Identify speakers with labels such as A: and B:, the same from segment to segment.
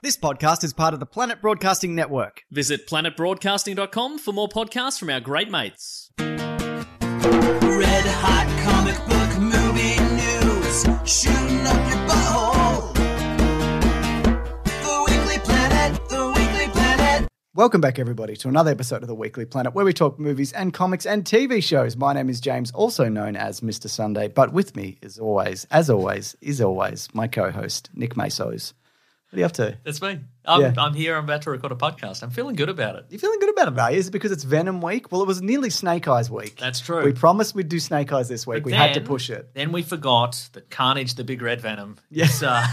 A: This podcast is part of the Planet Broadcasting Network.
B: Visit planetbroadcasting.com for more podcasts from our great mates.
C: Red hot comic book movie news, shooting up your butthole. The Weekly Planet, the Weekly Planet.
A: Welcome back, everybody, to another episode of the Weekly Planet, where we talk movies and comics and TV shows. My name is James, also known as Mr. Sunday, but with me, as always, as always, is always my co-host Nick Mesos. What are you up to?
D: That's me. I'm,
A: Yeah.
D: I'm here. I'm about to record a podcast. I'm feeling good about it.
A: You feeling good about it, are you? Is it because it's Venom Week? Well, it was nearly Snake Eyes Week.
D: That's true.
A: We promised we'd do Snake Eyes this week. we
D: But
A: had to
D: then-
A: push it.
D: Then we forgot that Carnage, the Big Red Venom, is uh,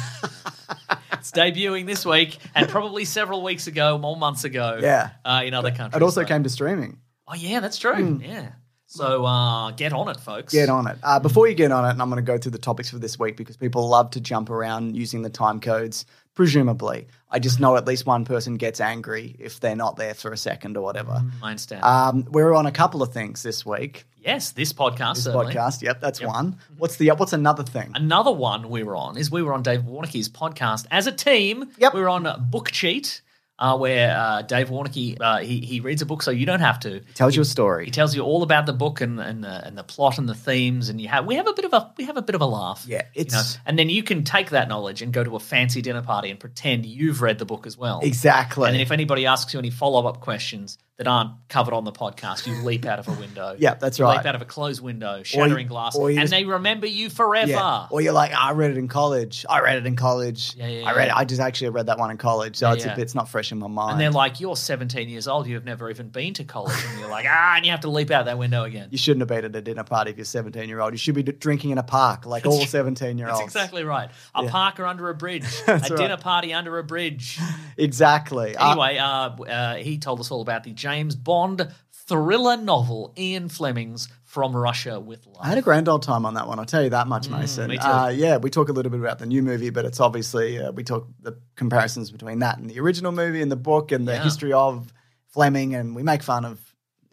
D: it's debuting this week and probably several weeks ago, more months ago.
A: Yeah.
D: uh, in other countries.
A: It also
D: So-
A: came to streaming.
D: Oh yeah, that's true. Yeah. So uh, get on it, folks.
A: Get on it. Uh, before you get on it, and I'm going to go through the topics for this week because people love to jump around using the time codes, presumably. I just know at least one person gets angry if they're not there for a second or whatever.
D: I understand.
A: Um, we're on a couple of things this week.
D: yes, this podcast.
A: This
D: certainly.
A: podcast, yep, that's one. What's the what's another thing?
D: Another one we were on is we were on Dave Warnicky's podcast as a team.
A: Yep.
D: We were on Book Cheat, uh, where uh, Dave Warnicky uh, he, he reads a book so you don't have to.
A: Tells you a story.
D: He tells you all about the book and and the, and the plot and the themes, and you have we have a bit of a we have a bit of a laugh.
A: Yeah,
D: you
A: it's-
D: know? and then you can take that knowledge and go to a fancy dinner party and pretend you've read the book as well.
A: Exactly.
D: And then if anybody asks you any follow up questions that aren't covered on the podcast, you leap out of a window.
A: Yeah, that's
D: You
A: right.
D: Leap out of a closed window, shattering glass,
A: or you
D: and
A: just-
D: they remember you forever.
A: Yeah. Or you're like, I read it in college. I read it in college.
D: Yeah, yeah,
A: I read.
D: yeah.
A: I just actually read that one in college, so
D: Yeah,
A: it's a
D: yeah.
A: bit, it's not fresh in my mind.
D: And they're like, "You're 17 years old. You have never even been to college." And you're like, "Ah!" And you have to leap out that window again.
A: you shouldn't have been at a dinner party if you're 17 year old. You should be d- drinking in a park like all 17 year olds.
D: That's exactly right. A park or under a bridge. a
A: That's right. Uh,
D: dinner party under a bridge.
A: Exactly. Uh,
D: Anyway, uh, w- uh, he told us all about the James Bond thriller novel Ian Fleming's From Russia with Love.
A: I had a grand old time on that one. I'll tell you that much, Mason.
D: Mm, me too.
A: Uh, yeah, we talk a little bit about the new movie, but it's obviously uh, we talk the comparisons between that and the original movie and the book and the
D: Yeah.
A: history of Fleming, and we make fun of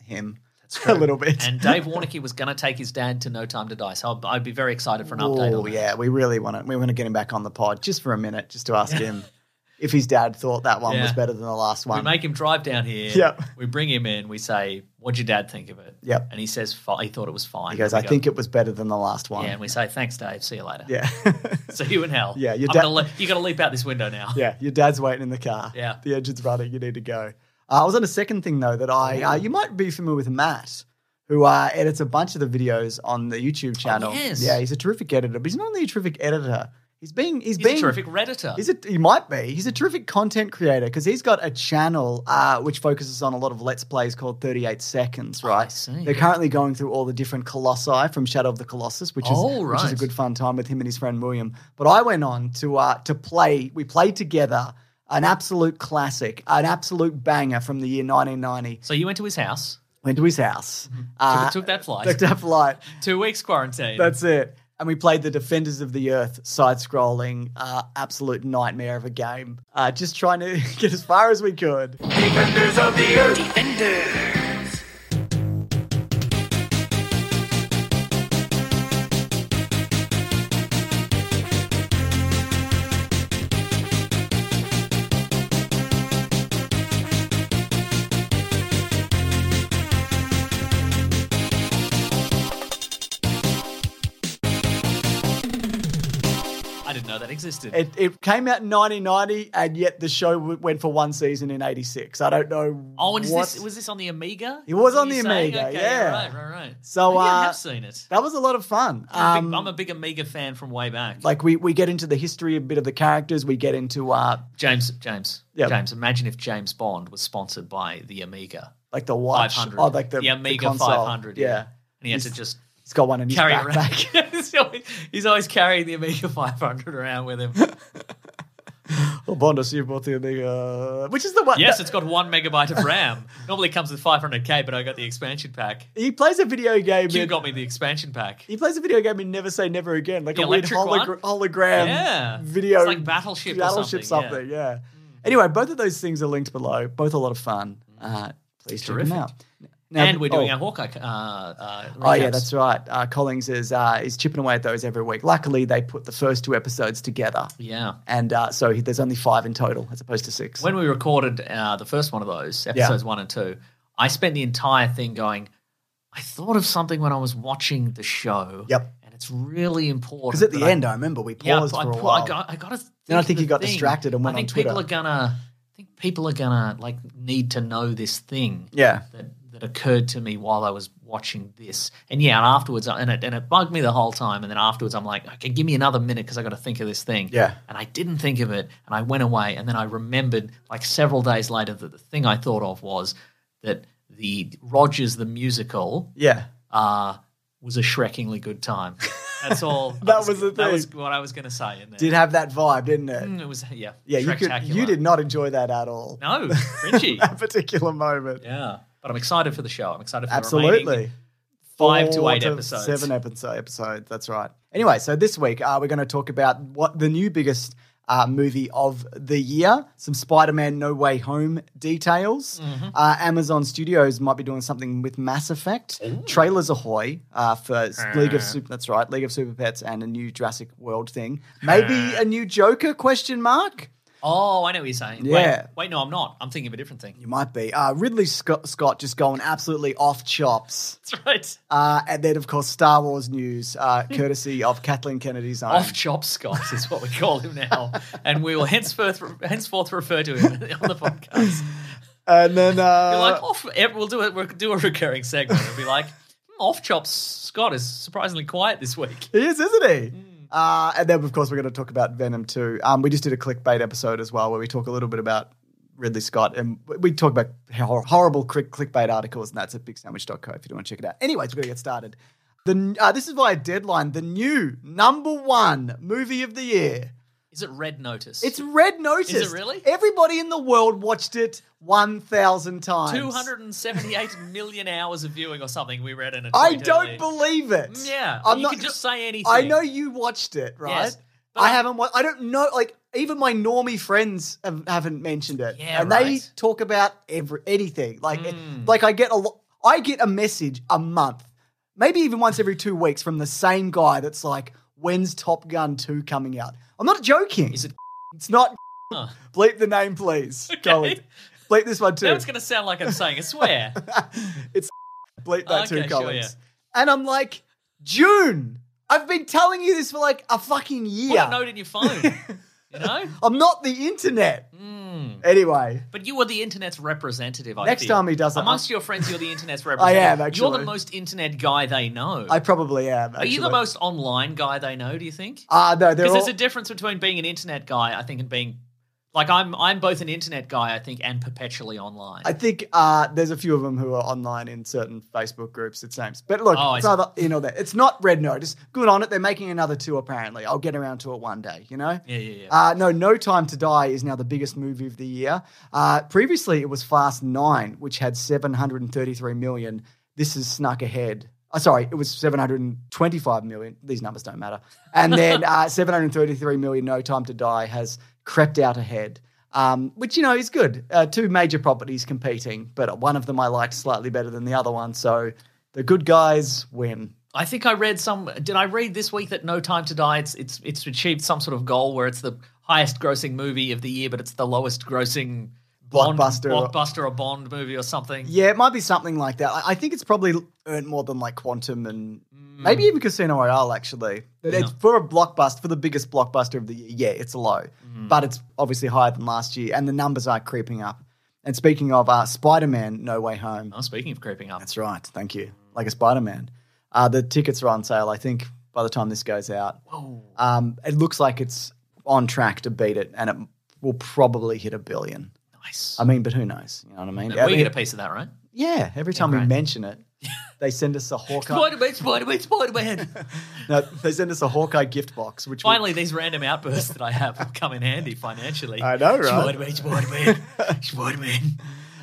A: him a little bit.
D: and Dave Warnicky was going to take his dad to No Time to Die, so I'd, I'd be very excited for an update
A: Oh
D: on that.
A: yeah, we really want to. We want to get him back on the pod just for a minute, just to ask him if his dad thought that one was
D: Yeah.
A: better than the last
D: We
A: one.
D: make him drive down here.
A: Yep.
D: We bring him in. We say, "What'd your dad think of it?"
A: Yep.
D: And he says, "Fi- "He thought it was fine."
A: he goes,
D: We
A: "I
D: go,
A: think it was better than the last one."
D: Yeah, and we say, "Thanks, Dave. See you later."
A: Yeah.
D: See you in hell.
A: Yeah, your
D: I'm
A: dad-
D: gonna le- you got to leap out this window now.
A: yeah. Your dad's waiting in the car.
D: Yeah.
A: The engine's running. You need to go. Uh, I was on a second thing though that
D: Oh.
A: I uh, you might be familiar with Matt, who uh, edits a bunch of the videos on the YouTube channel.
D: Oh, yes.
A: Yeah, he's a terrific editor, but he's not only a terrific editor. He's being he's,
D: He's
A: being
D: a terrific redditor.
A: He's a, he might be. He's a terrific content creator because he's got a channel uh, which focuses on a lot of Let's Plays called 38 Seconds, right?
D: see.
A: They're currently going through all the different Colossi from Shadow of the Colossus, which is,
D: Oh,
A: which is a
D: right.
A: good fun time with him and his friend William. But I went on to, uh, to play, we played together an absolute classic, an absolute banger from the year 1990.
D: so you went to his house,
A: Went to his house.
D: took,
A: Uh,
D: Mm-hmm. took that flight,
A: Took that flight.
D: two weeks quarantine.
A: That's it. And we played the Defenders of the Earth side scrolling, uh, absolute nightmare of a game. Uh, just trying to get as far as we could.
C: Defenders of the Earth. Defenders.
D: I didn't know that existed.
A: It, it came out in 1990, and yet the show w- went for one season in '86. I don't know.
D: oh, and is
A: what-
D: this, was this on the Amiga?
A: It was
D: What
A: on
D: are you
A: the
D: saying?
A: Amiga,
D: Okay,
A: yeah.
D: Right, right, right.
A: So,
D: Maybe I
A: uh,
D: have seen it.
A: that was a lot of fun.
D: I'm, a
A: Um,
D: big, I'm a big Amiga fan from way back.
A: like we we get into the history a bit of the characters. We get into uh
D: James, James,
A: Yeah.
D: James. Imagine if James Bond was sponsored by the Amiga
A: like the watch,
D: 500,
A: oh, like the, the
D: Amiga
A: console.
D: 500. Yeah. and he had to
A: He's-
D: just
A: He's got one in his
D: carry it
A: backpack.
D: around. he's, always, he's always carrying the Amiga 500 around with him.
A: Oh, Bond, I see you bought the Amiga, which is the one.
D: Yes,
A: that-
D: it's got one megabyte of RAM. Normally it comes with 500k, but I got the expansion pack.
A: he plays a video game.
D: You
A: in-
D: got me the expansion pack.
A: He plays a video game in Never Say Never Again, like
D: The
A: a weird
D: electric
A: hologra- hologram
D: Yeah.
A: video.
D: It's like Battleship or
A: Battleship
D: something, yeah.
A: yeah. Anyway, both of those things are linked below. Both a lot of fun. Uh, please check
D: Terrific.
A: them out. Now-
D: And we're doing
A: oh,
D: our Hawkeye. Uh, uh,
A: Oh yeah,
D: recaps.
A: that's right. Uh, Collings is uh, is chipping away at those every week. Luckily, they put the first two episodes together,
D: Yeah.
A: and uh, so he, there's only five in total as opposed to six.
D: When we recorded uh, the first one of those, episodes one and two, I spent the entire thing going, I thought of something when I was watching the show.
A: Yep.
D: And it's really important.
A: Because at the
D: that I-
A: end, I remember we
D: yeah,
A: paused
D: I,
A: for a
D: I,
A: while.
D: I got, I got to
A: Then I think
D: of
A: he
D: the
A: got
D: thing.
A: distracted and went
D: I
A: on
D: think people
A: Twitter.
D: are gonna, I think people are gonna like need to know this thing.
A: yeah,
D: that that occurred to me while I was watching this. And yeah, and afterwards, and it and it bugged me the whole time. And then afterwards, I'm like, okay, give me another minute because I got to think of this thing.
A: Yeah.
D: And I didn't think of it, and I went away, and then I remembered like several days later that the thing I thought of was that the Rogers the musical
A: yeah.
D: uh, was a shrekingly good time. That's all.
A: That was the
D: That was
A: thing.
D: what I was going to say in there.
A: Did have that vibe, didn't it?
D: Mm, it was yeah.
A: Yeah, you could. You
D: Shrektacular.
A: did not enjoy that at all.
D: No, cringy.
A: that particular moment.
D: yeah. But I'm excited for the show. I'm excited for the remaining
A: Absolutely.
D: five to
A: Four
D: eight episodes.
A: Seven episode, episodes. That's right. Anyway, so this week uh, we're going to talk about what the new biggest uh, movie of the year, some Spider-Man No Way Home details.
D: Mm-hmm.
A: Uh, Amazon Studios might be doing something with Mass Effect. Trailers ahoy uh, for s- League
D: Ah.
A: of Super. That's right, League of Super Pets and a new Jurassic World thing. Maybe
D: Ah.
A: a new Joker? Question mark.
D: Oh, I know what you're saying.
A: Yeah.
D: Wait, wait, no, I'm not. I'm thinking of a different thing.
A: You might be. Uh, Ridley Scott, Scott just going absolutely off chops.
D: That's right.
A: Uh, and then, of course, Star Wars news, uh, courtesy of Kathleen Kennedy's own.
D: Off chop Scott is what we call him now, and we will henceforth henceforth refer to him on the podcast.
A: And then, uh,
D: We're like off. ev- We'll do it. We'll do a recurring segment. It'll be like "Hmm, off chop Scott is surprisingly quiet this week.
A: he is, isn't he?
D: mm.
A: Uh, and then, of course, we're going to talk about Venom 2. Um, we just did a clickbait episode as well, where we talk a little bit about Ridley Scott and we talk about hor- horrible click- clickbait articles, and that's at bigsandwich.co if you want to check it out. Anyways, we're going to get started. The, n- uh, this is via Deadline, the new number one movie of the year.
D: Is it Red Notice?
A: It's Red Notice.
D: Is it really?
A: Everybody in the world watched it 1,000 times.
D: 278 million hours of viewing or something. We read in a
A: I
D: tweet
A: don't
D: earlier.
A: believe it.
D: mm, Yeah,
A: I'm
D: you
A: not-
D: can just say anything.
A: I know you watched it, right?
D: Yes, but-
A: I haven't. Wa- I don't know. Like even my normie friends have, haven't mentioned it,
D: Yeah,
A: and they
D: right. Mm.
A: talk about every anything. Like, like I get a lot. I get a message a month, maybe even once every two weeks, from the same guy that's like, "When's Top Gun two coming out?" I'm not joking.
D: Is it-
A: It's not.
D: Huh.
A: Bleep the name, please.
D: Okay.
A: Colin. Bleep this one too.
D: Now it's going to sound like I'm saying a swear.
A: it's bleep that
D: Okay,
A: too,
D: sure,
A: Collins.
D: yeah.
A: And I'm like, June. I've been telling you this for like a fucking year.
D: Put a note in your phone. you know.
A: I'm not the internet.
D: Mm.
A: Anyway,
D: But you are the internet's representative. I
A: Next
D: feel.
A: time he does it,
D: amongst
A: I'm-
D: your friends, you're the internet's representative.
A: actually.
D: You're the most internet guy they know.
A: I probably am.
D: are you the
A: actually.
D: most online guy they know? Do you think?
A: Ah, no, they're
D: Because
A: all.
D: there's a difference between being an internet guy, I think, and being like I'm. I'm both an internet guy, I think, and perpetually online.
A: I think uh, there's a few of them who are online in certain Facebook groups. It seems, but look,
D: Oh, I
A: it's
D: see.
A: either you know that it's not red notice. Good on it. They're making another two. Apparently, I'll get around to it one day. You know.
D: yeah, yeah, yeah.
A: Uh, no, No Time to Die is now the biggest movie of the year. Uh, previously, it was Fast Nine, which had 733 million. This is snuck ahead. Uh, sorry, it was 725 million. These numbers don't matter. And then uh, 733 million No Time to Die has crept out ahead, um, which, you know, is good. Uh, two major properties competing, but one of them I liked slightly better than the other one. So the good guys win.
D: I think I read some. Did I read this week that No Time to Die? It's it's it's achieved some sort of goal where it's the highest grossing movie of the year, but it's the lowest grossing Bond-
A: Blockbuster or-
D: blockbuster or Bond movie or something.
A: Yeah, it might be something like that. I, I think it's probably earned more than like Quantum and
D: Mm.
A: Maybe even Casino Royale, actually. It's for a blockbuster, for the biggest blockbuster of the year, yeah, it's low.
D: Mm-hmm.
A: But it's obviously higher than last year, and the numbers are creeping up. And speaking of uh, Spider Man No Way Home,
D: Oh, speaking of creeping up,
A: that's right, thank you. Like a Spider Man. Uh, the tickets are on sale, I think, by the time this goes out. Um, it looks like it's on track to beat it, and it will probably hit a billion.
D: nice.
A: I mean, but who knows? You know what I mean?
D: we
A: I mean,
D: get a piece of that, right?
A: yeah, every time we mention it, they send us a Hawkeye.
D: Spider-Man, Spider-Man, Spider-Man.
A: No, they send us a Hawkeye gift box, which we-
D: Finally, these random outbursts that I have will come in handy financially.
A: I know, right?
D: Spider-Man, Spider-Man, Spider-Man.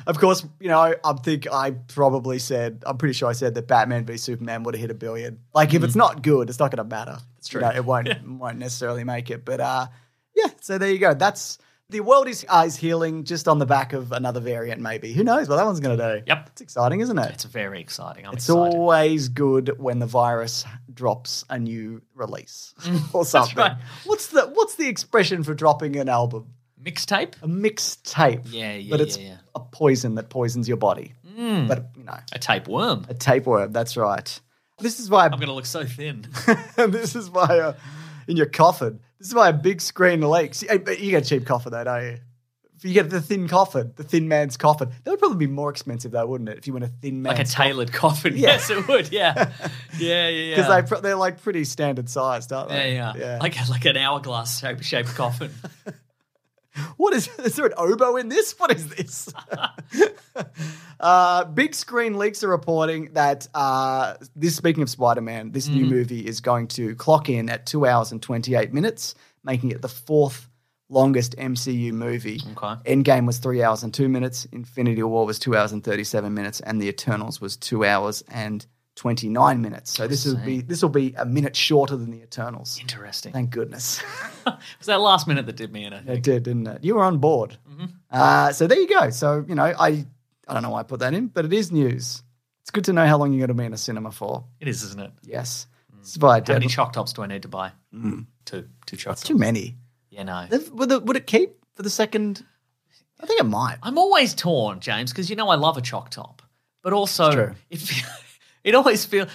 A: of course, you know, I, I think I probably said, I'm pretty sure I said that Batman v Superman would have hit a billion. Like, if it's not good, it's not going to matter. It's
D: Mm. true.
A: it won't won't necessarily make it. But uh, yeah, so there you go. That's the world is uh, is healing just on the back of another variant. Maybe who knows what that one's going to do?
D: Yep.
A: it's exciting, isn't it?
D: It's very exciting. I'm
A: It's
D: excited.
A: always good when the virus drops a new release or something.
D: right.
A: What's the what's the expression for dropping an album?
D: Mixtape?
A: a mixtape.
D: Yeah, yeah,
A: But
D: yeah,
A: it's
D: yeah. Mm.
A: a poison that poisons your body. But you know,
D: A tapeworm.
A: a tapeworm. That's right. This is why.
D: I'm going to look so thin.
A: this is why. Uh, in your coffin. This is why a big screen leaks. Hey, but You get a cheap coffin though, don't you? If you get the thin coffin, the thin man's coffin. That would probably be more expensive though, wouldn't it? If you want a thin man's
D: like a tailored coffin.
A: Yeah.
D: Yes, it would. Yeah. Yeah, yeah, yeah.
A: because they pr- they're like pretty standard sized, aren't
D: yeah,
A: they?
D: yeah. Like like an hourglass shape shaped coffin.
A: What is? Is there an oboe in this? What is this? uh, big screen leaks are reporting that uh, this. Speaking of Spider Man, this new movie is going to clock in at two hours and twenty eight minutes, making it the fourth longest MCU movie.
D: Okay.
A: Endgame was three hours and two minutes. Infinity War was two hours and thirty seven minutes, and The Eternals was two hours and twenty nine minutes. So this will be this will be a minute shorter than The Eternals.
D: Interesting.
A: Thank goodness.
D: It was that last minute that did me in. I
A: It
D: think.
A: did, didn't it? You were on board.
D: Mm-hmm.
A: Uh, so there you go. So you know, I I don't know why I put that in, but it is news. It's good to know how long you're going to be in a cinema for.
D: It is, isn't it?
A: Yes, it's via
D: Mm. How
A: Dead.
D: many choc tops do I need to buy? Two. Two choc tops.
A: Mm. Too many.
D: Yeah, no.
A: If- Would it, would it keep for the second? I think it might.
D: I'm always torn, James, because you know I love a choc top, but also
A: true.
D: it fe- it always feels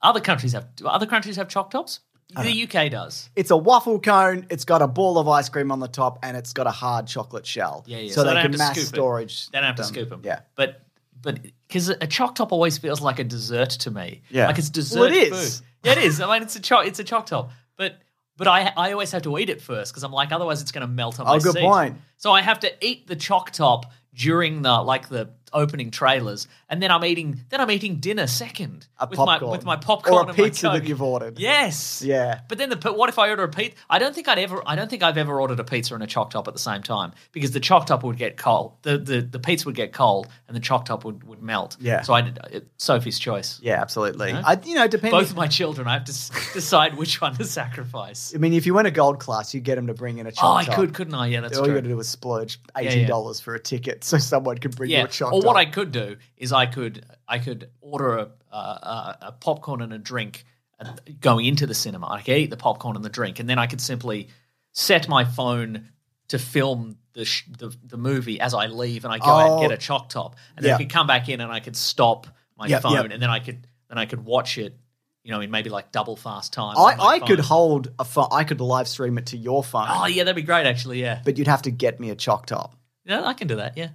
D: other countries have do other countries have choc tops. The UK does.
A: It's a waffle cone. It's got a ball of ice cream on the top, and it's got a hard chocolate shell.
D: Yeah, yeah.
A: So, they, can
D: don't have to
A: mass
D: scoop it.
A: storage.
D: They don't have to
A: them.
D: scoop them.
A: Yeah.
D: but but because a choc top always feels like a dessert to me.
A: Yeah.
D: like it's dessert.
A: Well, it is.
D: Food. Yeah, it is. I mean, it's a choc. It's a choc top, but. But I, I always have to eat it first because I'm like, otherwise it's going to melt on
A: Oh,
D: my
A: good
D: seat.
A: point.
D: So I have to eat the choc top during the like the opening trailers, and then I'm eating then I'm eating dinner second
A: A
D: with
A: popcorn
D: my with my popcorn
A: or a
D: and my
A: pizza that
D: Coke.
A: you've ordered.
D: Yes.
A: Yeah.
D: But then the but what if I order a pizza? I don't think I'd ever. I don't think I've ever ordered a pizza and a choc top at the same time because the choc top would get cold. The the, the pizza would get cold and the choc top would, would melt.
A: Yeah.
D: So I did it, Sophie's choice.
A: Yeah, absolutely. I, you know, depending.
D: Both my children, I have to s- decide which one to sacrifice.
A: I mean, if you went a gold class, you'd get them to bring in a
D: Oh, I
A: chocolate.
D: could, couldn't I? Yeah, that's
A: All you
D: true.
A: got to do is splurge
D: yeah.
A: eighty dollars for a ticket, so someone could bring you
D: yeah.
A: a chocolate.
D: Or what I could do is I could I could order a a, a, a popcorn and a drink at- going into the cinema. I could eat the popcorn and the drink, and then I could simply set my phone to film the sh- the, the movie as I leave, and I go out and
A: Oh.
D: get a choc top, and then
A: Yeah.
D: I could come back in and I could stop my
A: Yep,
D: phone,
A: yep.
D: and then I could then I could watch it, you know, in maybe like double fast time. on my
A: I, I
D: phone.
A: could hold a phone. I could live stream it to your phone,
D: Oh yeah, that'd be great actually. Yeah,
A: but you'd have to get me a choc top.
D: yeah, I can do that. Yeah,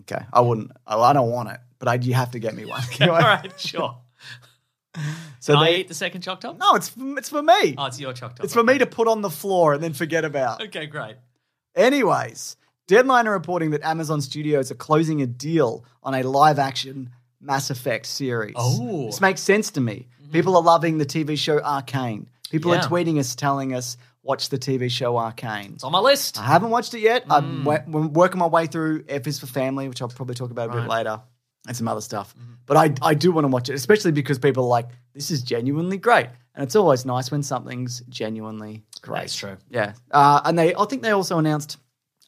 A: Okay, I wouldn't. I, I don't want it, but I, you have to get me one.
D: all right, sure.
A: So
D: Can I
A: they,
D: eat the second choc top?
A: no, it's it's for me.
D: Oh, it's your choc top.
A: it's for me to put on the floor and then forget about.
D: Okay, great.
A: Anyways, Deadline are reporting that Amazon Studios are closing a deal on a live action Mass Effect series.
D: Oh. Mm-hmm.
A: This makes sense to me. People are loving the TV show Arcane. People
D: Yeah.
A: are tweeting us, telling us, watch the TV show Arcane.
D: It's on my list.
A: I haven't watched it yet.
D: Mm.
A: I'm, wa- I'm working my way through F is for Family, which I'll probably talk about a bit later, and some other stuff.
D: Mm-hmm.
A: But I, I do want to watch it, especially because people are like, this is genuinely great. And it's always nice when something's genuinely great.
D: That's true.
A: Yeah. Uh, and they, I think they also announced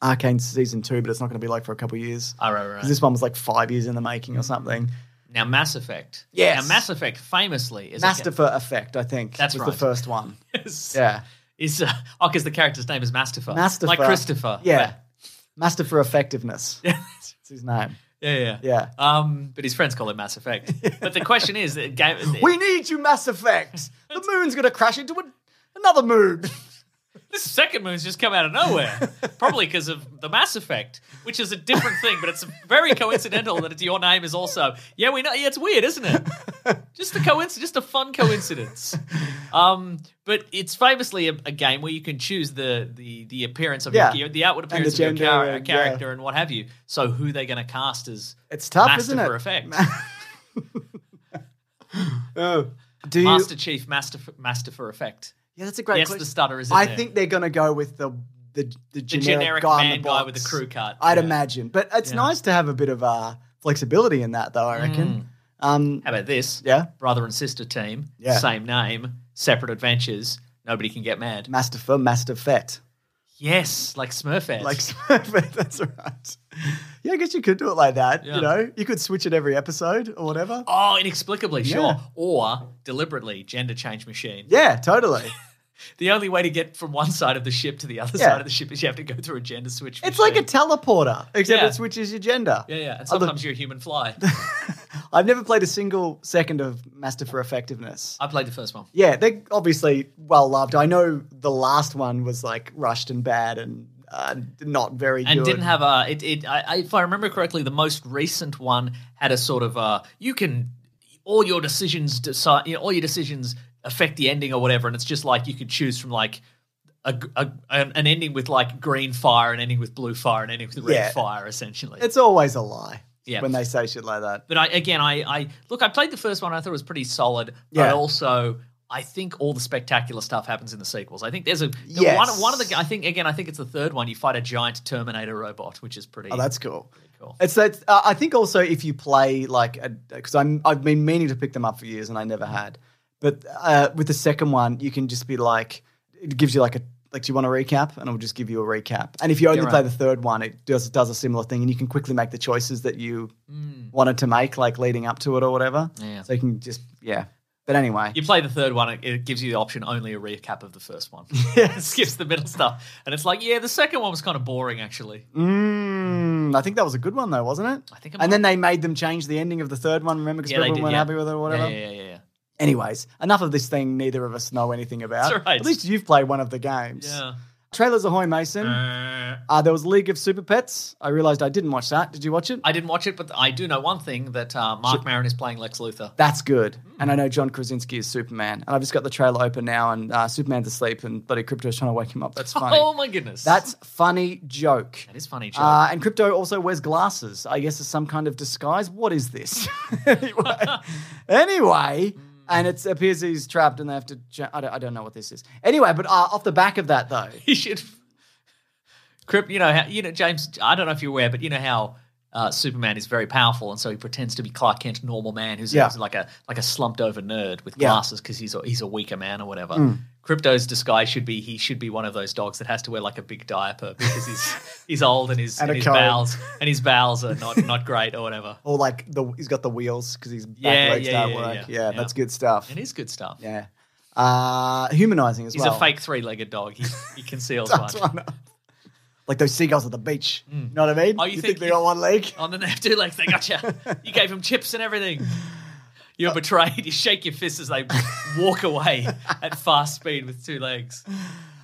A: Arcane season two, but it's not going to be like for a couple of years.
D: All right, all right. Mm.
A: 'Cause this one was like five years in the making or something.
D: Now, Mass Effect.
A: Yes.
D: Now, Mass Effect famously is
A: Master for Effect, I think.
D: That's
A: was the
D: right.
A: first one.
D: is,
A: Yeah.
D: is uh, oh, because the character's name is Mastifer.
A: Master
D: Like
A: for-
D: Christopher.
A: Yeah.
D: Right.
A: Master for Effectiveness. That's his name.
D: Yeah, yeah,
A: Yeah.
D: Um, but his friends call him Mass Effect. but the question is, that game,
A: We need you, Mass Effect. The moon's going to crash into an- another moon.
D: this second moon's just come out of nowhere, probably because of the Mass Effect, which is a different thing. But it's very coincidental that it's, your name is also. Yeah, we know. Yeah, it's weird, isn't it? just a coincidence, just a fun coincidence. Um, but it's famously a, a game where you can choose the the the appearance of
A: Yeah.
D: your, the outward
A: the
D: appearance of your
A: gender
D: char-
A: and-
D: character and what have you. So who they're going to cast as
A: It's tough,
D: Master
A: isn't it?
D: for Effect,
A: Oh, do you?
D: Master Chief, Master for, Master for Effect.
A: yeah, that's a great
D: yes,
A: question.
D: the stutter is in
A: I
D: there.
A: think they're going to go with the the, the, generic,
D: generic
A: guy, in
D: man
A: the
D: guy
A: box.
D: with the crew cut,
A: I'd
D: yeah.
A: imagine, but it's nice to have a bit of uh, flexibility in that, though. I reckon.
D: Mm.
A: Um,
D: How about this?
A: yeah,
D: brother and sister team,
A: Yeah.
D: same name, separate adventures. Nobody can get mad.
A: Master for Master Fett,
D: Yes, like Smurfette.
A: like that's right. Yeah, I guess you could do it like that.
D: Yeah.
A: You know, you could switch it every episode or whatever.
D: oh, inexplicably, sure,
A: Yeah.
D: or deliberately gender change machine.
A: Yeah, totally.
D: The only way to get from one side of the ship to the other
A: Yeah.
D: side of the ship is you have to go through a gender switch.
A: It's like a
D: machine.
A: teleporter, except
D: Yeah.
A: it switches your gender.
D: yeah, yeah. And
A: Other-
D: sometimes you're a human fly.
A: I've never played a single second of Master for Effectiveness.
D: I played the first one.
A: Yeah, they're obviously well loved. I know the last one was like rushed and bad and uh, not very
D: and
A: good.
D: didn't have a it, it I, I- if i remember correctly the most recent one had a sort of uh you can all your decisions decide you know, all your decisions affect the ending or whatever and it's just like you could choose from like a, a- an an ending with like green fire and ending with blue fire and ending with red
A: Yeah.
D: fire essentially
A: it's always a lie
D: Yeah.
A: when they say shit like that.
D: but I again, I, I look. I played the first one. I thought it was pretty solid.
A: Yeah.
D: But also, I think all the spectacular stuff happens in the sequels. I think there's a
A: Yes.
D: one. One of the I think again, I think it's the third one. You fight a giant Terminator robot, which is pretty.
A: Oh, that's cool.
D: cool.
A: It's that uh, I think also if you play like because I'm I've been meaning to pick them up for years and I never
D: Mm-hmm.
A: had, but uh, with the second one you can just be like it gives you like a like do you want a recap and it'll just give you a recap and if you only
D: Yeah, right.
A: play the third one it does does a similar thing and you can quickly make the choices that you wanted to make like leading up to it or whatever
D: Mm. Yeah.
A: so you can just yeah but anyway
D: You play the third one, it- it gives you the option only a recap of the first one. it skips the middle stuff. And it's like, yeah, the second one was kind of boring, actually.
A: mm, I think that was a good one though wasn't it
D: I think I'm
A: and then they made them change the ending of the third one remember because
D: Yeah, they
A: people
D: did,
A: weren't
D: yeah.
A: happy with it or whatever
D: Yeah, yeah, yeah, yeah.
A: Anyways, enough of this thing neither of us know anything about.
D: That's right.
A: At least you've played one of the games.
D: yeah.
A: Trailers Ahoy Mason.
D: Yeah.
A: Uh, there was League of Super Pets. I realized I didn't watch that. Did you watch it?
D: I didn't watch it, but I do know one thing that uh, Mark Maron is playing Lex Luthor.
A: That's good. And I know John Krasinski is Superman. And I've just got the trailer open now, and uh, Superman's asleep, and bloody Crypto's trying to wake him up. That's funny.
D: Oh, my goodness.
A: That's funny joke.
D: that is funny, Joe.
A: Uh, and crypto also wears glasses, I guess, as some kind of disguise. What is this? anyway, anyway and it appears he's trapped, and they have to. Ch- I, don't, I don't know what this is. Anyway, but uh, off the back of that, though,
D: he should. Crip, you know, how, you know, James. I don't know if you're aware, but you know how uh, Superman is very powerful, and so he pretends to be Clark Kent, normal man, who's
A: Yeah.
D: who's like a like a slumped over nerd with
A: Yeah. Mm.
D: glasses because he's a, he's a weaker man or whatever. Crypto's disguise should be he should be one of those dogs that has to wear like a big diaper because he's he's old and his
A: And a
D: and, his
A: comb.
D: bowels and his bowels are not not great or whatever.
A: or like the he's got the wheels because his back
D: Yeah,
A: legs
D: yeah,
A: don't
D: yeah,
A: work.
D: yeah,
A: Yeah,
D: yeah.
A: that's good stuff.
D: It is good stuff.
A: Yeah, uh, humanizing as
D: He's
A: well.
D: a fake three-legged dog. He, he conceals
A: That's
D: one.
A: one. Like those seagulls at the beach. You know what I mean?
D: Oh, you
A: think,
D: think-
A: they got one leg?
D: On the they have two legs. They got you. You gave them chips and everything. You're betrayed. You shake your fist as they walk away at fast speed with two legs.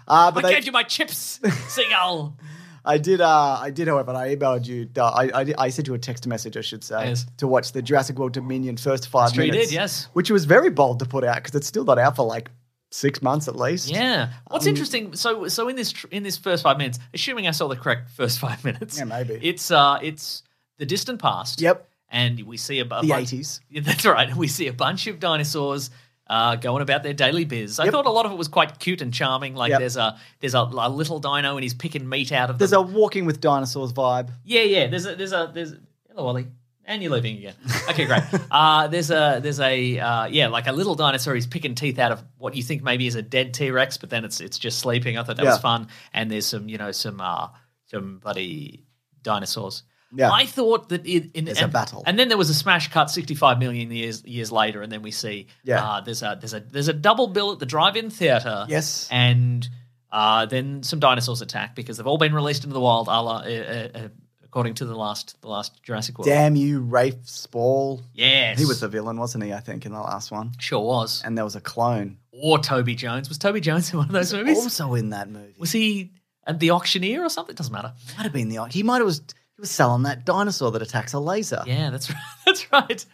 A: Uh,
D: I
A: but they,
D: gave you my chips, seagull.
A: I did. Uh, I did. However, I emailed you. uh, I, I I sent you a text message, I should say,
D: Yes.
A: to watch the Jurassic World Dominion first five
D: true, you
A: minutes.
D: did, yes.
A: which was very bold to put out because it's still not out for like six months at least.
D: Yeah. What's interesting? So, so in this tr- in this first five minutes, assuming I saw the correct first five minutes,
A: Yeah, maybe.
D: it's uh, it's the distant past.
A: Yep.
D: And we see a, a
A: The
D: bunch-
A: eighties.
D: Yeah, that's right. We see a bunch of dinosaurs uh, going about their daily biz. I thought a lot of it was quite cute and charming. Like
A: Yep.
D: there's a there's a, a little dino and he's picking meat out of the
A: There's a walking with dinosaurs vibe.
D: yeah, yeah. There's a there's a there's hello Ollie. And you're leaving again. Okay, great. Uh, there's a there's a uh, yeah, like a little dinosaur. He's picking teeth out of what you think maybe is a dead T Rex, but then it's it's just sleeping. I thought that
A: Yeah.
D: was fun. And there's some you know some uh, some bloody dinosaurs.
A: Yeah.
D: I thought that it, in
A: There's a
D: and,
A: battle.
D: and then there was a smash cut 65 million years years later, and then we see
A: Yeah.
D: uh, there's a there's a there's a double bill at the drive-in theater.
A: Yes.
D: and uh, then some dinosaurs attack because they've all been released into the wild, a la uh, uh, uh, according to the last the last Jurassic World.
A: Damn you, Rafe Spall.
D: Yes,
A: He was the villain, wasn't he? I think in the last one.
D: sure was.
A: And there was a clone
D: Or Toby Jones was Toby Jones in one of those movies?
A: also in that movie.
D: Was he at the auctioneer or something? Doesn't matter.
A: might have been the he might have was he was selling that dinosaur that attacks a laser.
D: Yeah, that's right. That's right.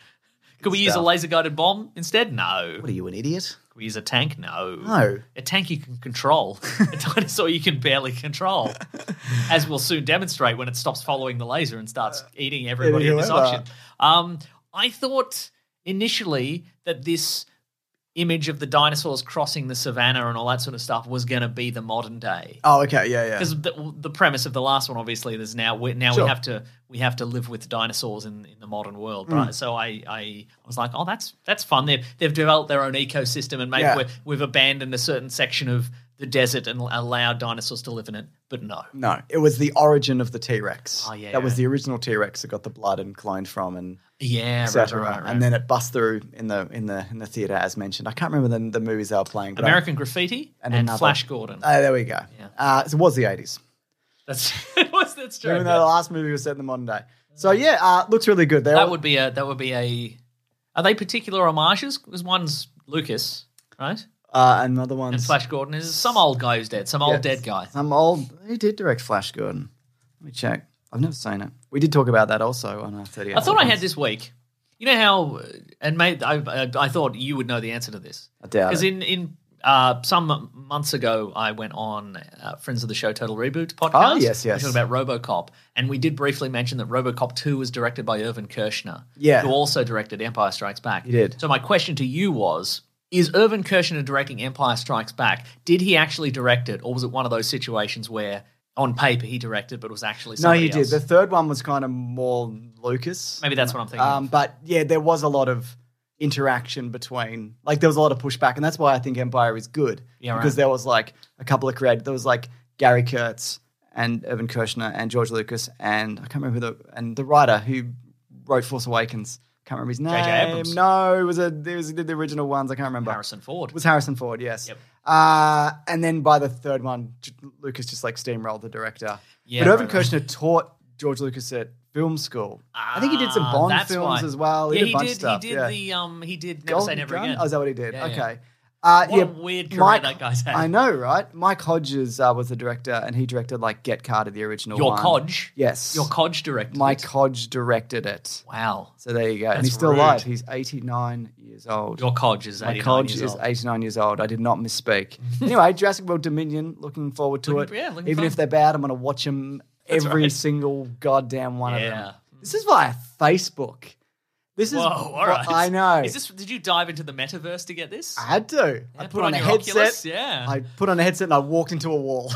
D: Could we use a
A: stuff.
D: laser guided bomb instead? No.
A: What are you, an idiot?
D: Could we use a tank? No.
A: No.
D: A tank you can control. a dinosaur you can barely control, as we'll soon demonstrate when it stops following the laser and starts eating everybody in this
A: Uh, whoever.
D: auction. Um, I thought initially that this image of the dinosaurs crossing the savannah and all that sort of stuff was going to be the modern day.
A: Oh, okay, yeah, yeah.
D: because the, the premise of the last one obviously there's now we, now
A: Sure.
D: we have to we have to live with dinosaurs in, in the modern world
A: Mm.
D: but I- so I, I was like oh that's that's fun they've they've developed their own ecosystem and maybe
A: Yeah.
D: we're, we've abandoned a certain section of the desert and allowed dinosaurs to live in it but no
A: No, it was the origin of the T Rex.
D: Oh, yeah,
A: that was
D: yeah.
A: the original T Rex that got the blood and cloned from, and
D: yeah right,
A: etc.
D: right, right, right.
A: And then it bust through in the in the in the theater, as mentioned. I can't remember the, the movies they were playing. But I-
D: American Graffiti and,
A: And another.
D: Flash Gordon
A: Oh, there we go. Uh, so it was the eighties.
D: that's what's that's true
A: Even though the last movie was set in the modern day. So yeah, uh, looks really good. They
D: that
A: all-
D: would be a that would be a are they particular homages because one's Lucas right
A: uh, another one.
D: and Flash Gordon is some old guy who's dead some old dead guy
A: Some old. Who did direct Flash Gordon? Let me check. I've never seen it. We did talk about that also on our 30
D: I thought I had this week. You know how, uh, and mate, I, I, I thought you would know the answer to this.
A: I doubt
D: Because
A: it.
D: in in uh, some months ago, I went on uh, Friends of the Show Total Reboot podcast.
A: Ah, yes,
D: We
A: yes.
D: talked about RoboCop, and we did briefly mention that RoboCop Two was directed by Irvin Kershner,
A: Yeah.
D: who also directed Empire Strikes Back. He
A: did.
D: So my question to you was. Is Irvin Kershner directing Empire Strikes Back? Did he actually direct it, or was it one of those situations where, on paper, he directed but it was actually
A: No,
D: somebody
A: you
D: else?
A: did. The third one was kind of more Lucas.
D: Maybe that's what I'm thinking.
A: Um, but yeah, there was a lot of interaction between, like, there was a lot of pushback, and that's why I think Empire is good.
D: Yeah, right.
A: because there was like a couple of creators. There was like Gary Kurtz and Irvin Kershner and George Lucas and I can't remember who the and the writer who wrote Force Awakens. Can't remember his name.
D: Abrams.
A: No, it was a it was he did the original ones. I can't remember.
D: Harrison Ford.
A: It was Harrison Ford. Yes.
D: Yep.
A: Uh, and then by the third one, J- Lucas just like steamrolled the director.
D: Yeah,
A: but Irvin
D: right, right.
A: Kershner taught George Lucas at film school. I think he did some
D: Ah,
A: Bond
D: that's
A: films
D: why.
A: as well. He
D: Yeah,
A: did a
D: he
A: bunch
D: did.
A: of stuff.
D: He did
A: yeah.
D: the um. He did never
A: Golden
D: say never
A: Gun?
D: again.
A: Oh, is that what he did?
D: Yeah, yeah.
A: okay. Uh,
D: What a
A: yeah,
D: weird career that guy's had.
A: I know, right? Mike Hodges uh, was the director, and he directed like Get Carter, the original
D: Your
A: one.
D: Codge.
A: Yes.
D: Your Codge director.
A: Mike Hodge directed it.
D: Wow.
A: So there you go. and
D: That's
A: he's still
D: rude.
A: alive. He's 89 years old.
D: Your Codge is
A: My
D: eighty nine
A: college
D: years
A: is
D: old. Mm-hmm.
A: 89 years old. I did not misspeak. anyway, Jurassic World Dominion, looking forward to
D: Looking-
A: it.
D: yeah, looking
A: Even
D: forward.
A: if they're bad, I'm going to watch them every
D: right.
A: single goddamn one of
D: Yeah.
A: them. This is via Facebook. This is.
D: Whoa! All right.
A: I know.
D: Is this? Did you dive into the metaverse to get this?
A: I had to. I
D: Yeah,
A: put, on, a
D: your
A: headset.
D: Oculus, Yeah.
A: I put on a headset and I walked into a wall.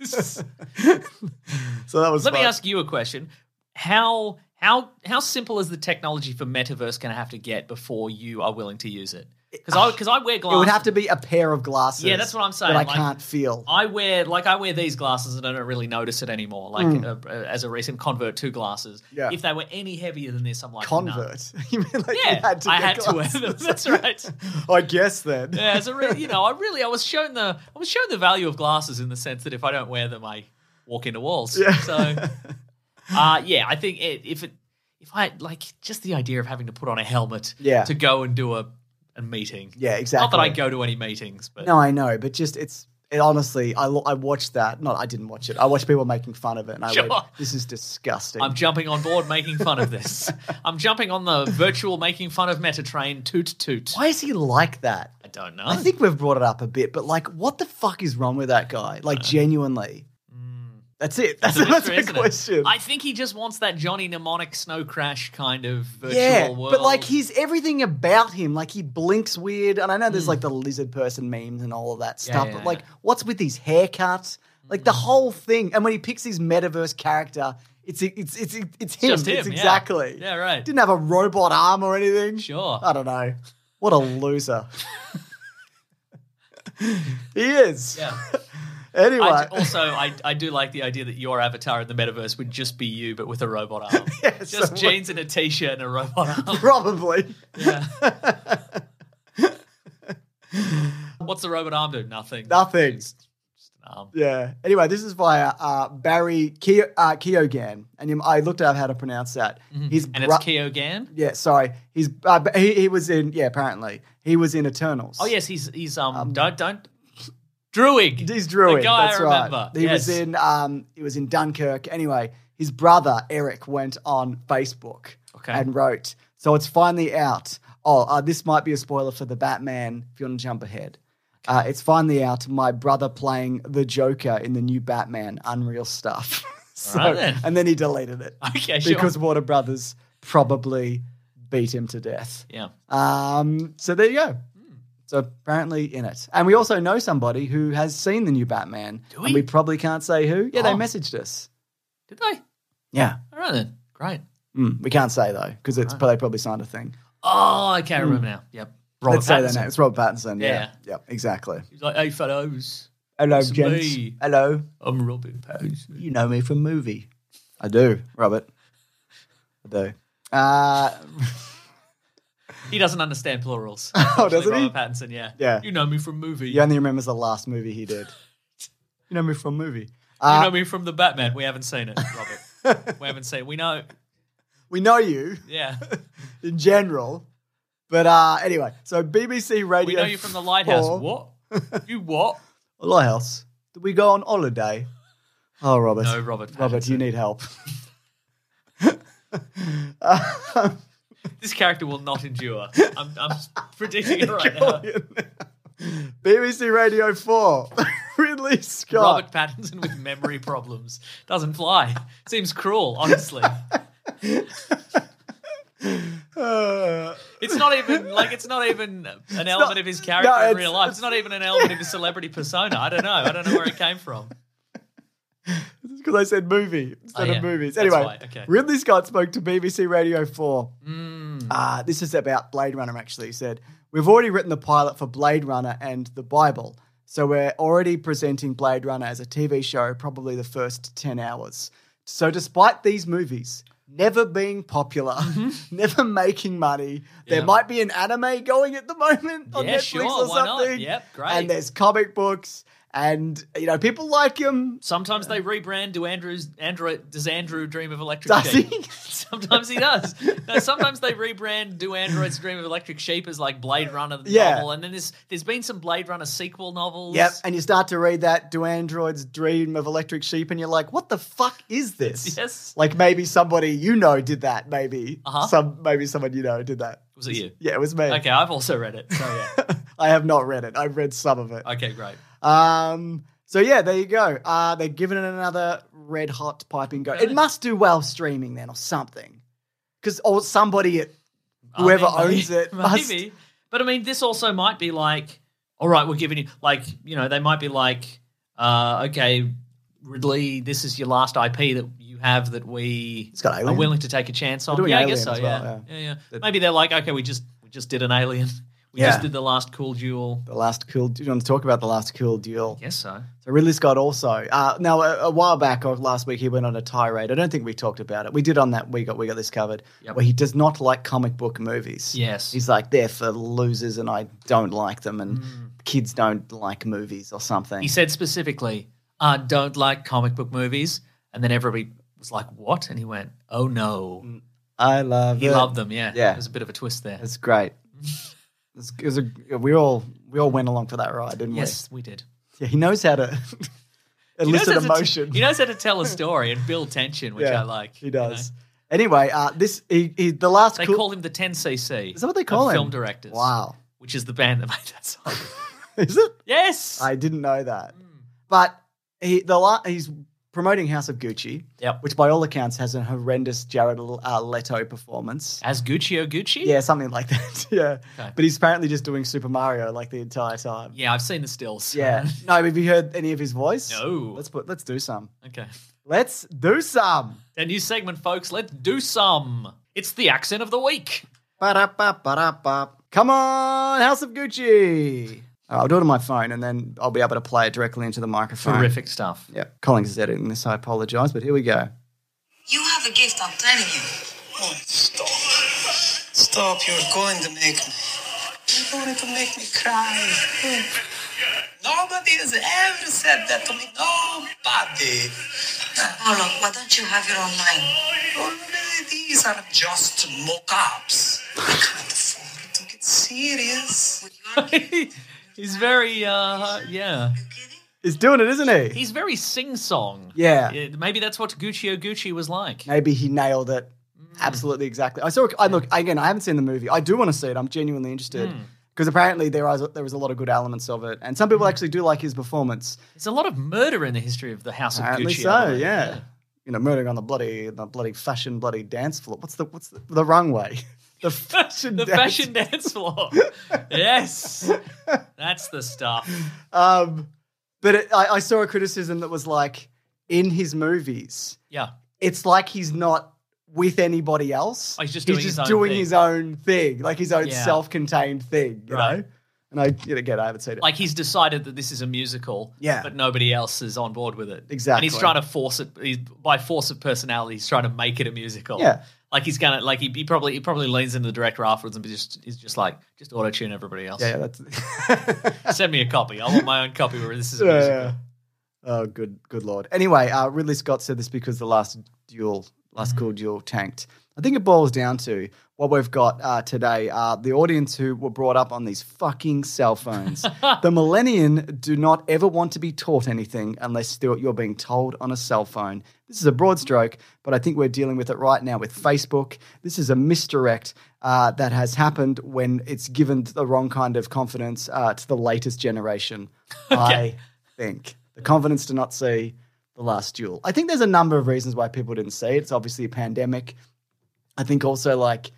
A: so that was.
D: Let me
A: fun.
D: ask you a question. How how how simple is the technology for metaverse going to have to get before you are willing to use it? Because I because I wear
A: It
D: glasses.
A: would have to be a pair of glasses.
D: Yeah, that's what I'm saying,
A: That I
D: like- Oh,
A: can't feel.
D: I wear like I wear these glasses and I don't really notice it anymore. Like uh, uh, as a recent convert to glasses,
A: Hmm. Yeah.
D: if they were any heavier than this, I'm like nah.
A: Convert. you mean like
D: Yeah,
A: you had to
D: I
A: get
D: had to wear
A: glasses?
D: them. That's right.
A: I guess then.
D: Yeah, as a re- you know, I really I was shown the I was shown the value of glasses in the sense that if I don't wear them, I walk into walls. So, uh, yeah, I think it, if it if I like just the idea of having to put on a helmet,
A: Yeah.
D: to go and do a a meeting.
A: Yeah, exactly.
D: Not that I go to any meetings, but
A: No, I know, but just it's it honestly. I lo- I watched that. Not I didn't watch it. I watched people making fun of it, and I
D: Sure.
A: went, "This is disgusting."
D: I'm jumping on board making fun of this. I'm jumping on the virtual making fun of Metatrain toot toot.
A: Why is he like that?
D: I don't know.
A: I think we've brought it up a bit, but like, what the fuck is wrong with that guy? Like,
D: Uh,
A: genuinely. That's it. That's,
D: It's a
A: that's
D: mm. mystery,
A: my
D: isn't it?
A: question.
D: I think he just wants that Johnny Mnemonic snow crash kind of virtual
A: yeah,
D: world.
A: but like he's everything about him. Like he blinks weird, and I know there's like the lizard person memes and all of that stuff.
D: Hmm. yeah,
A: but
D: yeah. Hmm.
A: like, what's with his haircut? Like the whole thing. And when he picks his metaverse character, it's it's it's it's, him.
D: just him,
A: it's
D: yeah.
A: exactly.
D: Yeah, right.
A: Didn't have a robot arm or anything.
D: Sure.
A: I don't know. What a loser. he is.
D: Yeah.
A: Anyway.
D: I, also, I, I do like the idea that your avatar in the metaverse would just be you, but with a robot arm.
A: Yeah,
D: just
A: so-
D: jeans and a t-shirt and a robot arm.
A: Probably.
D: Yeah. What's the robot arm do? Nothing.
A: Nothing.
D: Just, just an Um,
A: Yeah. Anyway, this is via uh, Barry Kyo- uh, Kyogan, and him, I looked up how to pronounce that. His
D: Mm-hmm. and
A: bro-
D: it's Kyogan.
A: Yeah, sorry. He's uh, but he, he was in yeah. Apparently, he was in Eternals.
D: Oh yes, he's he's um, don't don't Druig.
A: he's Druid.
D: The guy
A: that's
D: I remember.
A: right. He was
D: Yes.
A: in um, he was in Dunkirk. Anyway, his brother Eric went on Facebook
D: Okay.
A: and wrote. So it's finally out. Oh, uh, this might be a spoiler for the Batman. If you want to jump ahead, uh, it's finally out. My brother playing the Joker in the new Batman Unreal stuff. so,
D: All right then.
A: and then he deleted it
D: Okay, sure.
A: because Warner Brothers probably beat him to death.
D: yeah.
A: Um, so there you go.
D: Hmm.
A: So apparently in it, and we also know somebody who has seen the new Batman,
D: we?
A: and we probably can't say who. Yeah, they
D: Oh.
A: messaged us.
D: Did they?
A: Yeah,
D: All right then. Great.
A: Mm, we can't say though because it's they probably signed a thing.
D: Oh, okay, I remember now. Yep. Robert
A: Let's say their
D: Pattinson.
A: name. It's Rob Pattinson. Yeah,
D: Yeah.
A: yeah, exactly.
D: He's like, hey fellows,
A: Hello,
D: It's
A: gents.
D: me.
A: Hello,
D: I'm Robert Pattinson.
A: you know me from movie. I do, Robert. I do. Uh,
D: He doesn't understand plurals.
A: Oh, doesn't
D: Robert
A: he?
D: Pattinson, yeah.
A: Yeah.
D: You know me from movie.
A: he only remembers the last movie he did. you know me from movie.
D: You
A: Uh,
D: know me from the Batman. We haven't seen it, Robert. we haven't seen. We know.
A: we know you.
D: Yeah.
A: in general. But uh, anyway, so BBC Radio.
D: We know you from the Lighthouse.
A: 4
D: What? You what?
A: Lighthouse. Did we go on holiday? Oh, Robert.
D: No, Robert
A: Robert, you
D: Pattinson.
A: need help.
D: This character will not endure. I'm, I'm predicting it right now.
A: BBC Radio 4. Ridley Scott.
D: Robert Pattinson with memory problems doesn't fly. Seems cruel, honestly.
A: Uh,
D: It's not even like it's not even an element
A: not-
D: of his character
A: no,
D: in
A: it's-
D: real life. It's, not even an element of his celebrity persona. I don't know. I don't know where it came from.
A: because I said movie instead
D: Oh, yeah.
A: of movies.
D: That's
A: Anyway,
D: why. Okay.
A: Ridley Scott spoke to BBC Radio 4.
D: Mm.
A: Uh, this is about Blade Runner, actually. He said, We've already written the pilot for Blade Runner and the Bible. So we're already presenting Blade Runner as a TV show, probably the first 10 hours. So despite these movies, Never being popular, never making money. There
D: Mm-hmm. Yeah.
A: might be an anime going at the moment on
D: Yeah,
A: Netflix
D: sure,
A: or
D: why not?
A: something.
D: Yep, great.
A: And there's comic books, and you know people like him.
D: Sometimes they rebrand. Do Andrew's Andrew does Andrew dream of electric
A: Does
D: sheep?
A: he?
D: Sometimes he does. No, sometimes they rebrand Do Androids Dream of Electric Sheep as like Blade Runner the
A: Yeah.
D: novel, and then there's there's been some Blade Runner sequel novels.
A: Yep. And you start to read that Do Androids Dream of Electric Sheep and you're like, what the fuck is this?
D: Yes.
A: Like maybe somebody you know did that, maybe.
D: Uh-huh.
A: Some maybe someone you know did that.
D: Was it you?
A: Yeah, it was me.
D: Okay, I've also read it. So yeah.
A: I have not read it. I've read some of it.
D: Okay, great.
A: Um so yeah, there you go. Uh they're giving it another red hot piping go. It
D: Really?
A: must do well streaming then or something. Cause or somebody at whoever
D: I mean, maybe-
A: owns it must
D: maybe. But I mean, this also might be like, all right, we're giving you like, you know, they might be like, uh, okay, Ridley, this is your last IP that you have that we
A: It's got
D: are
A: Alien.
D: willing to take a chance on.
A: doing
D: Yeah, I
A: Alien
D: guess so.
A: as
D: yeah.
A: well,
D: yeah, yeah, Maybe they're like, okay, we just we just did an Alien. We
A: Yeah.
D: just did the last Cool Duel.
A: the last cool do you want to talk about the last cool duel?
D: Yes, so.
A: So Ridley Scott also. Uh, now, a, a while back or last week, he went on a tirade. I don't think we talked about it. We did on that. We got we got this covered.
D: Yep.
A: Where he does not like comic book movies.
D: Yes.
A: he's like they're for losers, and I don't like them, and
D: Mm.
A: kids don't like movies or something.
D: He said specifically, I don't like comic book movies. And then everybody was like, what? And he went, oh no.
A: I love.
D: He
A: it.
D: loved them, yeah.
A: Yeah.
D: There's a bit of a twist there.
A: It's great. It's, it was a, we all we all went along for that ride, didn't
D: Yes, we did.
A: we? Yeah, he knows how to
D: knows
A: elicit
D: how to t-
A: emotion.
D: he knows how to tell a story and build tension, which I like.
A: He
D: you know?
A: does. Anyway, uh, this he, he the last
D: They
A: cool-
D: call him the 10cc.
A: Is that what they call him?
D: of Film directors.
A: Wow.
D: Which is the band that made that song.
A: Is it?
D: yes.
A: I didn't know that.
D: Hmm.
A: But he the la- he's promoting House of Gucci,
D: Yep.
A: which by all accounts has a horrendous Jared uh, Leto performance.
D: As Gucci oh Gucci?
A: Yeah, something like that. yeah,
D: Okay.
A: but he's apparently just doing Super Mario like the entire time.
D: Yeah, I've seen the stills.
A: Yeah. No, have you heard any of his voice?
D: No.
A: Let's put. Let's do some.
D: okay.
A: Let's do some.
D: A new segment, folks. Let's do some. It's the accent of the week.
A: Ba-da-ba-ba-da-ba. Come on, House of Gucci. All right, I'll do it on my phone, and then I'll be able to play it directly into the microphone.
D: Terrific stuff.
A: Yeah, Collins is editing this. I apologize, but here we go.
E: You have a gift, I'm telling you.
C: Oh, stop. Stop, you're going to make me. You're going to make me cry. No, Nobody has ever said that to me. Nobody.
E: Paolo, why don't you have your own line?
C: Only these are just mock-ups. I can't afford to get serious.
D: He's very, uh, yeah.
A: He's doing it, isn't he?
D: He's very sing song.
A: Yeah.
D: Maybe that's what Guccio Gucci was like.
A: Maybe he nailed it. Absolutely, exactly. I saw. I look again. I haven't seen the movie. I do want to see it. I'm genuinely interested because apparently there are there was a lot of good elements of it, and some people actually do like his performance.
D: There's a lot of murder in the history of the House of
A: Apparently
D: Gucci.
A: so. Yeah. You know, murdering on the bloody the bloody fashion bloody dance floor. What's the what's the, the wrong way? The fashion.
D: The
A: dance.
D: fashion dance floor. yes. That's the stuff.
A: Um, but it, I, I saw a criticism that was like, in his movies,
D: Yeah.
A: it's like he's not with anybody else.
D: Oh, he's just doing his own
A: doing
D: thing.
A: his own thing, like his own
D: Yeah.
A: self-contained thing, you
D: Right.
A: know. And I you know, again, I haven't seen it.
D: Like he's decided that this is a musical,
A: Yeah.
D: but nobody else is on board with it. And he's
A: Exactly.
D: trying to force it he's, by force of personality, he's trying to make it a musical.
A: Yeah.
D: Like he's gonna like he, he probably he probably leans into the director afterwards and just is just like, just auto tune everybody else.
A: yeah, yeah, that's
D: Send me a copy. I want my own copy where this is a
A: Yeah,
D: musical.
A: yeah. Oh, good, good lord. Anyway, uh, Ridley Scott said this because the last duel, last cool duel, tanked. I think it boils down to what we've got uh, today. Uh, the audience who were brought up on these fucking cell phones. the millennium do not ever want to be taught anything unless they're- you're being told on a cell phone. This is a broad stroke, but I think we're dealing with it right now with Facebook. This is a misdirect uh, that has happened when it's given the wrong kind of confidence uh, to the latest generation. I think. The confidence to not see The Last Duel. I think there's a number of reasons why people didn't see it. It's obviously a pandemic. I think also like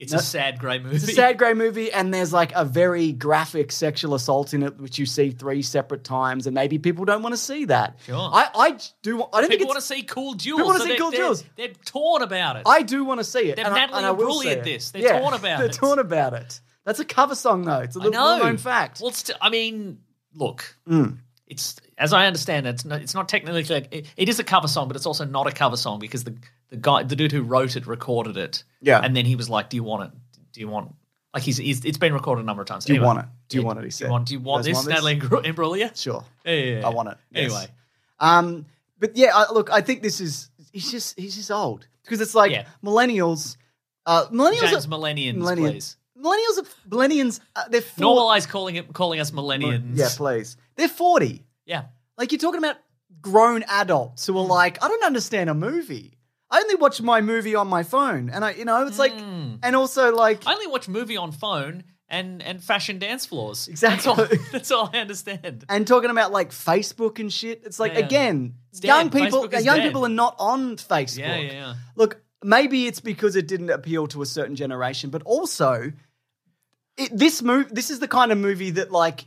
D: It's a sad grey movie.
A: it's a sad grey movie, and there's like a very graphic sexual assault in it, which you see three separate times, and maybe people don't want to see that.
D: Sure.
A: I, I do. I don't think
D: People
A: it's.
D: want to see cool duels.
A: People wanna
D: so
A: see
D: they're-
A: cool
D: they're-
A: duels.
D: They're torn about it.
A: I do want to see it.
D: They're
A: and I,
D: madly
A: and I will
D: unruly
A: see
D: at
A: it.
D: this. They're
A: Yeah,
D: torn about
A: they're
D: it.
A: torn about it. That's a cover song, though. It's a
D: I
A: little
D: know.
A: known fact.
D: Well, st- I mean, look,
A: Hmm.
D: it's as I understand it, it's not, it's not technically like it, it is a cover song, but it's also not a cover song because the the guy, the dude who wrote it, recorded it.
A: Yeah.
D: and then he was like, "Do you want it? Do you want?" Like he's, he's it's been recorded a number of times.
A: do you
D: Anyway.
A: want it? Do you
D: Yeah,
A: want it? He
D: Do
A: said.
D: you want? Do you want
A: guys
D: this, Natalie Imbro- Imbruglia?
A: Sure.
D: Yeah, yeah, yeah.
A: I want it. Yes.
D: Anyway,
A: Um, but yeah, I, look, I think this is he's just he's just old because it's like
D: Yeah.
A: millennials, uh, millennials,
D: James
A: are,
D: Millennials,
A: millennials,
D: please.
A: millennials, are, millennials, uh, they're 40,
D: Normalize calling it calling us millennials.
A: yeah, please, they're forty.
D: yeah.
A: Like you're talking about grown adults who are
D: Hmm.
A: like, I don't understand a movie. I only watch my movie on my phone, and I, you know, it's like,
D: Hmm.
A: and also like,
D: I only watch movie on phone and and fashion dance floors.
A: Exactly.
D: That's all, that's all I understand.
A: and talking about like Facebook and shit. It's like
D: Yeah.
A: again,
D: It's
A: young
D: dead.
A: people,
D: Facebook is
A: young
D: dead.
A: people are not on Facebook.
D: Yeah, yeah, yeah.
A: Look, maybe it's because it didn't appeal to a certain generation, but also it, this move, this is the kind of movie that like,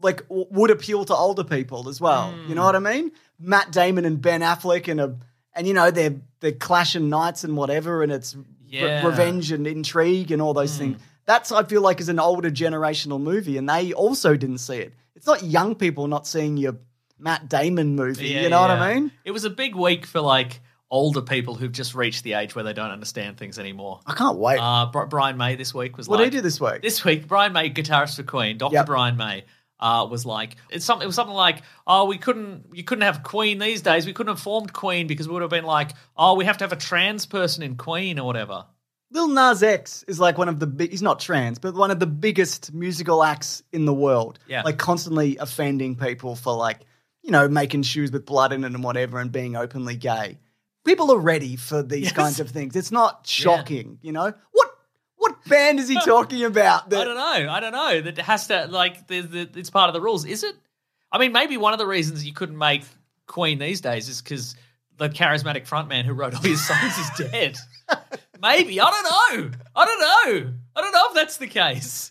A: like w- would appeal to older people as well.
D: Hmm.
A: You know what I mean? Matt Damon and Ben Affleck and a and you know they're they're clashing knights and whatever, and it's re-
D: Yeah. Hmm.
A: revenge and intrigue and all those things. That's I feel like is an older generational movie, and they also didn't see it. It's not young people not seeing your Matt Damon movie.
D: Yeah,
A: you know what I
D: yeah.
A: mean?
D: It was a big week for like older people who've just reached the age where they don't understand things anymore.
A: I can't wait.
D: Uh, Bri- Brian May this week was
A: what
D: like
A: do you do this week?
D: This week, Brian May, guitarist for Queen, Dr.
A: Yep.
D: Brian May, uh, was like it's something. It was something like, "Oh, we couldn't, you couldn't have Queen these days. We couldn't have formed Queen because we would have been like, oh, we have to have a trans person in Queen or whatever."
A: Lil Nas X is like one of the big, he's not trans, but one of the biggest musical acts in the world.
D: Yeah.
A: Like constantly offending people for like, you know, making shoes with blood in it and whatever and being openly gay. People are ready for these kinds of things. It's not shocking, you know? What what band is he talking about?
D: I don't know. I don't know. That has to like the, the, it's part of the rules, is it? I mean, maybe one of the reasons you couldn't make Queen these days is because the charismatic frontman who wrote all his songs is dead. Maybe I don't know. I don't know. I don't know if that's the case.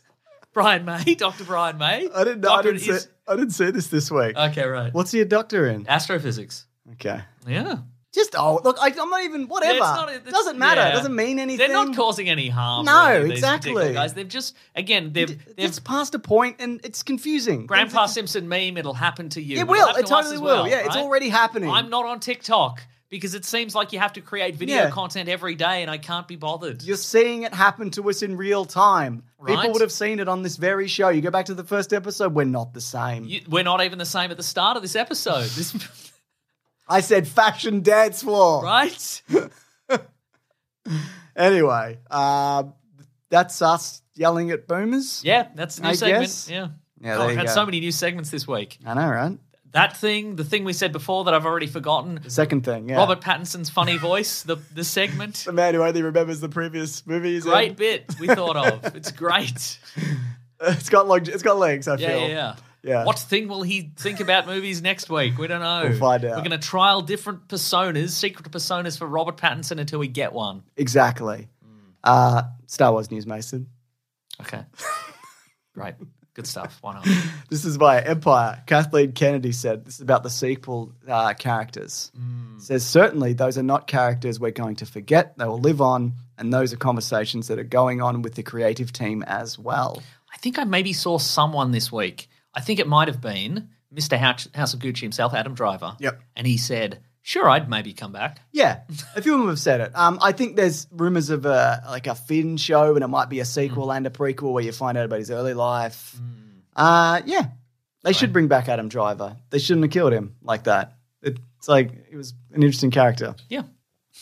D: Brian May, Doctor Brian May.
A: I didn't know. I
D: Doctor
A: didn't, see,
D: is-
A: I didn't see this this week.
D: Okay, right.
A: What's he a doctor in?
D: Astrophysics.
A: Okay.
D: Yeah.
A: Just, oh, look, I, I'm not even,
D: Yeah,
A: whatever.
D: it's not- it's-
A: doesn't matter.
D: yeah.
A: It doesn't mean anything.
D: They're not causing any harm.
A: No,
D: really, these
A: exactly.
D: particular guys. They've just again they've
A: It's
D: they've
A: past a point and it's confusing.
D: Grandpa Simpson meme. It'll happen to you.
A: It
D: It'll
A: will.
D: happen
A: It
D: to us
A: totally
D: as
A: will.
D: well,
A: yeah, it's
D: right?
A: already happening.
D: I'm not on TikTok because it seems like you have to create video
A: Yeah.
D: content every day, and I can't be bothered.
A: You're seeing it happen to us in real time.
D: Right.
A: People would have seen it on this very show. You go back to the first episode, we're not the same.
D: You- we're not even the same at the start of this episode. This
A: I said fashion dance floor.
D: right?
A: Anyway, uh, that's us yelling at boomers.
D: Yeah, that's the new
A: I
D: segment.
A: guess.
D: Yeah.
A: Yeah, there
D: God, I've
A: you
D: had
A: go.
D: so many new segments this week.
A: I know, right?
D: That thing, the thing we said before that I've already forgotten.
A: Second thing, yeah.
D: Robert Pattinson's funny voice, the the segment.
A: the man who only remembers the previous movies.
D: Great bit we thought of. It's great.
A: It's got long, it's got legs. I
D: Yeah,
A: feel.
D: yeah, yeah.
A: Yeah.
D: What thing will he think about movies next week? We don't know.
A: We'll find
D: We're
A: out.
D: going to trial different personas, secret personas for Robert Pattinson until we get one.
A: Exactly.
D: Mm.
A: Uh, Star Wars news, Mason.
D: Okay. Great. Good stuff. Why not?
A: This is by Empire. Kathleen Kennedy said this is about the sequel uh, characters. Says certainly those are not characters we're going to forget. They will live on, and those are conversations that are going on with the creative team as well.
D: I think I maybe saw someone this week. I think it might have been Mr. Houch- House of Gucci himself, Adam Driver.
A: Yep.
D: And he said, "Sure, I'd maybe come back."
A: Yeah, a few of them have said it. Um, I think there's rumors of a like a Finn show, and it might be a sequel and a prequel where you find out about his early life. Uh, yeah, they should bring back Adam Driver. They shouldn't have killed him like that. It's like it was an interesting character.
D: Yeah.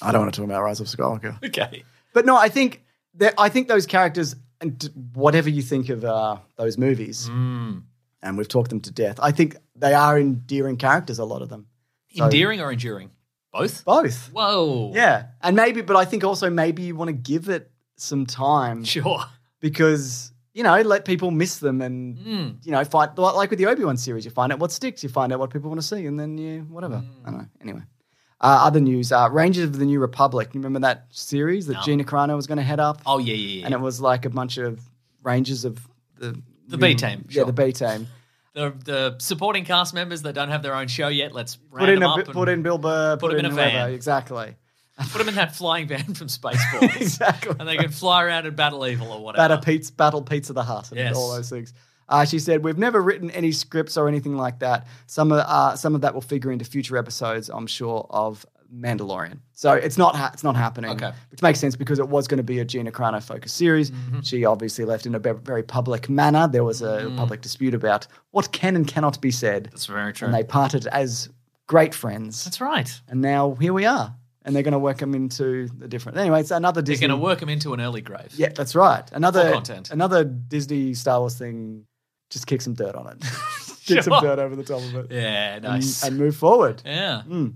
A: I don't want to talk about Rise of Skywalker.
D: Okay.
A: But no, I think that I think those characters and d- whatever you think of uh, those movies, and we've talked them to death. I think they are endearing characters. A lot of them,
D: Endearing or enduring? Both.
A: both.
D: Whoa.
A: Yeah, and maybe, but I think also maybe you want to give it some time
D: Sure.
A: because you know let people miss them and you know find li- like with the Obi Wan series, you find out what sticks, you find out what people want to see, and then you whatever. I don't know. Anyway. Uh, other news, uh, Rangers of the New Republic. You remember that series that Gina Carano was going to head up?
D: Oh yeah, yeah, yeah.
A: and it was like a bunch of rangers of the
D: The B team,
A: Yeah,
D: sure.
A: the B team.
D: the the supporting cast members that don't have their own show yet. Let's round
A: Put in a,
D: them up
A: bi-
D: and
A: put in Bill Burr. Put,
D: him in a
A: whoever.
D: van.
A: Exactly.
D: put them in that flying van from Spaceballs,
A: Exactly.
D: and they can fly around and battle evil or whatever.
A: Battle Pete's Battle Pizza the Hut and
D: Yes.
A: all those things. Uh, she said, "We've never written any scripts or anything like that. Some of uh, some of that will figure into future episodes, I'm sure, of Mandalorian. So it's not ha- it's not happening,
D: Okay.
A: which makes sense because it was going to be a Gina Carano focused series.
D: Mm-hmm.
A: She obviously left in a be- very public manner. There was a public dispute about what can and cannot be said.
D: That's very true.
A: and they parted as great friends.
D: That's right.
A: and now here we are, and they're going to work them into the different. Anyway, it's another
D: They're
A: Disney.
D: going to work them into an early grave.
A: Yeah, that's right. Another
D: content.
A: another Disney Star Wars thing. Just kick some dirt on it. kick some
D: Sure.
A: dirt over the top of it.
D: Yeah.
A: and-
D: Nice.
A: And, move forward.
D: yeah.
A: Mm.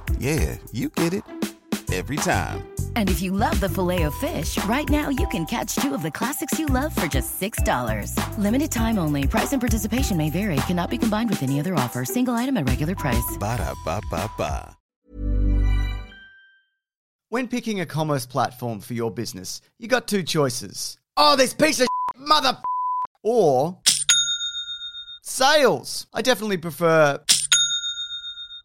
F: Yeah, you get it. Every time.
G: And if you love the filet of fish, right now you can catch two of the classics you love for just $6. Limited time only. Price and participation may vary. Cannot be combined with any other offer. Single item at regular price.
F: Ba-da-ba-ba-ba.
A: When picking a commerce platform for your business, you got two choices. Oh, this piece of shit, mother f- or sales. I definitely prefer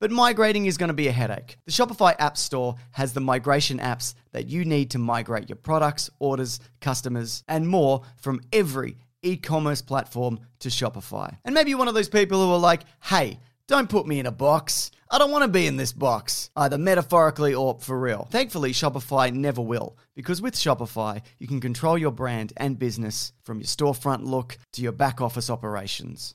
A: But migrating is going to be a headache. The Shopify App Store has the migration apps that you need to migrate your products, orders, customers, and more from every e commerce platform to Shopify. And maybe you're one of those people who are like, hey, don't put me in a box. I don't want to be in this box, either metaphorically or for real. Thankfully, Shopify never will, because with Shopify, you can control your brand and business from your storefront look to your back office operations.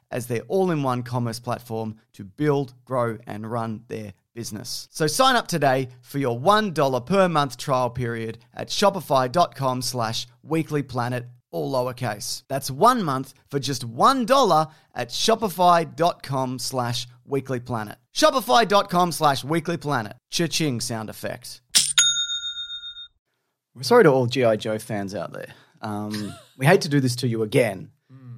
A: as their all in one commerce platform to build, grow, and run their business. So sign up today for your $1 per month trial period at shopify.com slash weeklyplanet, all lowercase. That's one month for just $1 at shopify.com slash weeklyplanet. Shopify.com slash weeklyplanet. Cha-ching sound effects. We're sorry to all G.I. Joe fans out there. Um, we hate to do this to you again.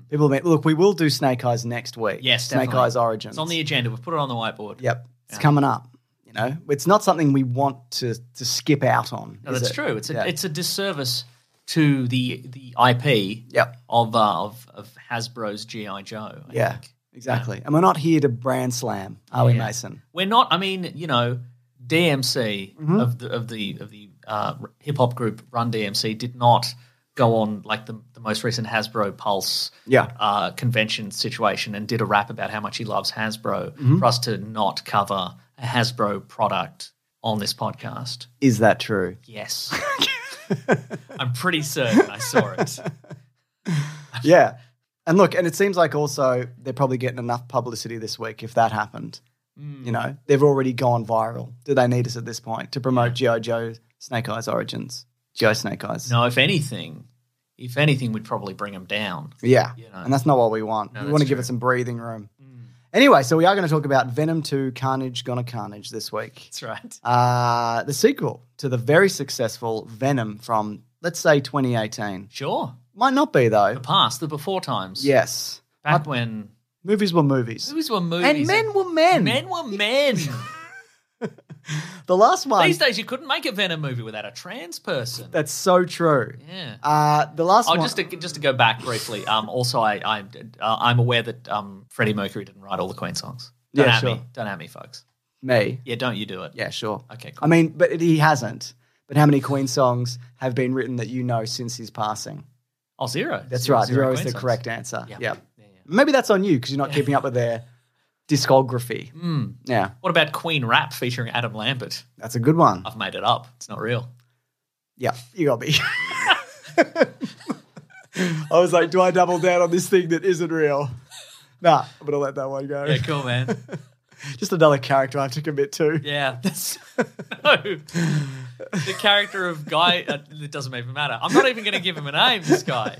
A: People, admit- look, we will do Snake Eyes next week.
D: Yes,
A: Snake
D: definitely.
A: Eyes Origins.
D: It's on the agenda. We've put it on the whiteboard.
A: Yep. It's
D: Yeah.
A: coming up. You know, it's not something we want to to skip out on.
D: No,
A: is
D: that's
A: it?
D: true. It's a
A: Yeah.
D: it's a disservice to the the IP
A: Yep.
D: of, uh, of of Hasbro's GI Joe. I
A: yeah,
D: think.
A: exactly. And we're not here to brand slam, are we,
D: Yeah.
A: Mason?
D: We're not. I mean, you know, DMC of the of the of the uh, hip hop group Run DMC did not go on like the the most recent Hasbro Pulse
A: Yeah.
D: uh, convention situation and did a rap about how much he loves Hasbro
A: Mhm.
D: for us to not cover a Hasbro product on this podcast.
A: Is that true?
D: Yes. I'm pretty certain I saw it.
A: yeah. And look, and it seems like also they're probably getting enough publicity this week if that happened.
D: Hmm.
A: You know, they've already gone viral. Do they need us at this point to promote G.I. Joe Snake Eyes Origins? G.I. Snake Eyes.
D: No, if anything, if anything, we'd probably bring him down.
A: Yeah.
D: You know.
A: And that's not what we want.
D: No,
A: we
D: that's
A: want to give it
D: true. Hmm.
A: some breathing room. Anyway, so we are going to talk about Venom 2 Carnage Gonna Carnage this week.
D: That's right.
A: Uh, the sequel to the very successful Venom from, let's say, 2018.
D: Sure.
A: Might not be, though.
D: The past, the before times.
A: Yes.
D: Back when
A: Movies were movies.
D: movies were movies.
A: And men were men.
D: Men were men.
A: The last one.
D: These days, you couldn't make a Venom movie without a trans person.
A: That's so true.
D: Yeah.
A: Uh, the last
D: Oh,
A: one.
D: just to just to go back briefly. Um, also, I, I uh, I'm aware that um, Freddie Mercury didn't write all the Queen songs. Don't
A: Yeah,
D: at
A: sure.
D: me. Don't at me, folks.
A: me.
D: Yeah, don't you do it.
A: Yeah, sure.
D: Okay, cool.
A: I mean, but it, he hasn't. But how many Queen songs have been written that you know since his passing?
D: Oh, zero.
A: That's
D: Zero-
A: right.
D: zero
A: Zero is
D: Queen
A: the
D: songs.
A: correct answer.
D: Yeah.
A: Yeah.
D: Yeah, yeah.
A: Maybe that's on you because you're not keeping up with their discography.
D: Mm.
A: Yeah,
D: What about Queen rap featuring Adam Lambert?
A: that's a good one.
D: I've made it up. It's not real.
A: Yeah, you got me. I was like, do I double down on this thing that isn't real? Nah, I'm gonna let that one go.
D: Yeah, cool, man.
A: Just another character I have to commit to.
D: Yeah, that's no. The character of guy uh, it doesn't even matter. I'm not even going to give him a name. This guy.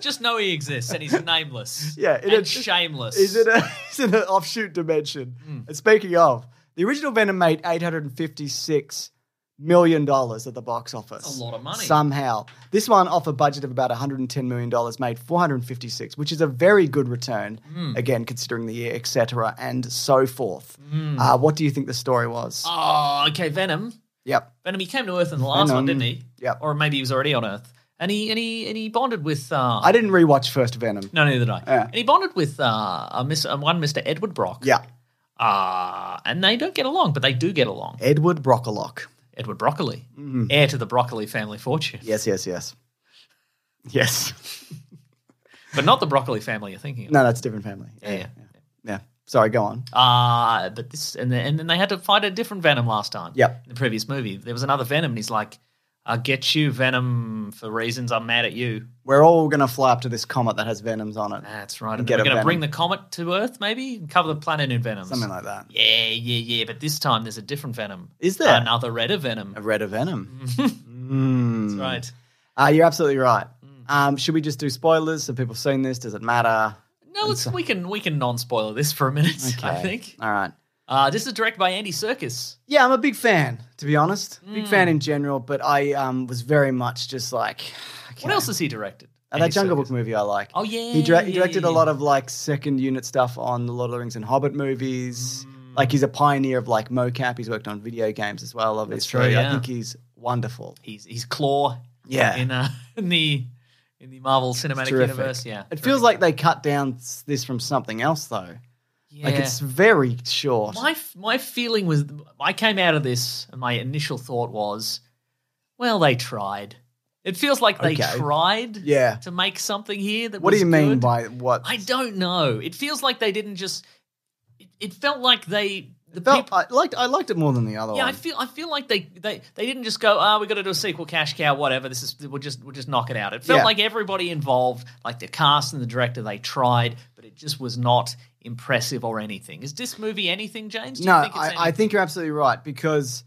D: Just know he exists and he's nameless.
A: Yeah,
D: and
A: it is-
D: shameless.
A: Is it a is it an offshoot dimension?
D: Hmm.
A: And speaking of, the original Venom made eight hundred and fifty six million dollars at the box office.
D: That's a lot of money.
A: Somehow. This one off a budget of about $110 million made 456, which is a very good return,
D: Hmm.
A: again, considering the year, etc., and so forth.
D: Hmm.
A: Uh, what do you think the story was?
D: Oh, okay. Venom.
A: Yep.
D: Venom. He came to Earth in the last
A: Venom,
D: one, didn't he?
A: yep.
D: Or maybe he was already on Earth, and he and he and he bonded with. Uh,
A: I didn't rewatch First Venom.
D: no, neither did I.
A: Yeah.
D: And he bonded with uh, a miss, uh, one Mister Edward Brock.
A: Yeah.
D: Uh, and they don't get along, but they do get along.
A: Edward Broccolock.
D: Edward Broccoli, heir to the Broccoli family fortune.
A: Mm-hmm. Yes, yes, yes. Yes.
D: but not the Broccoli family you're thinking of.
A: No, that's a different family.
D: Yeah. yeah.
A: Yeah. Sorry, go on.
D: Uh, but this and then, and then they had to fight a different Venom last time.
A: Yep.
D: In the previous movie, there was another Venom, and he's like, "I'll get you, Venom, for reasons I'm mad at you."
A: We're all going to fly up to this comet that has venoms on it.
D: That's right.
A: And
D: And
A: get
D: then
A: a
D: we're going to
A: Venom.
D: bring the comet to Earth, maybe, and cover the planet in Venom.
A: Something like that.
D: Yeah, yeah, yeah. But this time there's a different Venom.
A: Is there?
D: another Redder Venom?
A: A red of venom. Mm.
D: That's right.
A: Uh, you're absolutely right.
D: Mm.
A: Um, should we just do spoilers? Have people seen this? Does it matter?
D: No, let's we can we can non-spoiler this for a minute. I
A: Okay.
D: think.
A: All right.
D: Uh, this is directed by Andy Serkis.
A: Yeah, I'm a big fan, to be honest.
D: Mm.
A: Big fan in general, but I um, was very much just like
D: What else has he directed?
A: uh,
D: Andy
A: that Jungle
D: Serkis.
A: Book movie I like.
D: Oh yeah.
A: he, direct,
D: yeah,
A: he directed
D: yeah,
A: a
D: yeah.
A: lot of like second unit stuff on the Lord of the Rings and Hobbit movies.
D: Mm.
A: Like he's a pioneer of like mocap. He's worked on video games as well. Obviously,
D: true,
A: I
D: yeah.
A: think he's wonderful.
D: He's he's Claw.
A: Yeah.
D: In uh, in the in the Marvel Cinematic
A: terrific.
D: Universe. Yeah.
A: It feels like they cut down s- this from something else though. Like
D: Yeah.
A: it's very short.
D: My my feeling was I came out of this and my initial thought was, well, they tried. It feels like they
A: Okay.
D: tried.
A: Yeah.
D: To make something here that.
A: What do
D: was
A: you mean
D: good.
A: by what?
D: I don't know. It feels like they didn't just. It, it felt like they. The
A: Felt-
D: peop-
A: I liked I liked it more than the other
D: yeah,
A: one.
D: I feel I feel like they they, they didn't just go, ah, we got to do a sequel, cash cow, whatever. This is we'll just we'll just knock it out. It felt
A: Yeah.
D: like everybody involved, like the cast and the director, they tried, but it just was not impressive or anything. Is this movie anything, James? Do you
A: no,
D: think it's
A: I, I
D: anything?
A: think you're absolutely right because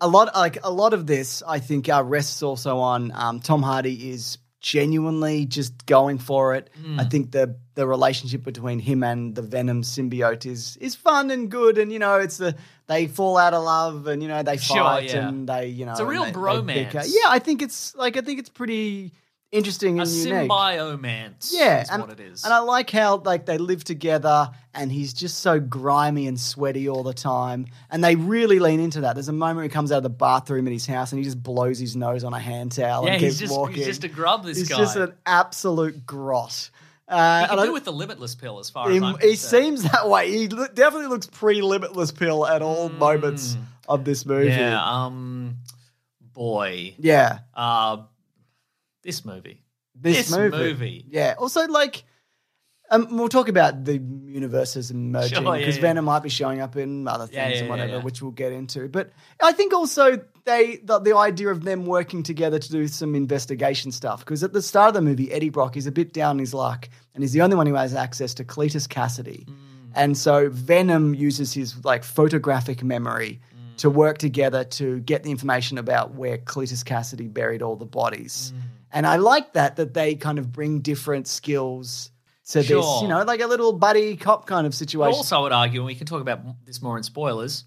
A: a lot like a lot of this I think uh, rests also on um, Tom Hardy is genuinely just going for it.
D: Mm.
A: I think the the relationship between him and the Venom symbiote is is fun and good, and you know it's the they fall out of love and you know they
D: Sure,
A: fight
D: yeah.
A: and they you know
D: It's a
A: and
D: real
A: they- they
D: bromance.
A: bicker. yeah, I think it's like I think it's pretty interesting
D: a
A: and unique.
D: symbiomance.
A: Yeah,
D: is
A: and,
D: what it is.
A: And I like how like they live together, and he's just so grimy and sweaty all the time. And they really lean into that. There's a moment where he comes out of the bathroom at his house, and he just blows his nose on a hand towel
D: yeah,
A: and
D: he's
A: keeps
D: just
A: walking.
D: he's just a grub. This
A: He's
D: guy.
A: just an absolute grot. Uh,
D: he can
A: and I-
D: do with the limitless pill, as far
A: he,
D: as I'm
A: he
D: concerned.
A: seems that way. He lo- definitely looks pre limitless pill at all moments of this movie.
D: Mm. Yeah. Um. Boy.
A: Yeah.
D: Uh. This movie.
A: this,
D: This
A: movie.
D: movie.
A: Yeah. Also, like, um, we'll talk about the universes and merging
D: Sure,
A: because
D: yeah, yeah.
A: Venom might be showing up in other things
D: Yeah, yeah,
A: and whatever,
D: yeah, yeah.
A: which we'll get into. But I think also they the, the idea of them working together to do some investigation stuff because at the start of the movie, Eddie Brock is a bit down his luck and he's the only one who has access to Cletus Cassidy,
D: Mm.
A: and so Venom uses his like photographic memory.
D: Mm.
A: To work together to get the information about where Cletus Cassidy buried all the bodies.
D: Mm.
A: And I like that that they kind of bring different skills to this,
D: Sure.
A: you know, like a little buddy cop kind of
D: But
A: situation.
D: also, I would argue, and we can talk about this more in spoilers.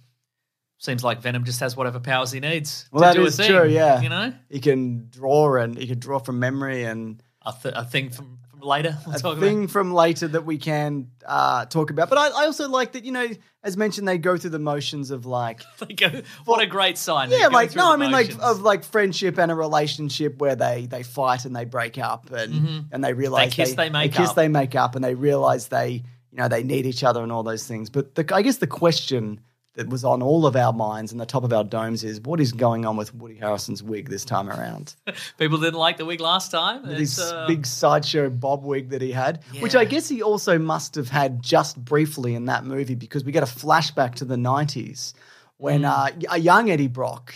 D: Seems like Venom just has whatever powers he needs
A: Well,
D: to
A: that
D: do
A: is
D: a thing.
A: true, yeah.
D: You know,
A: he can draw and he can draw from memory and
D: a, th- a thing from, from later. We'll
A: a
D: talk
A: thing
D: about.
A: from later that we can uh, talk about. But I, I also like that, you know, as mentioned, they go through the motions of like
D: They go, what a great sign.
A: Yeah, like no, I mean like of like friendship and a relationship where they they fight and they break up and and they realize
D: kiss, Mm-hmm. they make
A: kiss,
D: up.
A: they make up, and they realize they you know they need each other and all those things. But the, I guess the question that was on all of our minds and the top of our domes is what is going on with Woody Harrison's wig this time around?
D: people didn't like the wig last time.
A: This
D: It's, uh,
A: big sideshow bob wig that he had, which I guess he also must have had just briefly in that movie because we get a flashback to the '90s when
D: Mm.
A: uh, a young Eddie Brock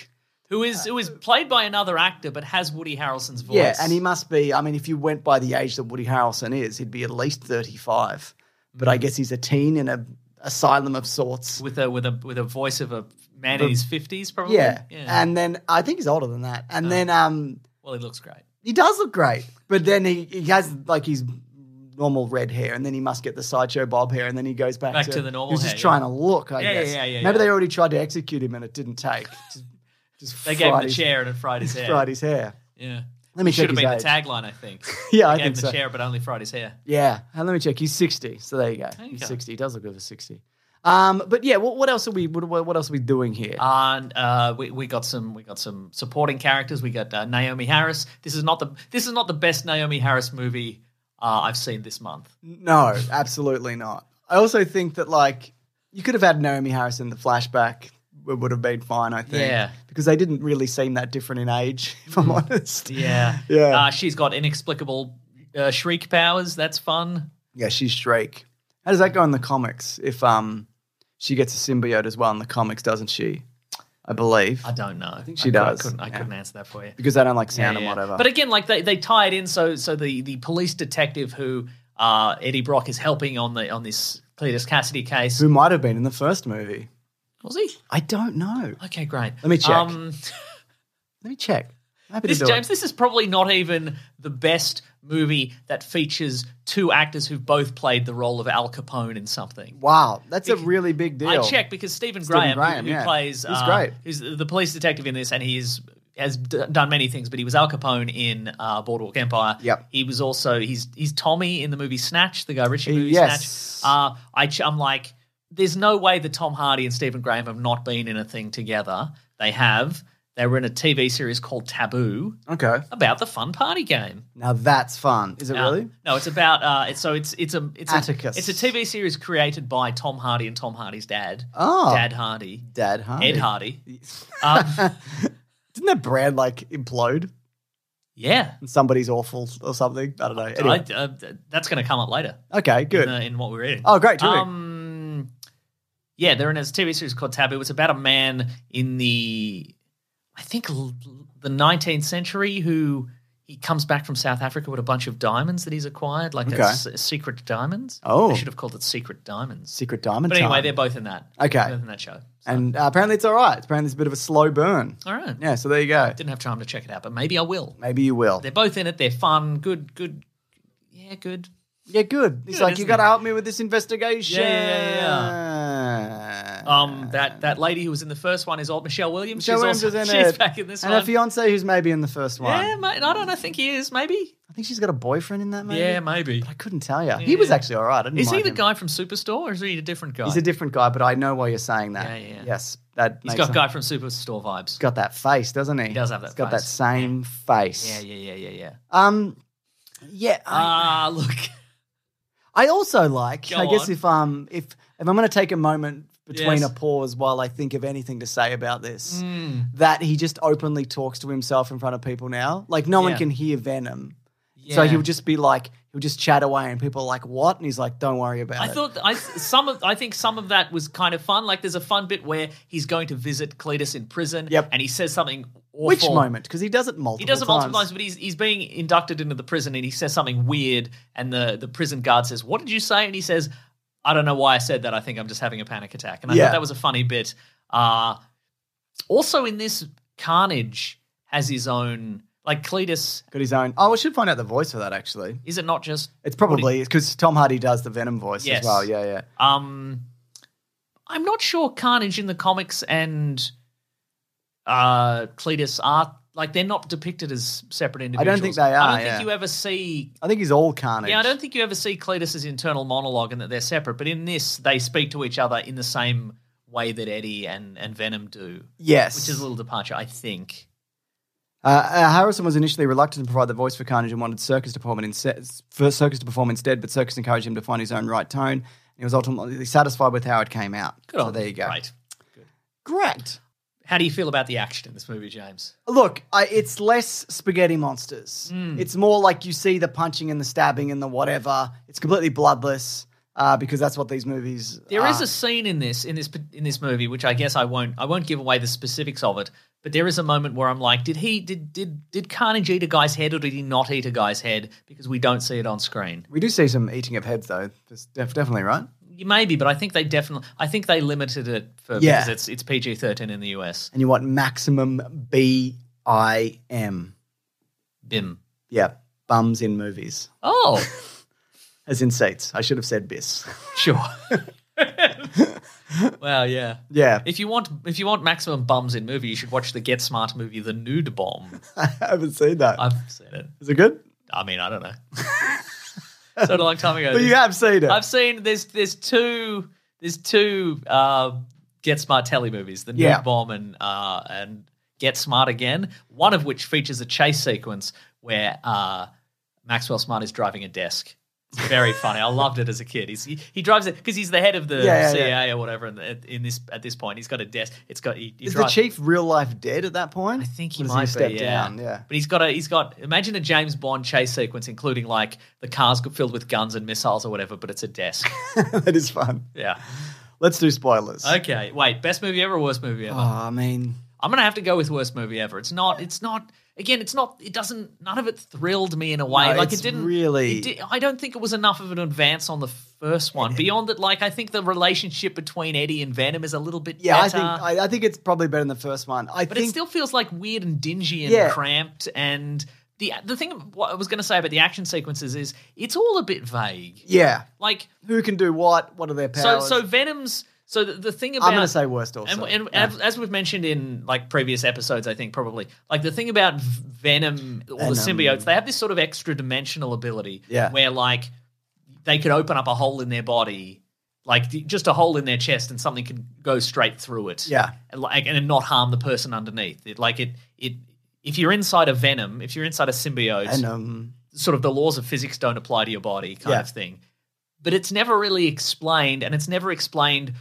D: who is who is played by another actor, but has Woody Harrelson's voice.
A: Yeah, and he must be. I mean, if you went by the age that Woody Harrelson is, he'd be at least 35. But
D: Mm.
A: I guess he's a teen in a asylum of sorts.
D: with a with a with a voice of a man in his fifties, probably.
A: Yeah. And then I think he's older than that. And
D: Oh.
A: then um
D: well, he looks great.
A: he does look great, but then he, he has like his normal red hair and then he must get the sideshow bob hair and then he goes back,
D: Back to the normal
A: He's just
D: hair, yeah.
A: trying to look, I
D: Yeah, yeah,
A: guess.
D: yeah, yeah,
A: Maybe
D: yeah.
A: they already tried to execute him and it didn't take. Just, just
D: They gave him
A: fried
D: the
A: his-
D: chair and it fried his hair.
A: Fried his hair.
D: Yeah.
A: Let me
D: It should
A: check
D: have
A: his
D: been the
A: age.
D: tagline, I think.
A: Yeah, I
D: They gave
A: think
D: him the
A: so.
D: chair, but only fried his hair.
A: Yeah, and let me check. He's sixty, so there you go. He's
D: go.
A: sixty. He does look over sixty. Um, but yeah, what, what else are we? What, what else are we doing here?
D: And uh, we, we got some we got some supporting characters. We got uh, Naomi Harris. This is not the this is not the best Naomi Harris movie uh, I've seen this month.
A: no, absolutely not. I also think that like You could have had Naomi Harris in the flashback. It would have been fine, I think.
D: Yeah. Mm.
A: Because they didn't really seem that different in age, if I'm honest.
D: Yeah.
A: Yeah.
D: Uh, she's got inexplicable uh, shriek powers. That's fun.
A: Yeah, she's Shrek. How does that go in the comics? If um, she gets a symbiote as well in the comics, doesn't she? I believe.
D: I don't know. I
A: think she
D: cou- I
A: does.
D: couldn't, I
A: Yeah.
D: couldn't answer that for you.
A: Because I don't like sound
D: Yeah,
A: and
D: yeah.
A: whatever.
D: But again, like they, they tie it in so so the, the police detective who uh, Eddie Brock is helping on the on this Cletus Cassidy case.
A: Who might have been in the first movie?
D: Was he?
A: I don't know.
D: Okay, great.
A: Let me check.
D: Um,
A: Let me check. I'm happy
D: this
A: to do it.
D: James, this is probably not even the best movie that features two actors who've both played the role of Al Capone in something.
A: Wow, that's a really big deal.
D: I checked because Stephen
A: Stephen
D: Graham, who-
A: Graham,
D: who,
A: yeah.
D: plays,
A: He's
D: uh,
A: great.
D: who's the police detective in this, and he's has d- done many things. But he was Al Capone in uh, Boardwalk Empire.
A: Yep.
D: He was also he's he's Tommy in the movie Snatch, the Guy Ritchie movie
A: Uh, Yes.
D: Snatch. Uh, I ch- I'm like, there's no way that Tom Hardy and Stephen Graham have not been in a thing together. They have. They were in a TV series called Taboo
A: Okay.
D: about the fun party game.
A: Now that's fun. Is it
D: No,
A: really?
D: No, it's about uh, it's so it's it's a it's
A: Atticus.
D: A, it's a TV series created by Tom Hardy and Tom Hardy's dad.
A: Oh.
D: Dad Hardy,
A: Dad Hardy.
D: Ed Hardy. Um,
A: Didn't that brand like implode?
D: yeah,
A: And somebody's awful or something. I don't know. Anyway.
D: I- uh, that's going to come up later.
A: okay, good.
D: In, uh, in what we're reading.
A: Oh, great, terrific.
D: Um, yeah, they're in a TV series called Taboo. It's about a man in the, I think, l- the 19th century who he comes back from South Africa with a bunch of diamonds that he's acquired, like
A: Okay.
D: a s- secret diamonds.
A: Oh.
D: they should have called it secret diamonds.
A: Secret Diamond
D: but anyway,
A: Time.
D: they're both in that.
A: Okay.
D: They're both in that show.
A: and uh, apparently it's all right. Apparently it's a bit of a slow burn.
D: All right.
A: Yeah, so there you go.
D: Didn't have time to check it out, but maybe I will.
A: Maybe you will.
D: They're both in it. They're fun. Good. Good. Yeah. Good.
A: Yeah, good. He's
D: Good,
A: like,
D: isn't
A: you got to
D: it?
A: help me with this investigation.
D: Yeah, yeah, Um, that that lady who was in the first one is old Michelle Williams.
A: Michelle Williams
D: she's also,
A: is in
D: she's
A: it.
D: back in this
A: and
D: one.
A: a fiance who's maybe in the first one.
D: yeah, mate, I don't know. I think he is. Maybe.
A: I think she's got a boyfriend in that maybe.
D: Yeah, maybe.
A: I couldn't tell you. He was actually all right. I didn't
D: Is he
A: mind
D: the
A: him.
D: guy from Superstore, or is he a different guy?
A: He's a different guy, but I know why you're saying that.
D: Yeah, yeah.
A: Yes, that
D: He's
A: makes
D: got
A: sense.
D: guy from Superstore vibes.
A: He's got that face, doesn't he? He
D: does have that
A: He's got that
D: face.
A: same face.
D: Yeah, yeah, yeah, yeah,
A: Um, yeah.
D: yeah.
A: I,
D: Ah, look.
A: I also like.
D: Go
A: I guess
D: on.
A: if um if if I'm going to take a moment between
D: Yes.
A: a pause while I think of anything to say about this,
D: Mm.
A: that he just openly talks to himself in front of people now. Like no one
D: Yeah.
A: can hear Venom,
D: Yeah.
A: so he'll just be like he'll just chat away, and people are like, "What?" And he's like, "Don't worry about
D: I
A: it."
D: thought I some of I think some of that was kind of fun. Like there's a fun bit where he's going to visit Cletus in prison,
A: Yep.
D: and he says something awful.
A: Which moment? Because he does it multiple.
D: He does it
A: times.
D: multiple times, but he's he's being inducted into the prison, and he says something weird, and the the prison guard says, "What did you say?" And he says, "I don't know why I said that. I think I'm just having a panic attack." And I
A: Yeah.
D: thought that was a funny bit. Uh, also in this, Carnage has his own like Cletus.
A: Got his own. Oh, I should find out the voice for that actually.
D: Is it not just
A: It's probably because Tom Hardy does the Venom voice as
D: Yes.
A: well. Yeah, yeah.
D: Um, I'm not sure Carnage in the comics and uh, Cletus are like they're not depicted as separate
A: think
D: individuals.
A: they
D: I
A: are,
D: don't
A: yeah.
D: think you ever see.
A: I think he's all Carnage.
D: Yeah, I don't think you ever see Cletus's internal monologue and that they're separate. But in this, they speak to each other in the same way that Eddie and and Venom do.
A: Yes.
D: which is a little departure, I think.
A: Uh, uh, Harrison was initially reluctant to provide the voice for Carnage and wanted Circus to perform instead. For Circus to perform instead, but Circus encouraged him to find his own right tone. He was ultimately satisfied with how it came out.
D: Good
A: so
D: on
A: there you go.
D: Right.
A: Correct.
D: How do you feel about the action in this movie, James?
A: Look, I, it's less spaghetti monsters.
D: Mm.
A: It's more like you see the punching and the stabbing and the whatever. It's completely bloodless uh, because that's what these movies.
D: There is
A: are.
D: a scene in this in this in this movie which I guess I won't I won't give away the specifics of it, but there is a moment where I'm like, did he did did did Carnage eat a guy's head or did he not eat a guy's head? Because we don't see it on screen.
A: We do see some eating of heads though. That's def- definitely right.
D: Maybe, but I think they definitely I think they limited it for
A: Yeah.
D: because it's it's PG thirteen in the US.
A: And you want maximum B I M.
D: Bim.
A: Yeah, bums in movies.
D: Oh,
A: As in seats. I should have said bis.
D: sure. well, yeah.
A: yeah.
D: If you want if you want maximum bums in movie, you should watch the Get Smart movie, The Nude Bomb.
A: I haven't seen that. Is
D: I've seen it.
A: it good?
D: I mean, I don't know. so a long time ago.
A: But you have seen it.
D: I've seen there's there's two there's two uh, Get Smart Telly movies, the Nude
A: Yeah.
D: Bomb and uh, and Get Smart Again. One of which features a chase sequence where uh, Maxwell Smart is driving a desk, It's very funny. I loved it as a kid. He's, he, he drives it because he's the head of the
A: Yeah, yeah,
D: CIA or whatever. In, the, in this at this point, he's got a desk. It's got he, he
A: Is
D: drives,
A: the chief real life dead at that point? I think
D: He might be, yeah.
A: down. Yeah.
D: But he's got a he's got imagine a James Bond chase sequence, including like the cars filled with guns and missiles or whatever, but it's a desk.
A: that is fun.
D: Yeah.
A: Let's do spoilers.
D: Okay. Wait. Best movie ever or worst movie ever?
A: Oh, I mean,
D: I'm gonna have to go with worst movie ever. It's not. It's not. Again, it's not. It doesn't. None of it thrilled me in a way.
A: No,
D: like
A: it's
D: it didn't
A: really-
D: it di- I don't think it was enough of an advance on the first one. Beyond that, like I think the relationship between Eddie and Venom is a little bit
A: yeah, I
D: better.
A: think I, I think it's probably better than the first one. I
D: but
A: think
D: it still feels like weird and dingy and
A: Yeah.
D: cramped. And the the thing what I was gonna say about the action sequences is it's all a bit vague.
A: yeah,
D: Like
A: who can do what? What are their
D: so
A: powers?
D: so Venom's. So the, the thing about
A: I'm going to say worst also.
D: and, and as, as we've mentioned in like previous episodes, I think probably like the thing about V- Venom or
A: Venom.
D: the symbiotes, they have this sort of extra dimensional ability,
A: Yeah.
D: where like they could open up a hole in their body, like th- just a hole in their chest, and something could go straight through it,
A: Yeah.
D: and, like and not harm the person underneath. It, like it, it, if you're inside a Venom, if you're inside a symbiote,
A: and um,
D: sort of the laws of physics don't apply to your body kind
A: Yeah.
D: of thing. But it's never really explained, and it's never explained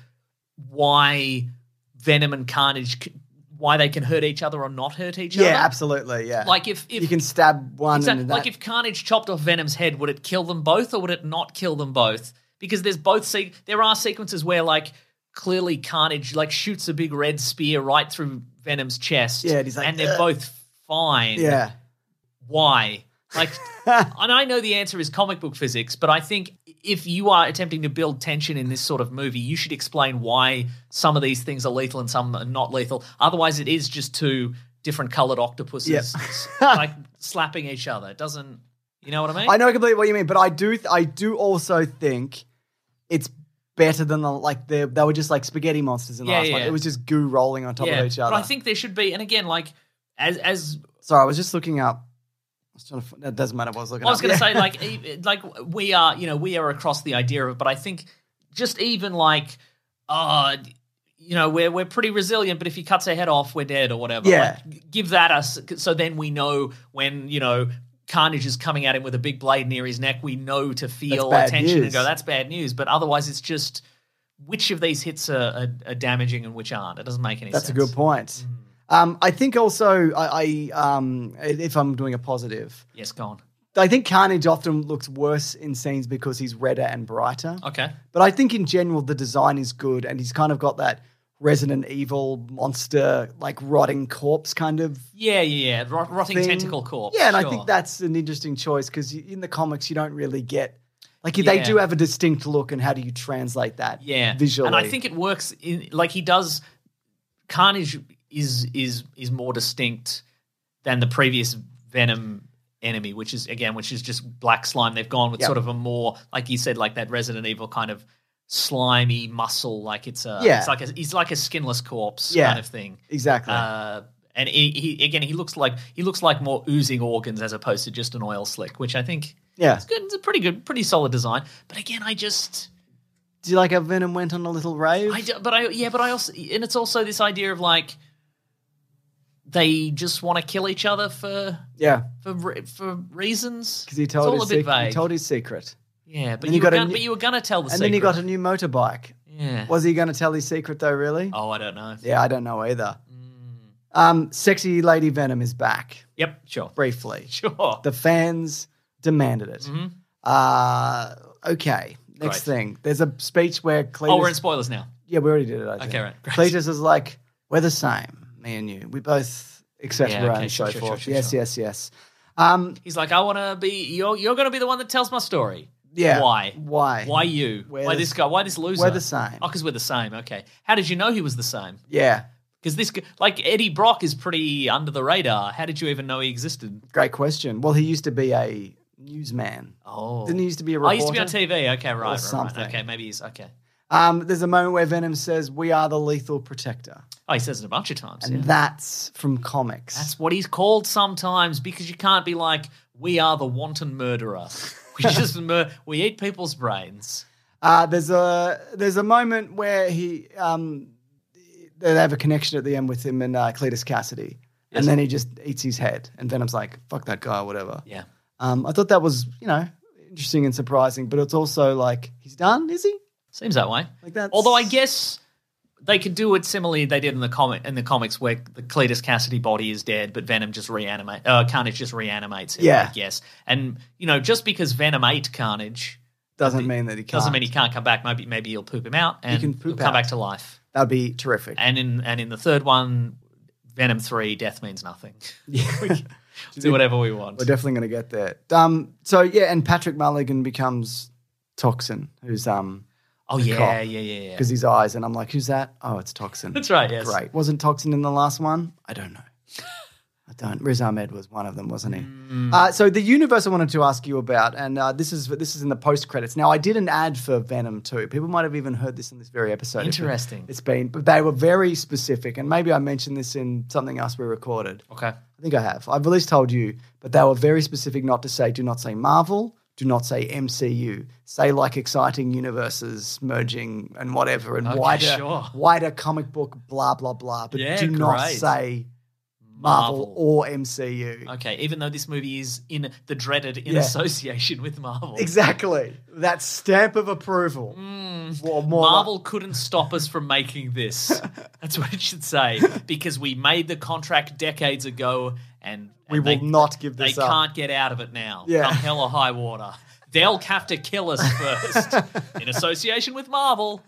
D: why Venom and Carnage, c- why they can hurt each other or not hurt each
A: yeah,
D: other.
A: absolutely, yeah.
D: Like if, if
A: you can stab one,
D: exact-
A: and that,
D: like if Carnage chopped off Venom's head, would it kill them both or would it not kill them both? Because there's both se- there are sequences where like clearly Carnage like shoots a big red spear right through Venom's chest.
A: Yeah, and he's like,
D: and they're
A: "Ugh."
D: both fine
A: yeah,
D: why? Like, and I know the answer is comic book physics, but I think if you are attempting to build tension in this sort of movie, you should explain why some of these things are lethal and some are not lethal. Otherwise, it is just two different colored octopuses
A: Yep.
D: s- like slapping each other. It doesn't, you know what I mean?
A: I know completely what you mean, but I do, th- I do also think it's better than the like they they were just like spaghetti monsters in the
D: Yeah,
A: last one.
D: yeah.
A: It was just goo rolling on top
D: yeah,
A: of each other.
D: but I think there should be, and again, like as as
A: Sorry, I was just looking up. I was trying to. f- It doesn't matter what I was looking.
D: I was
A: up.
D: going to
A: Yeah.
D: say, like, e- like we are, you know, we are across the idea of it, but I think just even like, uh, you know, we're we're pretty resilient, but if he cuts her head off, we're dead or whatever.
A: Yeah.
D: Like, g- give that us, so then we know when you know Carnage is coming at him with a big blade near his neck. We know to feel
A: bad
D: attention and
A: news.
D: go, that's bad news. But otherwise, it's just which of these hits are, are, are damaging and which aren't. It doesn't make any
A: That's
D: sense. Mm.
A: a good point. Um, I think also, I, I um, if I'm doing a positive,
D: Yes, go on.
A: I think Carnage often looks worse in scenes because he's redder and brighter.
D: Okay.
A: But I think in general the design is good, and he's kind of got that Resident Evil monster, like rotting corpse kind of
D: Yeah, yeah, yeah. Rot- rotting
A: thing.
D: tentacle corpse.
A: Yeah, and I
D: sure.
A: think that's an interesting choice because in the comics you don't really get like they
D: Yeah.
A: do have a distinct look, and how do you translate that?
D: yeah
A: visually.
D: and i think it works in like he does carnage is is is more distinct than the previous venom enemy which is again which is just black slime they've gone with
A: Yep.
D: sort of a more like you said like that resident evil kind of slimy muscle like it's a
A: Yeah.
D: it's like a, he's like a skinless corpse
A: Yeah.
D: kind of thing
A: exactly.
D: uh and he, he again he looks like he looks like more oozing organs as opposed to just an oil slick which i think
A: yeah.
D: it's good it's a pretty good pretty solid design but again i just
A: Do you like how Venom went on a little rave?
D: I do, but I yeah, but I also and it's also this idea of like they just want to kill each other for
A: yeah,
D: for re- for reasons
A: because he told his
D: it's all a bit
A: sec- he
D: vague.
A: told his secret.
D: yeah, but
A: and he
D: you, were
A: got a
D: gonna,
A: new-
D: but you were gonna tell the
A: and
D: secret.
A: then he got a new motorbike.
D: yeah.
A: Was he going to tell his secret though? Really?
D: oh, Mm. I don't know.
A: Yeah, I don't know either. Um, sexy lady Venom is back
D: Yep. Sure.
A: briefly.
D: Sure.
A: The fans demanded it.
D: Mhm.
A: Uh, okay. Next
D: Great.
A: thing, there's a speech where Cletus.
D: oh, we're in spoilers now.
A: yeah, we already did it. I think.
D: Okay, right. Great.
A: Cletus is like, we're the same, me and you. We both accept
D: Yeah,
A: we're
D: okay,
A: and
D: sure,
A: so
D: sure,
A: forth.
D: sure, sure,
A: yes,
D: sure.
A: yes, yes. Um,
D: He's like, I want to be. You're you're gonna be the one that tells my story.
A: yeah.
D: Why?
A: Why?
D: Why you?
A: We're
D: Why
A: the-
D: this guy? Why this loser?
A: We're the same.
D: Oh, because we're the same. Okay. How did you know he was the same?
A: Yeah.
D: Because this, g- like Eddie Brock, is pretty under the radar. How did you even know he existed?
A: Great question. Well, he used to be a newsman.
D: Oh,
A: Didn't he used to be a
D: I
A: reporter?
D: used to be on TV. Okay, right, right,
A: something.
D: right. Okay, maybe he's okay.
A: Um, there's a moment where Venom says, "We are the lethal protector,"
D: Oh, he says it a bunch of times.
A: and
D: yeah.
A: that's from comics.
D: That's what he's called sometimes because you can't be like, "We are the wanton murderer." We just mur- we eat people's brains.
A: uh, there's a there's a moment where he um, they have a connection at the end with him and uh, Cletus Cassidy, and then he just eats his head, and Venom's like, "Fuck that guy," whatever.
D: Yeah,
A: Um, I thought that was you know interesting and surprising, but it's also like he's done, is he?
D: Seems that way.
A: Like that.
D: Although I guess they could do it similarly they did in the comic in the comics where the Cletus Cassidy body is dead, but Venom just reanimate uh, Carnage just reanimates him.
A: Yeah.
D: I guess. And you know, just because Venom ate Carnage
A: Doesn't mean that he can't.
D: doesn't mean he can't come back. Maybe maybe he'll poop him out and
A: can poop
D: he'll come
A: out.
D: back to life.
A: That'd be terrific.
D: And in and in the third one, Venom three, death means nothing. We can do whatever we want.
A: We're definitely going to get there. Um. So yeah, and Patrick Mulligan becomes Toxin, who's um.
D: Oh yeah, yeah, yeah, yeah.
A: Because his eyes, and I'm like, who's that? Oh, it's Toxin.
D: That's right, yes.
A: Great. Wasn't Toxin in the last one? I don't know. I don't. Riz Ahmed was one of them, wasn't he?
D: Mm.
A: Uh, so the universe I wanted to ask you about, and uh, this is this is in the post credits. Now I did an ad for Venom too. People might have even heard this in this very episode. if it-
D: Interesting.
A: It's been, but they were very specific, and maybe I mentioned this in something else we recorded.
D: Okay.
A: I think I have. I've at least told you, but they were very specific not to say, do not say Marvel, do not say MCU. Say like exciting universes merging and whatever and
D: Okay,
A: wider
D: sure.
A: wider comic book, blah, blah, blah. But
D: Yeah,
A: do not
D: great.
A: say Marvel,
D: Marvel.
A: or MCU.
D: Okay, even though this movie is in the dreaded in
A: Yeah.
D: association with Marvel.
A: Exactly. That stamp of approval. Well, more like-
D: Hmm. Marvel couldn't stop us from making this. That's what it should say because we made the contract decades ago, and,
A: We
D: and
A: will
D: they,
A: not give
D: they
A: this up.
D: can't get out of it now.
A: Yeah.
D: come hell or high water, they'll have to kill us first in association with Marvel.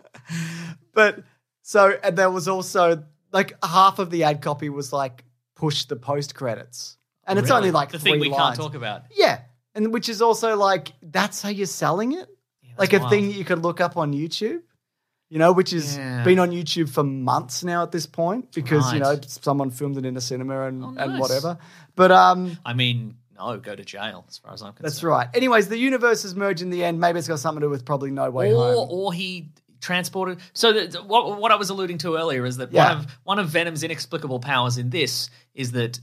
A: but so and there was also like half of the ad copy was like push the post credits, and it's
D: Really?
A: only like
D: the
A: three
D: thing we
A: lines.
D: can't talk about.
A: Yeah, and which is also like that's how you're selling it, like a thing that you could look up on YouTube. You know, which has
D: Yeah.
A: been on YouTube for months now at this point because you know
D: Right. Oh,
A: someone filmed it in a cinema and, and
D: nice.
A: whatever. But um,
D: I mean, no, go to jail as far as I'm concerned.
A: that's right. Anyways, the universes merge in the end. Maybe it's got something to do with probably no way
D: or
A: home.
D: or he transported. So that, what what I was alluding to earlier is that
A: Yeah.
D: one of one of Venom's inexplicable powers in this is that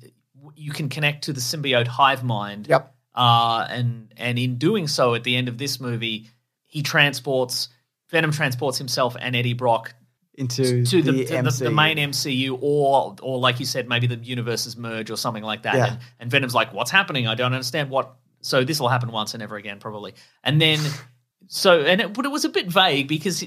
D: you can connect to the symbiote hive mind.
A: Yep.
D: Uh, and and in doing so, at the end of this movie, he transports Venom transports himself and Eddie Brock
A: Into
D: to the,
A: the,
D: to the, the
A: MCU.
D: main MCU, or or like you said, maybe the universes merge or something like that.
A: Yeah.
D: And, and Venom's like, "What's happening? I don't understand what." So this will happen once and never again, probably. And then, so and it, but it was a bit vague because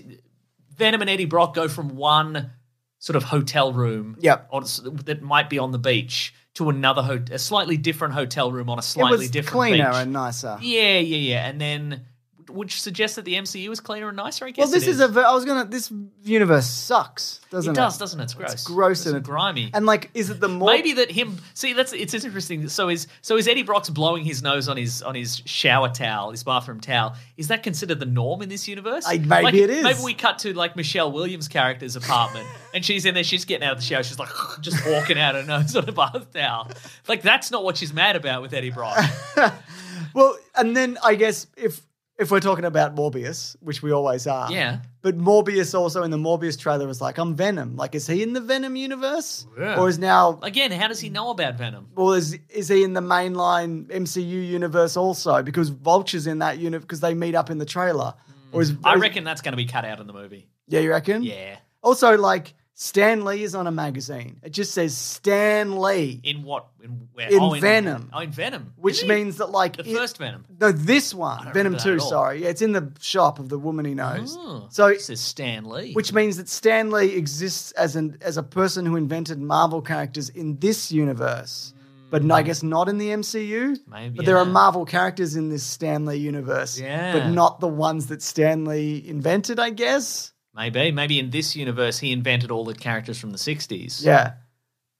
D: Venom and Eddie Brock go from one sort of hotel room,
A: Yep.
D: on, that might be on the beach to another ho- a slightly different hotel room on a
A: It
D: slightly
A: was
D: different
A: cleaner
D: beach.
A: and nicer.
D: yeah, yeah, yeah. And then, which suggests that the MCU is cleaner and nicer. I guess.
A: Well, this
D: it
A: is a. ver- I was gonna. This universe sucks, doesn't it?
D: it does, doesn't it? It's gross.
A: It's gross and
D: and grimy.
A: And like, is it the more?
D: Maybe that him see that's it's interesting. So is so is Eddie Brock's blowing his nose on his on his shower towel, his bathroom towel. Is that considered the norm in this universe?
A: I- maybe
D: Like,
A: it is.
D: Maybe we cut to like Michelle Williams' character's apartment, and she's in there. She's getting out of the shower. She's like just walking out her nose on a bath towel. Like that's not what she's mad about with Eddie Brock.
A: Well, and then I guess if if we're talking about Morbius, which we always are,
D: Yeah.
A: But Morbius also in the Morbius trailer was like, "I'm Venom." Like, is he in the Venom universe,
D: Yeah.
A: or is now?
D: Again, how does he know about Venom?
A: well, is is he in the mainline MCU universe also? Because Vulture's in that unit because they meet up in the trailer. Or is
D: Mm. I reckon that's going to be cut out in the movie.
A: Yeah, you reckon?
D: Yeah.
A: Also, like Stan Lee is on a magazine. It just says Stan Lee.
D: In what? In, where?
A: In
D: oh, in
A: Venom.
D: Oh, in Venom.
A: Which
D: Is he?
A: means that like
D: the
A: it-
D: first Venom.
A: No, this one,
D: don't
A: Venom
D: remember that
A: Two.
D: at all.
A: Sorry, yeah, it's in the shop of the woman he knows.
D: Oh,
A: So,
D: this is Stan Lee.
A: which means that Stan Lee exists as an as a person who invented Marvel characters in this universe, but I guess not in the MCU.
D: Hmm. Maybe,
A: but there are
D: yeah.
A: Marvel characters in this Stan Lee universe, but
D: Yeah.
A: not the ones that Stan Lee invented. I guess.
D: Maybe. Maybe in this universe, he invented all the characters from the 60s,
A: Yeah,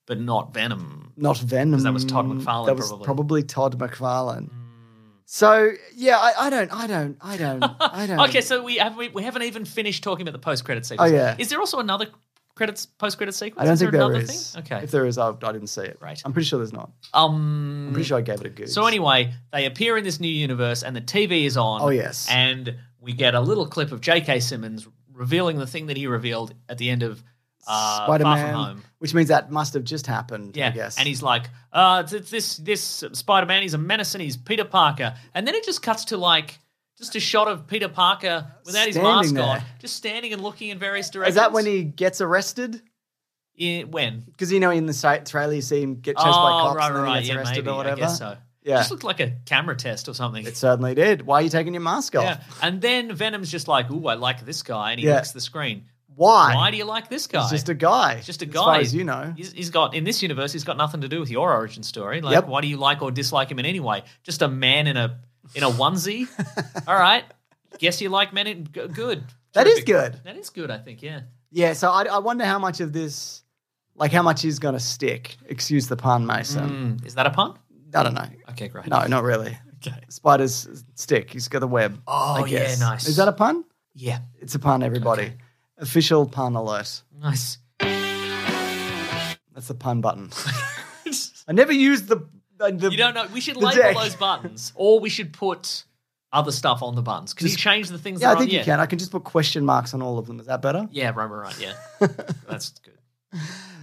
D: but not Venom.
A: not Venom.
D: 'Cause that was Todd McFarlane,
A: That was
D: probably. Hmm.
A: probably Todd McFarlane. So yeah, I, I don't, I don't, I don't, I don't.
D: Okay, so we, have, we, we haven't even finished talking about the post credit sequence.
A: Oh, yeah.
D: Is there also another credits post credit sequence?
A: I don't
D: is
A: think
D: there
A: there
D: another
A: is.
D: thing? Okay.
A: If there is, I, I didn't see it.
D: Right.
A: I'm pretty sure there's not.
D: um,
A: I'm pretty sure I gave it a good.
D: So anyway, they appear in this new universe, and the TV is on.
A: Oh, yes.
D: and we get a little clip of J.K. Simmons revealing the thing that he revealed at the end of uh, Far From Home.
A: Spider-Man, which means that must have just happened.
D: Yeah,
A: I guess.
D: and he's like, uh, th- this this Spider Man, he's a menace, and he's Peter Parker. And then it just cuts to like just a shot of Peter Parker without his
A: Standing
D: mask on,
A: there.
D: just standing and looking in various
A: is
D: directions.
A: that when he gets arrested?
D: Yeah, when?
A: Because you know, in the site trailer, you see him get chased by
D: oh,
A: cops
D: right,
A: and then he
D: right, Oh, right.
A: gets
D: Yeah,
A: arrested
D: maybe.
A: or whatever.
D: I guess so. Yeah. just looked like a camera test or something.
A: It certainly did. Why are you taking your mask off?
D: Yeah. And then Venom's just like, ooh, I like this guy. And he
A: Yeah.
D: looks at the screen.
A: Why?
D: Why do you like this guy?
A: He's just a guy.
D: He's just a
A: As
D: guy.
A: far as you know.
D: He's, he's got, in this universe, he's got nothing to do with your origin story. Like,
A: Yep.
D: why do you like or dislike him in any way? Just a man in a in a onesie? All right. Guess you like men in g- good.
A: That is
D: Terrific.
A: good.
D: That is good, I think, yeah.
A: Yeah, so I, I wonder how much of this, like how much is going to stick. Excuse the pun, Mason.
D: Mm, is that a pun?
A: I don't know.
D: Okay, great.
A: No, not really.
D: Okay.
A: Spiders stick. He's got a web.
D: Oh,
A: I
D: yeah,
A: guess.
D: nice.
A: Is that a pun?
D: Yeah.
A: It's a pun, everybody. Official pun alert.
D: Nice.
A: That's the pun button. I never used the. Uh, the
D: You don't know. We should
A: the
D: label
A: deck.
D: those buttons, or we should put other stuff on the buttons. Can you change the things?
A: Yeah,
D: that
A: I
D: are
A: think
D: on,
A: you can. I can just put question marks on all of them. Is that better?
D: Yeah, right, right, right. Yeah, that's good.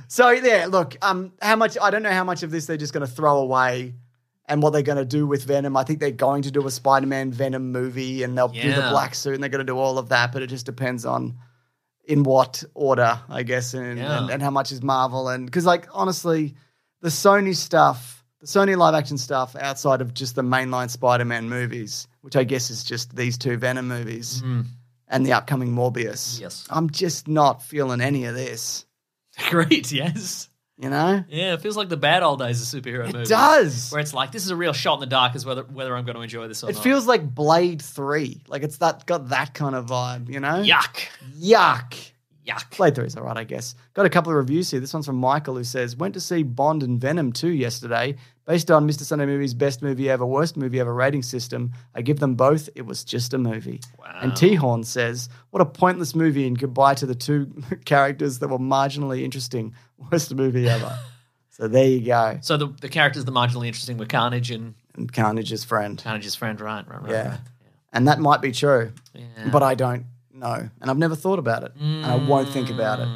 A: So yeah, look, um, how much I don't know how much of this they're just going to throw away, and what they're going to do with Venom. I think they're going to do a Spider-Man Venom movie, and they'll do the
D: Yeah.
A: black suit, and they're going to do all of that. But it just depends on in what order, I guess, and
D: Yeah.
A: and, and how much is Marvel, and because like honestly, the Sony stuff, the Sony live action stuff, outside of just the mainline Spider-Man movies, which I guess is just these two Venom movies. And the upcoming Morbius.
D: Mm-hmm. Yes.
A: I'm just not feeling any of this.
D: Great. Yes.
A: You know?
D: Yeah, it feels like the bad old days of superhero movies.
A: does.
D: Where it's like this is a real shot in the dark as whether whether I'm going to enjoy this or
A: It
D: not.
A: feels like Blade Three. Like it's that got that kind of vibe, you know?
D: yuck.
A: Yuck.
D: Yuck.
A: Blade Three is all right, I guess. Got a couple of reviews here. This one's from Michael who says, Went to see Bond and Venom 2 yesterday. Based on Mr. Sunday Movie's best movie ever, worst movie ever rating system, I give them both. It was just a movie.
D: Wow.
A: And T Horn says, What a pointless movie and goodbye to the two characters that were marginally interesting. Worst movie ever. so there you go.
D: So the the characters that are marginally interesting were Carnage and
A: And Carnage's friend.
D: Carnage's friend. Right. Right. Right.
A: Yeah.
D: right.
A: And that might be true,
D: Yeah.
A: but I don't know. And I've never thought about it. And I won't think about it.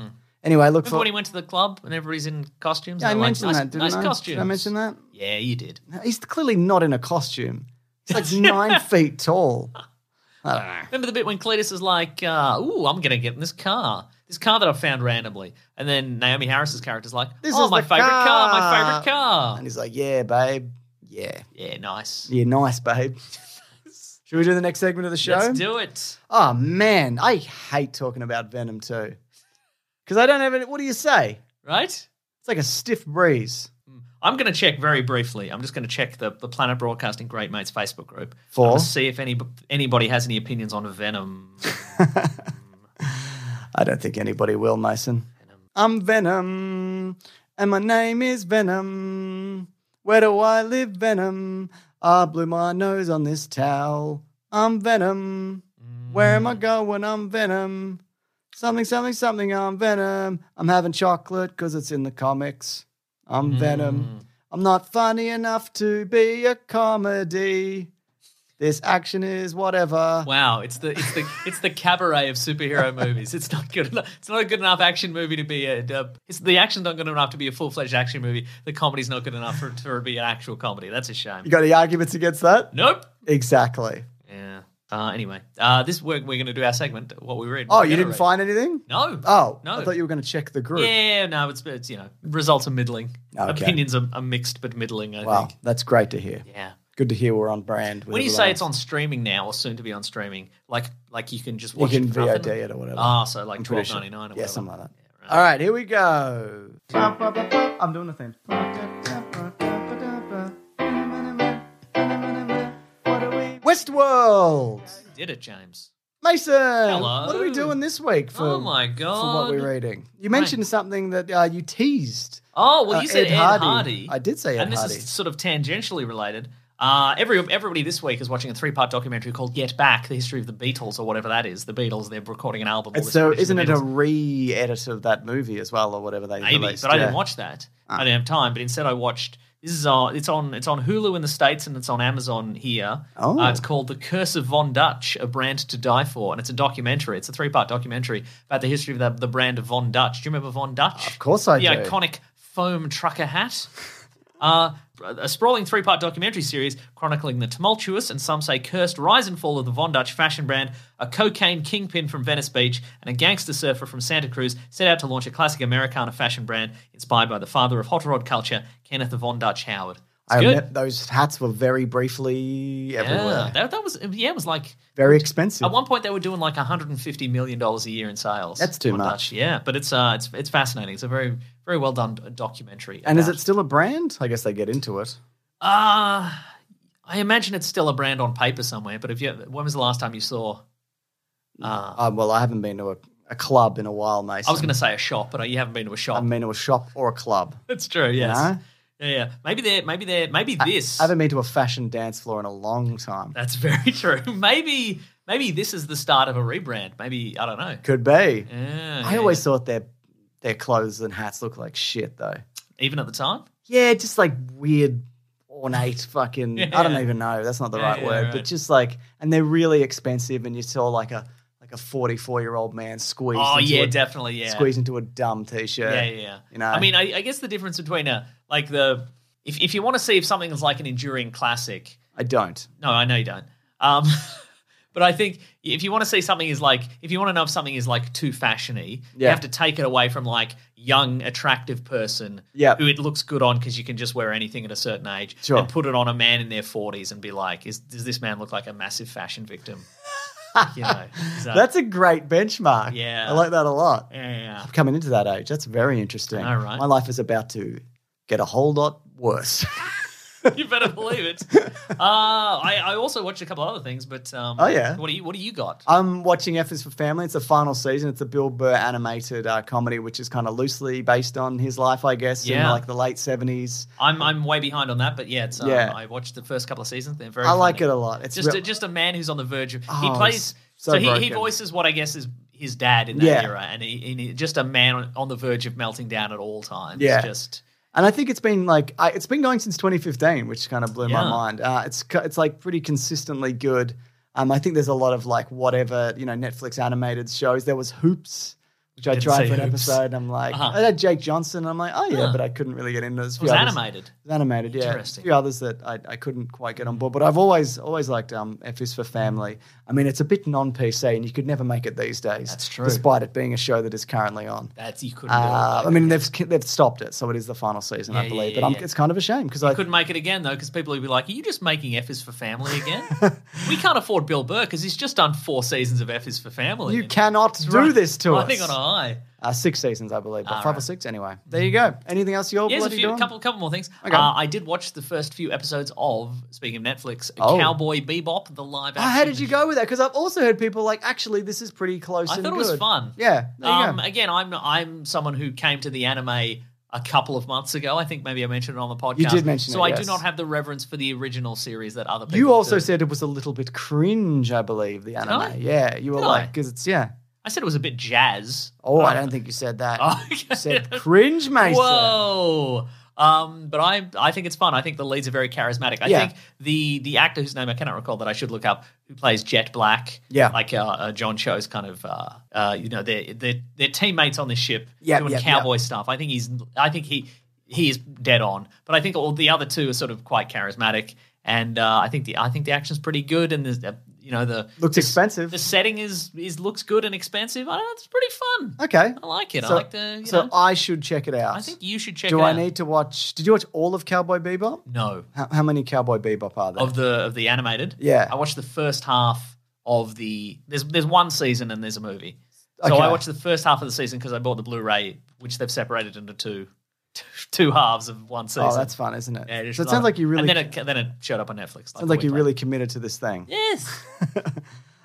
A: Anyway, look
D: Mm. Remember
A: for.
D: when he went to the club and everybody's in costumes?
A: Yeah, I
D: and they're like,
A: mentioned
D: nice,
A: that, didn't
D: nice
A: I?
D: costumes.
A: Did I mention that?
D: Yeah, you did.
A: He's clearly not in a costume. He's like nine feet tall. I don't know.
D: Remember the bit when Cletus is like, uh, "Ooh, I'm gonna get in this car, this car that I found randomly," and then Naomi Harris's character's like,
A: This
D: "Oh,
A: is
D: my
A: the
D: favorite car.
A: car."
D: my favorite car."
A: And he's like, yeah, babe. Yeah.
D: yeah, nice.
A: Yeah, nice, babe. Should we do the next segment of the show?
D: Let's do it.
A: oh, man. I hate talking about Venom too. Because I don't have any. What do you say?
D: Right?
A: It's like a stiff breeze.
D: I'm gonna check very briefly. I'm just gonna check the the Planet Broadcasting Great Mates Facebook group
A: For?
D: to see if any anybody has any opinions on Venom.
A: I don't think anybody will, Mason. I'm Venom, and my name is Venom. Where do I live, Venom? I blew my nose on this towel. I'm Venom. Where am I going? I'm Venom. Something, something, something. I'm Venom. I'm having chocolate because it's in the comics. I'm Venom. I'm not funny enough to be a comedy. This action is whatever.
D: Wow, it's the it's the it's the cabaret of superhero movies. It's not good enough. It's not a good enough action movie to be a. a- it's the action's not good enough to be a full fledged action movie. The comedy's not good enough for it to be an actual comedy. That's a shame.
A: You got any arguments against that?
D: Nope.
A: Exactly.
D: Yeah. Uh, anyway, uh, this we're, we're going to do our segment. What we read.
A: Oh,
D: We're
A: you
D: gonna
A: didn't
D: read.
A: find anything?
D: No.
A: Oh,
D: No.
A: I thought you were going to check the group.
D: Yeah, no, it's it's you know results are middling.
A: Okay.
D: Opinions are, are mixed but middling. I
A: Wow,
D: think.
A: that's great to hear.
D: Yeah.
A: Good to hear we're on brand. with
D: When you
A: everyone
D: say it's
A: else.
D: on streaming now or soon to be on streaming, like like you can just watch
A: can
D: it for nothing?
A: VOD it or whatever.
D: Ah, so like
A: I'm pretty
D: twelve
A: sure.
D: ninety nine or
A: Yeah,
D: whatever.
A: something like that. All right, here we go. I'm doing the thing. Westworld.
D: Did it, James?
A: Mason,
D: Hello.
A: what are we doing this week for,
D: oh my god!
A: for what we're reading? You mentioned something that uh, you teased.
D: Oh well, you
A: Uh,
D: said
A: Ed
D: Ed,
A: Hardy.
D: Hardy.
A: I did say Ed
D: and this
A: Hardy.
D: is sort of tangentially related. Uh, every everybody this week is watching a three part documentary called Get Back: The History of the Beatles, or whatever that is. The Beatles they're recording an album. all
A: And
D: this
A: so,
D: footage of
A: isn't
D: the
A: it a
D: Beatles.
A: re-edit of that movie as well, or whatever they
D: maybe?
A: released?
D: but I
A: Yeah. Ah.
D: didn't watch that. I didn't have time. But instead, I watched. This is on. It's on. It's on Hulu in the states and it's on Amazon here.
A: Oh.
D: Uh, it's called The Curse of Von Dutch: A Brand to Die For, and it's a documentary. It's a three part documentary about the history of the, the brand of Von Dutch. Do you remember Von Dutch?
A: Of course, I
D: the
A: do.
D: iconic foam trucker hat. Uh, a sprawling three part documentary series chronicling the tumultuous and some say cursed rise and fall of the Von Dutch fashion brand, a cocaine kingpin from Venice Beach, and a gangster surfer from Santa Cruz set out to launch a classic Americana fashion brand inspired by the father of hot rod culture, Kenneth Von Dutch Howard.
A: I
D: good.
A: remember those hats were very briefly everywhere.
D: Yeah, that, that was yeah, it was like
A: Very expensive.
D: At one point, they were doing like 150 million dollars a year in sales.
A: That's too
D: on
A: much.
D: Dutch. Yeah, but it's uh, it's it's fascinating. It's a very very well done d- documentary.
A: And is
D: about-
A: it still a brand? I guess they get into it.
D: Uh I imagine it's still a brand on paper somewhere. But if you, when was the last time you saw? Uh,
A: Uh, well, I haven't been to a, a club in a while, Mason.
D: I was going to say a shop, but you haven't been to a
A: I
D: shop.
A: haven't been to a shop or a club.
D: That's true. Yes.
A: No?
D: Yeah, yeah. Maybe they're maybe they're maybe this.
A: I haven't been to a fashion dance floor in a long time.
D: That's very true. Maybe maybe this is the start of a rebrand. Maybe I don't know.
A: Could be.
D: Yeah,
A: I
D: yeah,
A: always thought their their clothes and hats looked like shit, though.
D: Even at the time.
A: Yeah, just like weird, ornate fucking. I don't
D: Yeah.
A: even know. That's not the
D: Yeah,
A: right
D: yeah,
A: word, but
D: right.
A: just like, and they're really expensive. And you saw like a like a forty four year old man squeeze.
D: Oh
A: into
D: yeah,
A: a,
D: definitely. Yeah.
A: Squeeze into a dumb t shirt.
D: Yeah, yeah. yeah.
A: You know,
D: I mean, I, I guess the difference between a like the if if you want to see if something is like an enduring classic,
A: I don't.
D: no, I know you don't. Um, but I think if you want to see something is like if you want to know if something is like too fashiony, you
A: Yeah.
D: have to take it away from like young attractive person
A: Yeah.
D: who it looks good on because you can just wear anything at a certain age
A: Sure.
D: and put it on a man in their 40s and be like is does this man look like a massive fashion victim you know so-
A: That's a great benchmark.
D: Yeah.
A: I like that a lot.
D: yeah
A: Coming into that age, that's very interesting.
D: I know, right?
A: My life is about to get a whole lot worse.
D: you better believe it. Uh, I, I also watched a couple other things, but um,
A: Oh, yeah.
D: what do you what do you got?
A: I'm watching F is for Family. It's the final season. It's a Bill Burr animated uh, comedy, which is kind of loosely based on his life, I guess, in
D: Yeah.
A: like the late 70s.
D: I'm I'm way behind on that, but yeah, it's um,
A: Yeah.
D: I watched the first couple of seasons. They're very.
A: I like
D: funny.
A: it a lot. It's
D: just
A: real-
D: a, just a man who's on the verge of he
A: Oh,
D: plays
A: it's so
D: so, he, he
A: broken.
D: voices what I guess is his dad in that
A: Yeah.
D: era, and he, and he- just a man on the verge of melting down at all times.
A: Yeah.
D: just
A: And I think it's been like I, it's been going since 2015, which kind of blew my
D: Yeah.
A: mind. Uh, it's co- it's like pretty consistently good. Um, I think there's a lot of like whatever you know Netflix animated shows. There was Hoops, which I
D: Didn't
A: tried
D: see
A: for an
D: Hoops.
A: episode. And I'm like,
D: Uh-huh.
A: I had Jake Johnson. And I'm like, oh yeah,
D: Huh.
A: but I couldn't really get into this.
D: it was animated.
A: It was animated, yeah.
D: Interesting.
A: A few others that I, I couldn't quite get on board, but I've always always liked um, F is for Family. I mean, it's a bit non PC, and you could never make it these days.
D: That's true.
A: Despite it being a show that is currently on.
D: That's you couldn't. do it
A: Uh,
D: like
A: I mean, they've they've stopped it, so it is the final season,
D: Yeah,
A: I believe.
D: yeah,
A: but I'm,
D: yeah.
A: it's kind of a shame because
D: You
A: I
D: couldn't make it again though, because people would be like, "Are you just making F is for family again? we can't afford Bill Burr because he's just done four seasons of F is for family.
A: you
D: And
A: cannot
D: it's
A: do
D: run-
A: this to
D: running
A: us.
D: on a high.
A: uh, six seasons, I believe, but
D: All
A: five or
D: right.
A: six anyway. There you go. Anything else you're
D: Here's a
A: bloody
D: few,
A: doing?
D: couple, couple more things.
A: Okay.
D: Uh, I did watch the first few episodes of speaking of Netflix,
A: Oh.
D: Cowboy Bebop, the live
A: Oh,
D: action.
A: how did you go with that? Because I've also heard people like, actually, this is pretty close.
D: I
A: and
D: thought it was
A: good.
D: fun.
A: Yeah. There you
D: Um,
A: go.
D: again, I'm I'm someone who came to the anime a couple of months ago. I think maybe I mentioned it on the podcast.
A: You did mention
D: so
A: it,
D: I do
A: yes.
D: not have the reverence for the original series that other people.
A: You also
D: do.
A: said it was a little bit cringe, I believe, the anime.
D: I?
A: Yeah. You were
D: Did I?
A: like, because it's, yeah.
D: I said it was a bit jazz.
A: Oh, I
D: Uh,
A: don't think you said that.
D: Oh,
A: You said cringe, Mason.
D: Whoa. Um, but I I think it's fun. I think the leads are very charismatic. I
A: Yeah.
D: think the the actor whose name I cannot recall that I should look up who plays Jet Black.
A: Yeah.
D: like uh, uh, John Cho's kind of uh, uh, you know they're, they're they're teammates on this ship
A: Yep,
D: doing
A: yep,
D: cowboy stuff. I think he's I think he he is dead on. But I think all the other two are sort of quite charismatic, and uh, I think the I think the action's pretty good, and there's uh, you know the
A: Looks expensive.
D: the setting is is looks good and expensive. I don't know, it's pretty fun.
A: okay.
D: I like it.
A: So-
D: I like the. You
A: so
D: know,
A: I should check it out.
D: I think you should check.
A: Do
D: it
A: I
D: out.
A: need to watch? Did you watch all of Cowboy Bebop?
D: No.
A: How, how many Cowboy Bebop are there?
D: Of the of the animated.
A: Yeah.
D: I watched the first half of the. There's there's one season and there's a movie. So
A: Okay.
D: I watched the first half of the season because I bought the Blu-ray, which they've separated into two two halves of one season.
A: Oh, that's fun, isn't it?
D: Yeah, just
A: so it
D: love
A: sounds like you really
D: And then it then it showed up on Netflix.
A: sounds
D: a
A: like
D: week
A: you
D: later.
A: really committed to this thing.
D: Yes.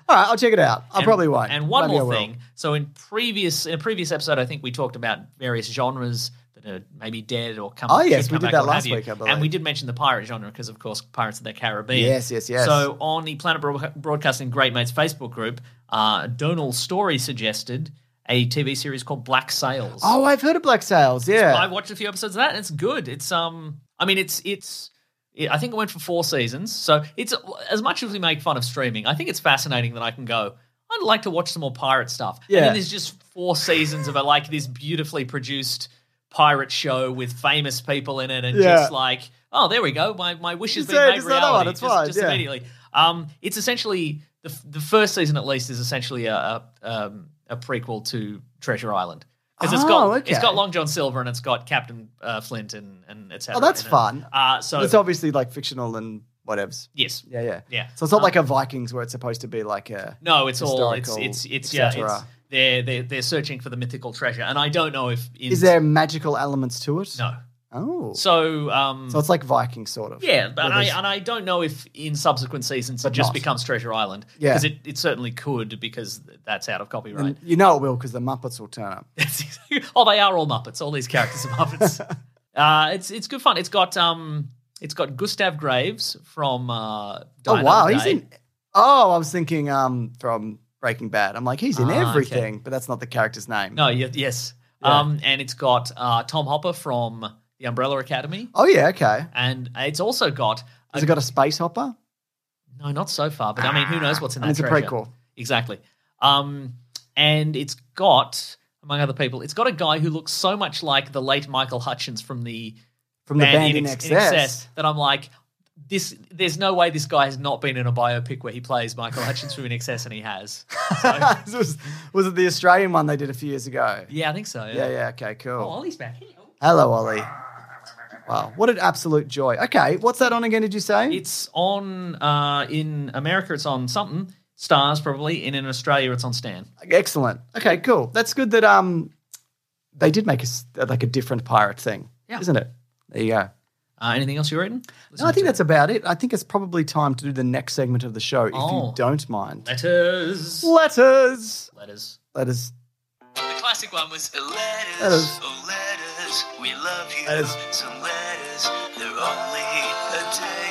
A: All right, I'll check it out. I
D: And-
A: probably won't.
D: And one
A: Maybe I
D: more
A: will.
D: thing. So in previous in a previous episode, I think we talked about various genres that are maybe dead or come.
A: Oh,
D: should
A: yes, we
D: come
A: did
D: back,
A: that
D: what have
A: last
D: you.
A: week, I
D: and we
A: believe.
D: did mention the pirate genre because, of course, Pirates of the Caribbean.
A: Yes, yes, yes.
D: So on the Planet Broad- Broadcasting Great Mates Facebook group, uh, Donal Story suggested a TV series called Black Sails.
A: Oh, I've heard of Black Sails. Yeah.
D: I watched a few episodes of that. And it's good. It's um, I mean, it's it's. It, I think it went for four seasons. So it's as much as we make fun of streaming. I think it's fascinating that I can go. I'd like to watch some more pirate stuff. And
A: Yeah.
D: then there's just four seasons of a, like this beautifully produced pirate show with famous people in it, and
A: Yeah.
D: just like, oh, there we go. My my wish has
A: Just
D: been
A: say it,
D: made
A: just another one,
D: reality.
A: it's
D: just
A: fine,
D: just
A: yeah.
D: immediately. Um, it's essentially the f- the first season at least is essentially a a, um, a prequel to Treasure Island because it's
A: Oh,
D: got it's
A: okay.
D: got Long John Silver and it's got Captain uh, Flint and and etc.
A: Oh, that's fun.
D: Uh, so
A: it's obviously like fictional and whatevs.
D: Yes.
A: Yeah, yeah,
D: Yeah.
A: So it's not
D: Um,
A: like a Vikings where it's supposed to be like a
D: No, it's all it's
A: historical,
D: it's it's
A: et
D: yeah.
A: cetera.
D: It's, they're they're they're searching for the mythical treasure, and I don't know if in,
A: Is there magical elements to it?
D: no.
A: Oh,
D: So um,
A: so it's like Viking sort of.
D: yeah, but
A: Where
D: I,
A: there's-
D: and I don't know if in subsequent seasons it just
A: not.
D: becomes Treasure Island.
A: Yeah.
D: because it, it certainly could because that's out of copyright.
A: and you know it will because the Muppets will turn up.
D: oh, they are all Muppets. All these characters are Muppets. uh, it's it's good fun. It's got um, it's got Gustav Graves from. Uh,
A: oh
D: Dino
A: wow,
D: Day.
A: he's in. Oh, I was thinking um from Breaking Bad. I'm like he's in
D: Ah, okay.
A: everything, but that's not the character's name.
D: No, y- yes.
A: Yeah.
D: Um, and it's got uh, Tom Hopper from the Umbrella Academy,
A: Oh yeah, okay.
D: and it's also got
A: Has it got a space hopper?
D: no, not so far, but I mean, who knows what's in
A: And it's
D: that?
A: a
D: treasure.
A: prequel.
D: exactly. Um, and it's got among other people, it's got a guy who looks so much like the late Michael Hutchins from the
A: From the band
D: in,
A: In
D: Ex-
A: Excess.
D: that I'm like. This, there's no way this guy has not been in a biopic where he plays Michael Hutchins from In Excess, and he has.
A: This was, was it the Australian one they did a few years ago?
D: Yeah, I think so.
A: Yeah, yeah, okay, cool.
D: Oh, Ollie's back.
A: Hello, Ollie. Wow, what an absolute joy. Okay, what's that on again, did you say?
D: It's on uh, in America. It's on something stars probably, and in Australia it's on Stan.
A: Excellent. Okay, cool. That's good that um they did make a, s- like a different pirate thing,
D: Yeah.
A: isn't it? There you go.
D: Uh, anything else you're reading?
A: No, I think that's about it. I think it's probably time to do the next segment of the show, if
D: Oh.
A: you don't mind.
D: Letters.
A: Letters.
D: Letters.
A: Letters.
C: The classic one was letters.
A: Letters.
C: Oh, letters. We love you.
A: Letters.
C: Some letters. They're only a day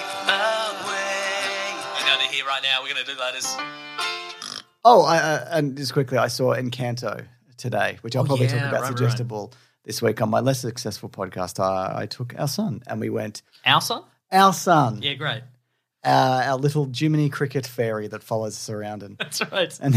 C: away. We're going to here right now. We're going to do letters.
A: Oh, I, uh, and just quickly, I saw Encanto today, which I'll
D: Oh,
A: probably
D: yeah,
A: talk
D: right,
A: about
D: right,
A: suggestible this week on my less successful podcast. uh, I, I took our son and we went,
D: Our son?
A: our son,
D: Yeah, great.
A: uh, our little Jiminy Cricket fairy that follows us around and,
D: That's right.
A: and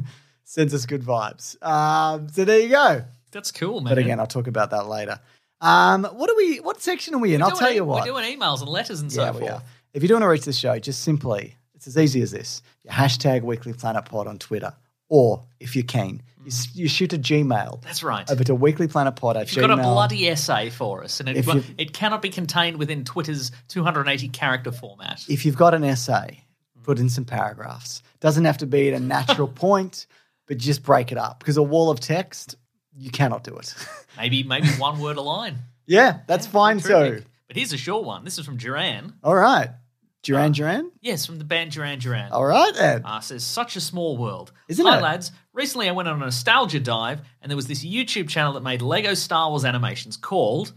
A: sends us good vibes. Um, so there you go.
D: That's cool, man.
A: But again, I'll talk about that later. Um, what are we? What section are we in?
D: We're
A: I'll
D: doing
A: tell
D: e-
A: you what.
D: We're doing emails and letters and so
A: we
D: forth.
A: are. If you do want to reach the show, just simply, it's as easy as this. You hashtag Weekly Planet Pod on Twitter. Or if you're keen, you, s- you shoot a Gmail
D: That's right.
A: over to Weekly Planet Pod at
D: You've got a
A: Gmail.
D: bloody essay for us, and it,
A: If
D: well,
A: you-
D: it cannot be contained within Twitter's 280 character format.
A: if you've got an essay, put in some paragraphs. Doesn't have to be at a natural point, but just break it up because a wall of text, you cannot do it.
D: Maybe maybe one word a line.
A: yeah, that's fine too.
D: Terrific. But here's a short one. This is from Duran.
A: All right. Duran Duran?
D: Yes, from the band Duran Duran.
A: All right then.
D: Ah, says such a small world.
A: Oh. Isn't
D: Hi,
A: it?
D: lads. Recently, I went on a nostalgia dive, and there was this YouTube channel that made Lego Star Wars animations called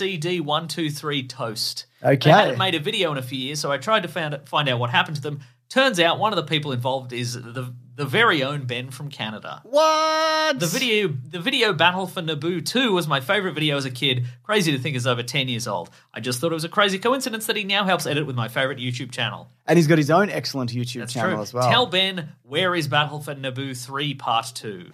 D: ABCD123 Toast.
A: Okay.
D: They hadn't made a video in a few years, so I tried to find, find out what happened to them. Turns out one of the people involved is the the very own Ben from Canada.
A: What?
D: The video, the video battle for Naboo 2 was my favorite video as a kid. Crazy to think is over 10 years old. I just thought it was a crazy coincidence that he now helps edit with my favorite YouTube channel.
A: And he's got his own excellent YouTube
D: That's
A: channel
D: true.
A: as well.
D: Tell Ben where is Battle for Naboo three part two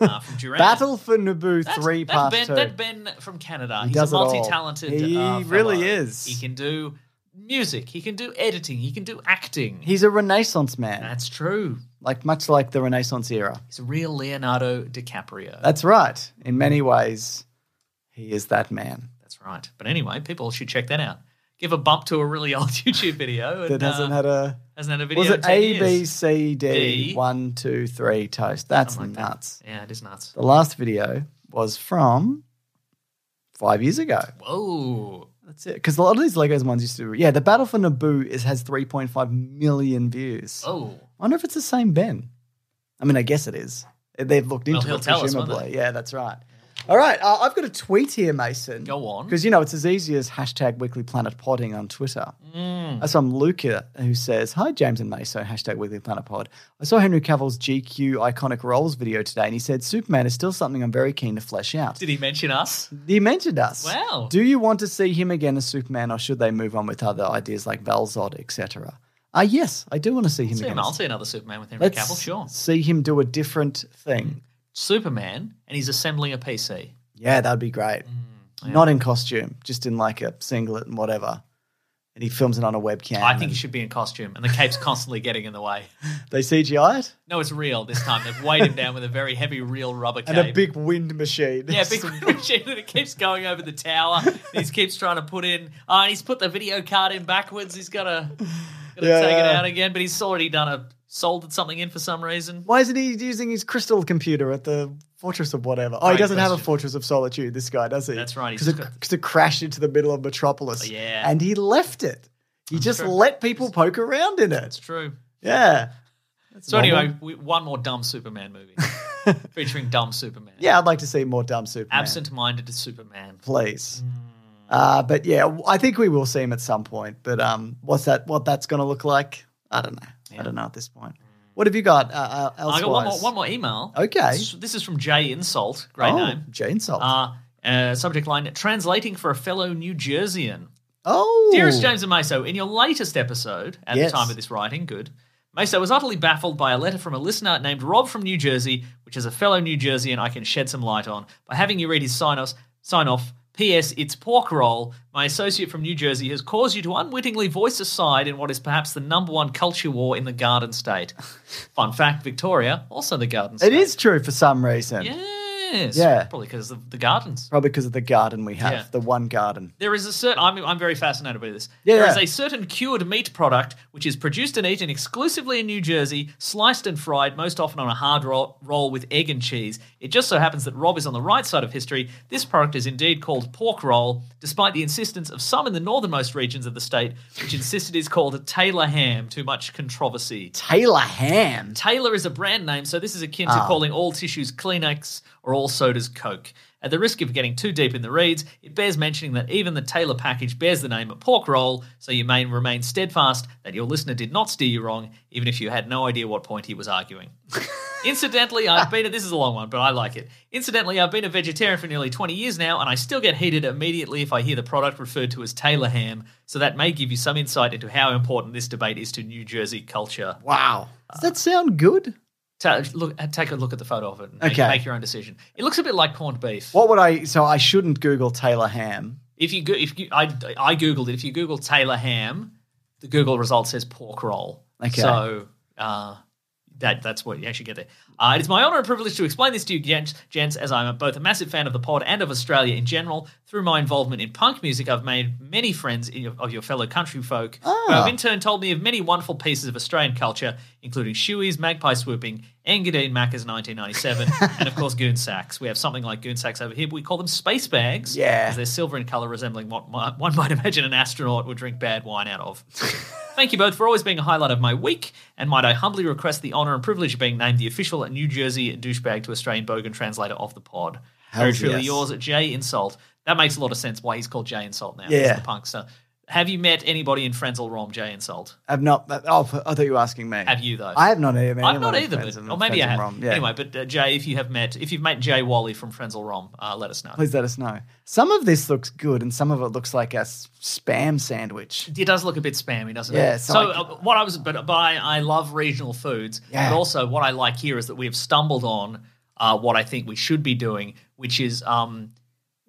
D: uh, from Duran.
A: Battle for Naboo
D: That's-
A: three
D: that
A: part
D: ben,
A: two.
D: That Ben from Canada.
A: He
D: He's
A: does it
D: a
A: all.
D: multi-talented.
A: He
D: uh, fellow.
A: really is.
D: He can do music. He can do editing. He can do acting.
A: He's a Renaissance man,
D: That's true.
A: like much like the Renaissance era.
D: He's a real Leonardo DiCaprio.
A: That's right. In many ways, he is that man
D: That's right. But anyway, people should check that out. Give a bump to a really old YouTube video. And,
A: that hasn't
D: uh,
A: had a.
D: hasn't had a video.
A: Was
D: in
A: it
D: 10
A: A
D: years.
A: B C D
D: D.
A: one two three toast? That's
D: Something like that.
A: nuts.
D: Yeah, it is nuts.
A: The last video was from five years ago.
D: Whoa.
A: That's it. Because a lot of these Legos ones used to. Yeah, the Battle for Naboo is has three point five million views.
D: Oh.
A: I wonder if it's the same Ben. I mean, I guess it is. They've looked
D: Well,
A: into
D: he'll
A: it,
D: tell us, won't
A: presumably. yeah, that's right. All right, uh, I've got a tweet here, Mason.
D: Go on.
A: Because, you know, it's as easy as hashtag Weekly Planet Podding on Twitter.
D: Mm.
A: That's from Luca, who says, Hi, James and Maso, hashtag Weekly Planet Pod. I saw Henry Cavill's GQ Iconic Roles video today, and he said, Superman is still something I'm very keen to flesh out.
D: Did he mention us?
A: He mentioned us.
D: Wow.
A: Do you want to see him again as Superman, or should they move on with other ideas like Valzod, etc.? Uh, yes, I do want to see him
D: See
A: again.
D: him-
A: as-
D: I'll see another Superman with Henry
A: Let's
D: Cavill, sure.
A: see him do a different thing.
D: Superman, and he's assembling a PC. Mm,
A: Yeah, that'd be great. Not in costume, just in like a singlet and whatever. and he films it on a webcam.
D: I think he should be in costume, and the cape's constantly getting in the way.
A: They CGI it
D: No, it's real this time. They've weighed him down with a very heavy real rubber cape.
A: and a big wind machine.
D: yeah, big machine that it keeps going over the tower. and he keeps trying to put in. Oh, and he's put the video card in backwards. He's got to, got to
A: Yeah,
D: take it
A: yeah.
D: out again, but he's already done a soldered something in for some reason.
A: Why isn't he using his crystal computer at the fortress of whatever? Oh, he
D: Great
A: doesn't have a
D: question.
A: fortress of solitude. This guy does he?
D: That's right, he's
A: Because it,
D: just got-
A: 'cause it crashed into the middle of Metropolis.
D: yeah.
A: and he left it. He just
D: true.
A: let people poke around in it.
D: It's true.
A: Yeah. That's
D: So
A: one
D: anyway,
A: one.
D: we, one more dumb Superman movie featuring dumb Superman,
A: yeah, I'd like to see more dumb Superman.
D: absent-minded Superman. Mm.
A: please. Uh, but yeah, w- I think we will see him at some point. But um, what's that? What that's going to look like? I don't know. I don't know at this point. What have you got? Uh, uh, elsewise?
D: I got one more, one more email.
A: Okay.
D: This, this is from Jay Insult. Great
A: oh,
D: name.
A: Jane Salt.
D: Uh, uh, subject line translating for a fellow New Jerseyan.
A: oh,
D: Dearest James and Meso, in your latest episode, at
A: Yes.
D: the time of this writing, good. Meso was utterly baffled by a letter from a listener named Rob from New Jersey, which is a fellow New Jerseyan I can shed some light on by having you read his sign off. Sign off. P.S. It's pork roll. My associate from New Jersey has caused you to unwittingly voice a side in what is perhaps the number one culture war in the Garden State. Fun fact: Victoria, also the Garden State.
A: It is true for some reason.
D: Yes.
A: Yeah.
D: Probably because of the gardens.
A: Probably because of the garden we have,
D: Yeah.
A: the one garden.
D: There is a certain. I'm, I'm very fascinated by this.
A: Yeah,
D: There
A: yeah.
D: is a certain cured meat product which is produced and eaten exclusively in New Jersey, sliced and fried, most often on a hard roll, roll with egg and cheese. It just so happens that Rob is on the right side of history. This product is indeed called pork roll, despite the insistence of some in the northernmost regions of the state, which insist it is called a Taylor ham. Too much controversy.
A: Taylor Ham.
D: Taylor is a brand name, so this is akin to calling all tissues Kleenex or all sodas Coke. At the risk of getting too deep in the reeds, it bears mentioning that even the Taylor package bears the name of pork roll, so you may remain steadfast that your listener did not steer you wrong, even if you had no idea what point he was arguing. Incidentally, I've been a, this is a long one, but I like it. Incidentally, I've been a vegetarian for nearly 20 years now, and I still get heated immediately if I hear the product referred to as Taylor ham, so that may give you some insight into how important this debate is to New Jersey culture.
A: Wow. Does that sound good?
D: Ta look, uh, take a look at the photo of it. And make,
A: Okay.
D: make your own decision. It looks a bit like corned beef.
A: What would I? So I shouldn't Google Taylor Ham.
D: If you, go, if you, I, I googled it. If you Google Taylor ham, the Google result says pork roll.
A: Okay.
D: So uh, that that's what you actually get there. Uh, it is my honor and privilege to explain this to you, gents, gents, as I'm both a massive fan of the pod and of Australia in general. Through my involvement in punk music, I've made many friends in your, of your fellow country folk, who have in turn told me of many wonderful pieces of Australian culture, including Shoeys, Magpie Swooping, Engadine Macca's 1997, and of course Goon Sacks. We have something like Goon Sacks over here. But we call them space bags.
A: Yeah.
D: 'cause they're silver in color, resembling what mi- one might imagine an astronaut would drink bad wine out of. Thank you both for always being a highlight of my week, and might I humbly request the honour and privilege of being named the official New Jersey douchebag to Australian Bogan translator of the pod. Very
A: Hells
D: truly
A: yes.
D: yours, Jay Insult. That makes a lot of sense why he's called Jay Insult now.
A: Yeah.
D: He's the punkster. Have you met anybody in Friends or Rom, Jay Insult?
A: I've not. Oh, I thought you were asking me.
D: Have you, though?
A: I have not even.
D: I'm not either, but, or maybe I have.
A: Rom. Yeah.
D: Anyway, but uh, Jay, if you have met, if you've met Jay Wally from Friends or Rom, uh, let us know.
A: Please let us know. Some of this looks good, and some of it looks like a s- spam sandwich.
D: It does look a bit spammy, doesn't
A: Yeah,
D: it?
A: so
D: So,
A: like-
D: uh, what I was, but by I love regional foods,
A: Yeah.
D: but also what I like here is that we have stumbled on uh, what I think we should be doing, which is um,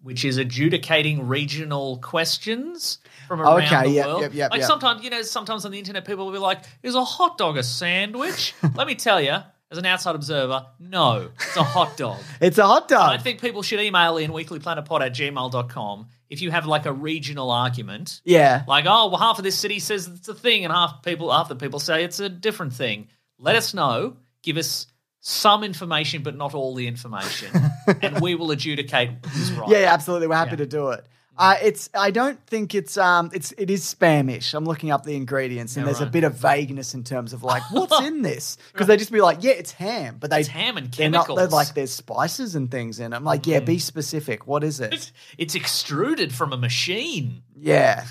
D: which is adjudicating regional questions from around
A: Okay,
D: the
A: yep,
D: world.
A: yep, yep,
D: like
A: yep.
D: sometimes, you know, sometimes on the internet, people will be like, "Is a hot dog a sandwich?" Let me tell you, as an outside observer, no, it's a hot dog.
A: It's a hot
D: I
A: dog.
D: think people should email in weeklyplanetpod at gmail.com if you have like a regional argument.
A: yeah.
D: Like, oh, well, half of this city says it's a thing, and half people, half the people say it's a different thing. Let us know. Give us some information, but not all the information, and we will adjudicate who's right.
A: Yeah, yeah, absolutely. We're happy to do it. Uh, it's. I don't think it's. Um. It's. It is spamish. I'm looking up the ingredients, and
D: Yeah,
A: there's a
D: right.
A: bit of vagueness in terms of like what's in this, because they just be like, yeah, it's ham, but they
D: It's ham and
A: they're not.
D: chemicals. Mm.
A: They're like there's spices and things in. it. I'm like, yeah, be specific. What is it?
D: it's extruded from a machine.
A: Yeah.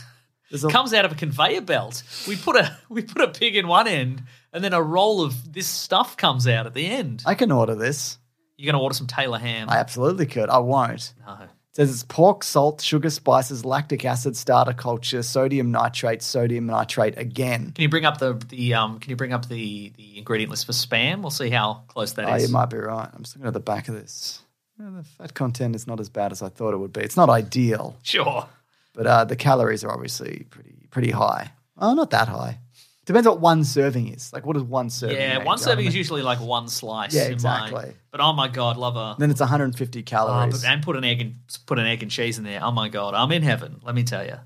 A: There's a,
D: comes out of a conveyor belt. We put a we put a pig in one end, and then a roll of this stuff comes out at the end.
A: I can order this.
D: You're going to order some Taylor ham.
A: I absolutely could. I won't.
D: no.
A: It says it's pork, salt, sugar, spices, lactic acid, starter culture, sodium nitrate, sodium nitrate again.
D: Can you bring up the the um? Can you bring up the the ingredient list for spam? We'll see how close that is.
A: Oh, you might be right. I'm just looking at the back of this. Yeah, the fat content is not as bad as I thought it would be. It's not ideal.
D: Sure.
A: But uh, the calories are obviously pretty pretty high. Oh, not that high. Depends what one serving is. Like, what is one serving?
D: Yeah,
A: make,
D: one
A: do you know what I
D: serving
A: mean?
D: is usually like one slice.
A: Yeah,
D: in my-
A: exactly.
D: but oh my god, love a
A: Then it's 150
D: Oh,
A: calories.
D: but- and put an egg and put an egg and cheese in there. Oh my god, I'm in heaven. Let me tell you,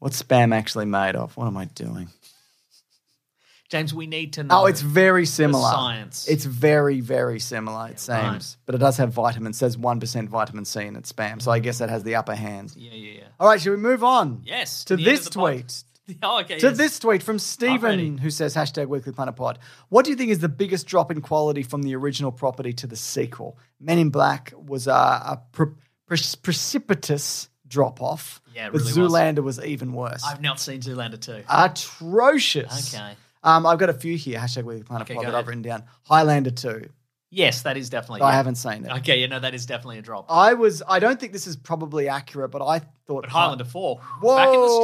A: What's spam actually made of? What am I doing?
D: James. We need to know.
A: Oh, it's very similar.
D: science.
A: It's very, very similar. It seems, but it does have vitamin. Says one percent vitamin C in its spam. So I guess that has the upper hand.
D: Yeah, yeah, yeah.
A: All right, should we move on?
D: Yes,
A: To
D: to the end
A: this
D: of the pod.
A: tweet.
D: Oh, okay.
A: To
D: yes.
A: this tweet from Stephen, who says hashtag Weekly Planet Pod. What do you think is the biggest drop in quality from the original property to the sequel? Men in Black was a, a pre- pre- precipitous drop off.
D: Yeah, it
A: but
D: really was.
A: Zoolander was. even worse.
D: I've not seen Zoolander two.
A: Ah, Atrocious.
D: Okay.
A: Um, I've got a few here. Hashtag Weekly Planet
D: Okay,
A: Pod
D: go
A: that I've
D: ahead.
A: written down. Highlander two.
D: yes, that is definitely.
A: I haven't Oh, seen it.
D: Okay, you know that is definitely a drop.
A: I was. I don't think this is probably accurate, but I thought.
D: But Highlander four,
A: uh, Whoa,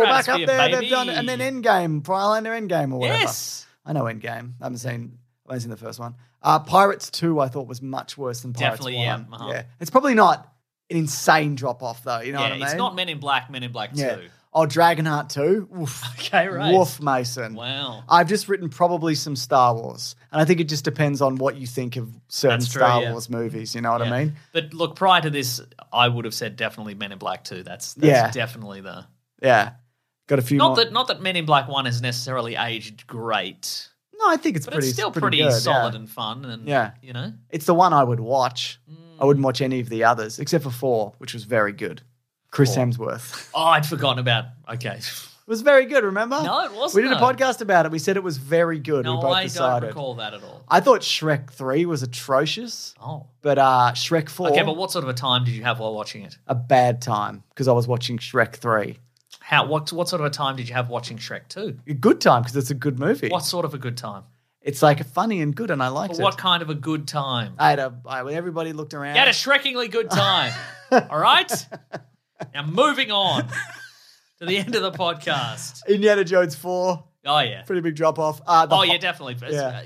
D: back in
A: back up
D: the stratosphere,
A: there.
D: baby.
A: They've done, and then Endgame, Highlander Endgame or whatever.
D: Yes.
A: I know Endgame. I haven't seen. I haven't seen the first one. Uh, Pirates Two, I thought was much worse than Pirates
D: Definitely, yeah,
A: One.
D: uh-huh.
A: it's probably not an insane drop off though. You know
D: yeah,
A: what I mean?
D: it's not Men in Black. Men in Black
A: Yeah.
D: two.
A: Oh, Dragonheart Two. Oof.
D: Okay, right.
A: Woof, Mason.
D: Wow.
A: I've just written probably some Star Wars, and I think it just depends on what you think of certain
D: That's true,
A: Star
D: yeah.
A: Wars movies. You know what
D: Yeah.
A: I mean?
D: But look, prior to this, I would have said definitely Men in Black two. That's, that's
A: Yeah.
D: definitely the
A: Yeah. Got a few.
D: not
A: more.
D: that not that Men in Black one has necessarily aged great,
A: no, I think it's
D: but
A: pretty.
D: it's still
A: pretty,
D: pretty,
A: good,
D: solid
A: yeah.
D: and fun. And
A: Yeah.
D: you know,
A: It's the one I would watch. I
D: Mm.
A: wouldn't watch any of the others except for four, which was very good. Chris
D: Four.
A: Hemsworth.
D: oh, I'd forgotten about. Okay,
A: It was very good, remember?
D: No, it wasn't,
A: We did a
D: though.
A: podcast about it. We said it was very good. we
D: no,
A: both
D: I
A: decided.
D: don't recall that at all.
A: I thought Shrek 3 was atrocious,
D: Oh,
A: but uh, Shrek 4,
D: okay, but what sort of a time did you have while watching it?
A: a bad time because I was watching Shrek 3.
D: How what what sort of a time did you have watching Shrek two?
A: A good time because it's a good movie.
D: What sort of a good time?
A: It's like funny and good, and I liked
D: But
A: it.
D: what kind of a good time?
A: I had a, I, when everybody looked around.
D: You had a shrekingly good time. all right. Now moving on to the end of the podcast.
A: Indiana Jones 4,
D: Oh yeah.
A: pretty big drop off. Uh, the
D: Oh
A: Ho-
D: yeah, definitely. It's-
A: Yeah.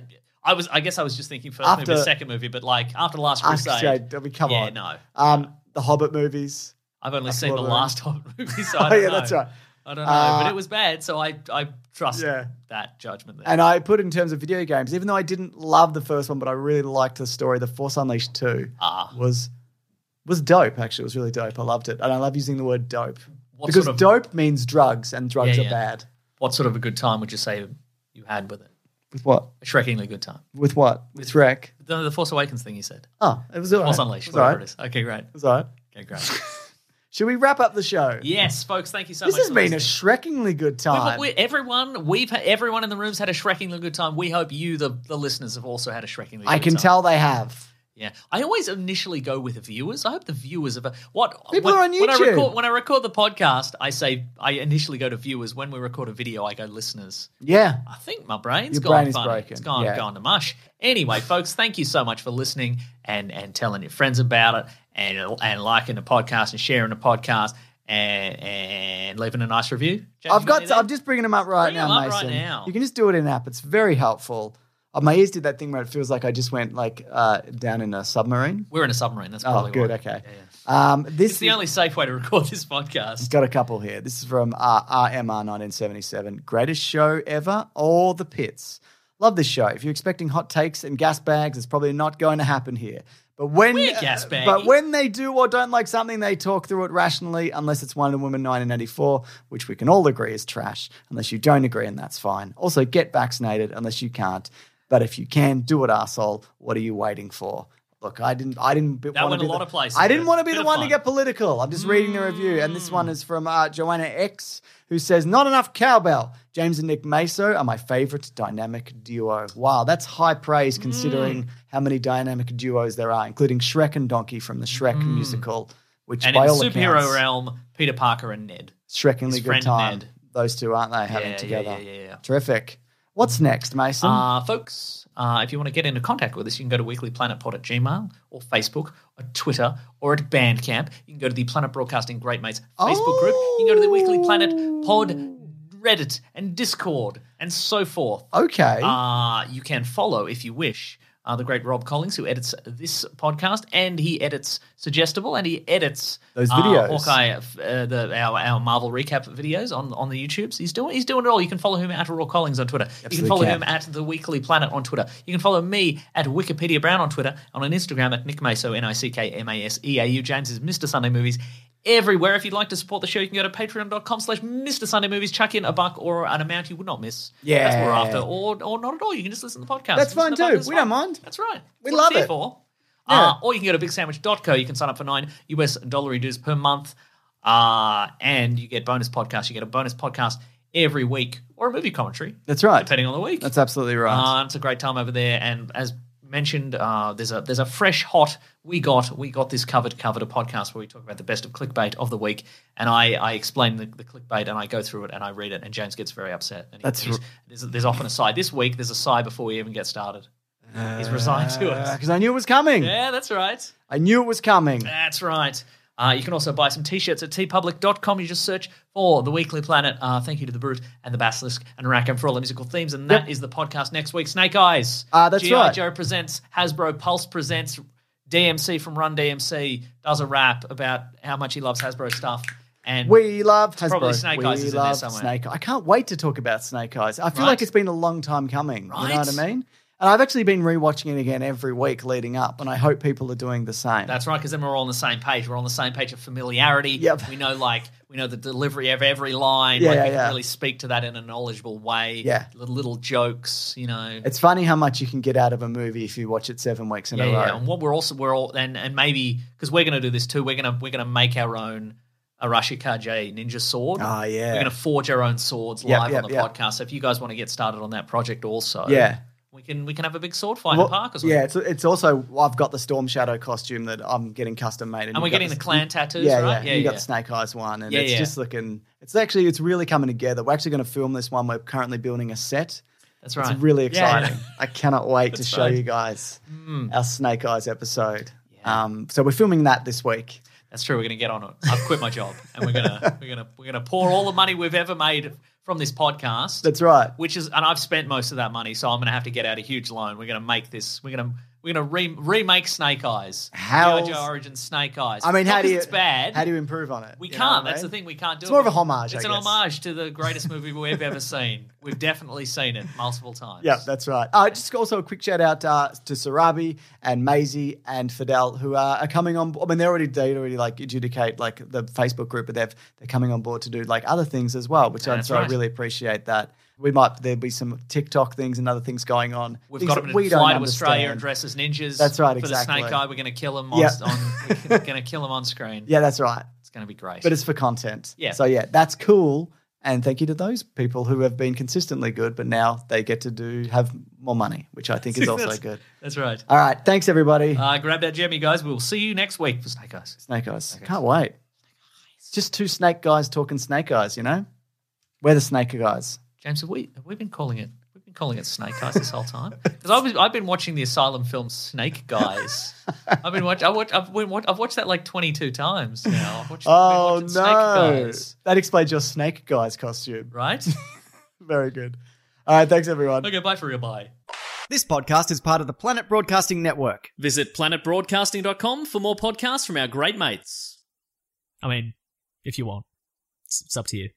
D: I was. I guess I was just thinking first
A: After-
D: movie, second movie, but like after Last
A: Actually,
D: Crusade.
A: Ah, I mean, come
D: yeah,
A: on.
D: no.
A: Um, the Hobbit movies.
D: I've only
A: I
D: seen the
A: forgot about
D: last
A: that.
D: Hobbit movie, so
A: Oh,
D: I don't
A: yeah,
D: know.
A: that's right.
D: I don't know, but
A: Uh,
D: it was bad, so I I trust
A: Yeah.
D: that judgment there.
A: And I put in terms of video games, even though I didn't love the first one, but I really liked the story. The Force Unleashed Two
D: Ah.
A: was was dope. Actually, it was really dope. I loved it, and I love using the word dope
D: What
A: because
D: sort of-
A: dope means drugs, and drugs
D: Yeah,
A: are
D: yeah.
A: bad.
D: What sort of a good time would you say you had with it?
A: With what?
D: A shrekingly good time.
A: With what? With Shrek.
D: The, the Force Awakens thing you said.
A: Oh, it was all right.
D: Force Unleashed,
A: It was all
D: whatever
A: right.
D: it is. Okay, great.
A: It was all right.
D: Okay, great.
A: Should we wrap up the show?
D: yes, folks, thank you so
A: This
D: much.
A: has
D: for
A: been a
D: listening.
A: shrekingly good
D: We-
A: time.
D: we- everyone, we've had, everyone in the room's had a shrekingly good time. We hope you, the, the listeners, have also had a shrekingly. good
A: I can
D: time.
A: tell they have.
D: Yeah, I always initially go with the viewers. I hope the viewers have what
A: People
D: when,
A: are on
D: When I,
A: YouTube.
D: record, when I record the podcast, I say I initially go to viewers. When we record a video, I go listeners.
A: Yeah.
D: I think my brain's
A: Your
D: gone
A: brain is
D: funny.
A: broken.
D: It's gone
A: Yeah.
D: gone to mush. Anyway, folks, thank you so much for listening and and telling your friends about it and and liking the podcast and sharing the podcast and and leaving a nice review. James,
A: I've
D: you
A: got.
D: anything?
A: I'm just bringing them up right
D: Bring
A: now,
D: 'em up right
A: Mason.
D: now.
A: You can just do it in app. It's very helpful. Oh, my ears did that thing where it feels like I just went like uh, down in a submarine.
D: We're in a submarine. That's
A: Oh,
D: probably
A: good.
D: why.
A: Okay.
D: Yeah, yeah.
A: Um, this
D: It's the only safe way to record this podcast.
A: has got a couple here. This is from uh, RMR 1977. Greatest show ever. All the pits. Love this show. If you're expecting hot takes and gas bags, it's probably not going to happen here. But when
D: We're gas
A: uh,
D: baggy.
A: but when they do or don't like something, they talk through it rationally, unless it's Wonder Woman 1984, which we can all agree is trash. Unless you don't agree, and that's fine. Also, get vaccinated unless you can't. But if you can, do it, asshole. What are you waiting for? Look, I didn't. I didn't.
D: That
A: wanna
D: went a
A: be
D: lot
A: the-
D: of places.
A: I didn't
D: Bit-
A: want to be
D: bit
A: the
D: of
A: one
D: fun.
A: to get political. I'm just reading the review, and this
D: Hmm.
A: one is from uh, Joanna X, who says, "Not enough cowbell." James and Nick Maso are my favorite dynamic duo. Wow, that's high praise
D: Hmm.
A: considering how many dynamic duos there are, including Shrek and Donkey from the Shrek musical, which
D: Hmm. And in
A: by
D: the
A: all
D: superhero
A: accounts,
D: realm, Peter Parker and Ned.
A: Shrekingly
D: his
A: good
D: friend
A: time.
D: Ned.
A: Those two aren't they having
D: Yeah, yeah,
A: together?
D: yeah, yeah, yeah.
A: Terrific. What's next, Mason?
D: Uh, folks, uh, if you want to get into contact with us, you can go to weeklyplanetpod at Gmail or Facebook or Twitter or at Bandcamp. You can go to the Planet Broadcasting Great Mates Facebook group. You can go to the Weekly Planet Pod Reddit and Discord and so forth.
A: okay.
D: Uh, you can Uh, follow, if you wish, uh, the great Rob Collins, who edits this podcast, and he edits Suggestible, and he edits
A: Those
D: uh,
A: videos.
D: Hawkeye, uh, the our, our Marvel recap videos on on the YouTubes. He's doing he's doing it all. You can follow him at Rob Collins on Twitter. you can
A: Absolutely
D: follow
A: can.
D: him at the Weekly Planet on Twitter. You can follow me at Wikipedia Brown on Twitter, and on Instagram at Nick Maso N I C K M A S E A U. James is Mr Sunday Movies. Everywhere. If you'd like to support the show, you can go to patreon.com slash Mr. Sunday Movies. Chuck in a buck or an amount you would not miss. That's what we're
A: Yeah.
D: after. Or, or not at all. You can just listen to the podcast.
A: That's fine
D: Listen to the
A: too.
D: podcast.
A: We don't mind.
D: That's right.
A: We
D: That's what
A: love
D: it's here
A: it.
D: for.
A: Yeah.
D: Uh, or you can go to bigsandwich.co. You can sign up for nine US dollar dues per month. Uh, and you get bonus podcasts. You get a bonus podcast every week or a movie commentary,
A: That's right.
D: depending on the week.
A: That's absolutely right.
D: Uh, it's a great time over there. And as mentioned, uh, there's a there's a fresh hot we got we got this covered covered a podcast where we talk about the best of clickbait of the week, and I I explain the, the clickbait and I go through it and I read it and James gets very upset. And he-
A: That's
D: he's-
A: r-
D: there's, there's often a sigh. This week there's a sigh before we even get started. He's resigned to it.
A: because I knew it was coming.
D: Yeah, that's right.
A: I knew it was coming.
D: That's right. Uh, you can also buy some t-shirts at tpublic.com. You just search for The Weekly Planet. Uh, thank you to The Brute and The Basilisk and Rackham for all the musical themes. And that is the podcast next week. Snake Eyes.
A: Ah, that's
D: G.I.
A: right.
D: Joe presents Hasbro Pulse presents DMC from Run DMC does a rap about how much he loves Hasbro stuff. And
A: We love Hasbro.
D: Probably Snake
A: we
D: Eyes is in there
A: love
D: somewhere.
A: Snake. I can't wait to talk about Snake Eyes. I feel
D: Right.
A: like it's been a long time coming. You know what
D: Right.
A: I mean? And I've actually been rewatching it again every week leading up, and I hope people are doing the same.
D: That's right, because then we're all on the same page. We're on the same page of familiarity.
A: Yep.
D: We know like we know the delivery of every line.
A: Yeah,
D: like,
A: yeah,
D: we can
A: yeah.
D: really speak to that in a knowledgeable way.
A: Yeah.
D: Little, little jokes, you know.
A: It's funny how much you can get out of a movie if you watch it seven weeks in
D: yeah,
A: a
D: yeah,
A: row.
D: yeah. And what we're also we're all and and maybe because we're going to do this too. We're gonna we're gonna make our own Arashika J ninja sword.
A: Ah, yeah.
D: We're gonna forge our own swords
A: Yep,
D: live
A: yep,
D: on the
A: yep.
D: podcast. So if you guys want to get started on that project, also,
A: Yeah.
D: we can we can have a big sword fight
A: Well,
D: in the park as well.
A: yeah, it's, it's also I've got the Storm Shadow costume that I'm getting custom made,
D: And we're
A: you've got
D: getting the clan tattoos,
A: Yeah,
D: right?
A: yeah.
D: Yeah,
A: you got
D: yeah.
A: the Snake Eyes one, and
D: Yeah,
A: it's
D: yeah.
A: just looking. It's actually it's really coming together. We're actually going to film this one. We're currently building a set.
D: That's right.
A: It's really
D: Yeah, I know.
A: exciting. I cannot wait to
D: That's Hmm.
A: show
D: right.
A: you guys our Snake Eyes episode. Um, so we're filming that this week.
D: That's true. We're going to get on it. I've quit my job, and we're gonna we're gonna we're gonna pour all the money we've ever made from this podcast.
A: That's right.
D: Which is, and I've spent most of that money, so I'm gonna have to get out a huge loan. We're gonna make this. We're gonna we're gonna re- remake Snake Eyes.
A: How's-
D: G.I. Joe Origin Snake Eyes?
A: I mean,
D: Not
A: how do
D: 'cause
A: you
D: It's bad.
A: How do you improve on it?
D: we
A: You know
D: can't.
A: what I
D: That's the
A: mean?
D: thing. We can't do
A: It's
D: it.
A: more of a homage,
D: It's
A: I
D: an
A: guess.
D: homage to the greatest movie we've ever seen. We've definitely seen it multiple times.
A: Yeah, that's right. Uh, just also a quick shout out uh, to Sarabi and Maisie and Fidel, who uh, are coming on. I mean, they're already they already like adjudicate like the Facebook group, but they've they're coming on board to do like other things as well, which I,
D: That's
A: so I
D: right.
A: really appreciate that. We might there'll be some TikTok things and other things going on.
D: We've
A: things
D: got
A: that
D: them to
A: we
D: fly
A: don't
D: to Australia and
A: understand.
D: dress as ninjas.
A: That's right,
D: For
A: exactly.
D: the Snake Eye, we're gonna kill him.
A: Yeah.
D: On, on, we're gonna kill him on screen.
A: Yeah, that's right.
D: It's gonna be great.
A: But it's for content.
D: Yeah.
A: So yeah, that's cool. And thank you to those people who have been consistently good, but now they get to do have more money, which I think is also
D: That's-
A: good.
D: That's right.
A: All right, thanks everybody.
D: Uh, grab that gem, you guys. We'll see you next week for Snake Eyes.
A: Snake eyes. Can't wait. It's just two snake guys talking snake eyes, you know? We're the snake guys.
D: James, have we have we been calling it we've been calling it Snake Eyes this whole time? Because I've been- I've been watching the Asylum film Snake Guys. I've been watch I watch I've been watch, I've watched that like twenty two times now. I've watched,
A: Oh,
D: Snake
A: no.
D: Guys.
A: That explains your snake guys costume.
D: right?
A: Very good. All right, thanks everyone.
D: okay, bye for real. Bye.
A: This podcast is part of the Planet Broadcasting Network.
B: Visit planetbroadcasting.com for more podcasts from our great mates. I mean, if you want, it's, it's up to you.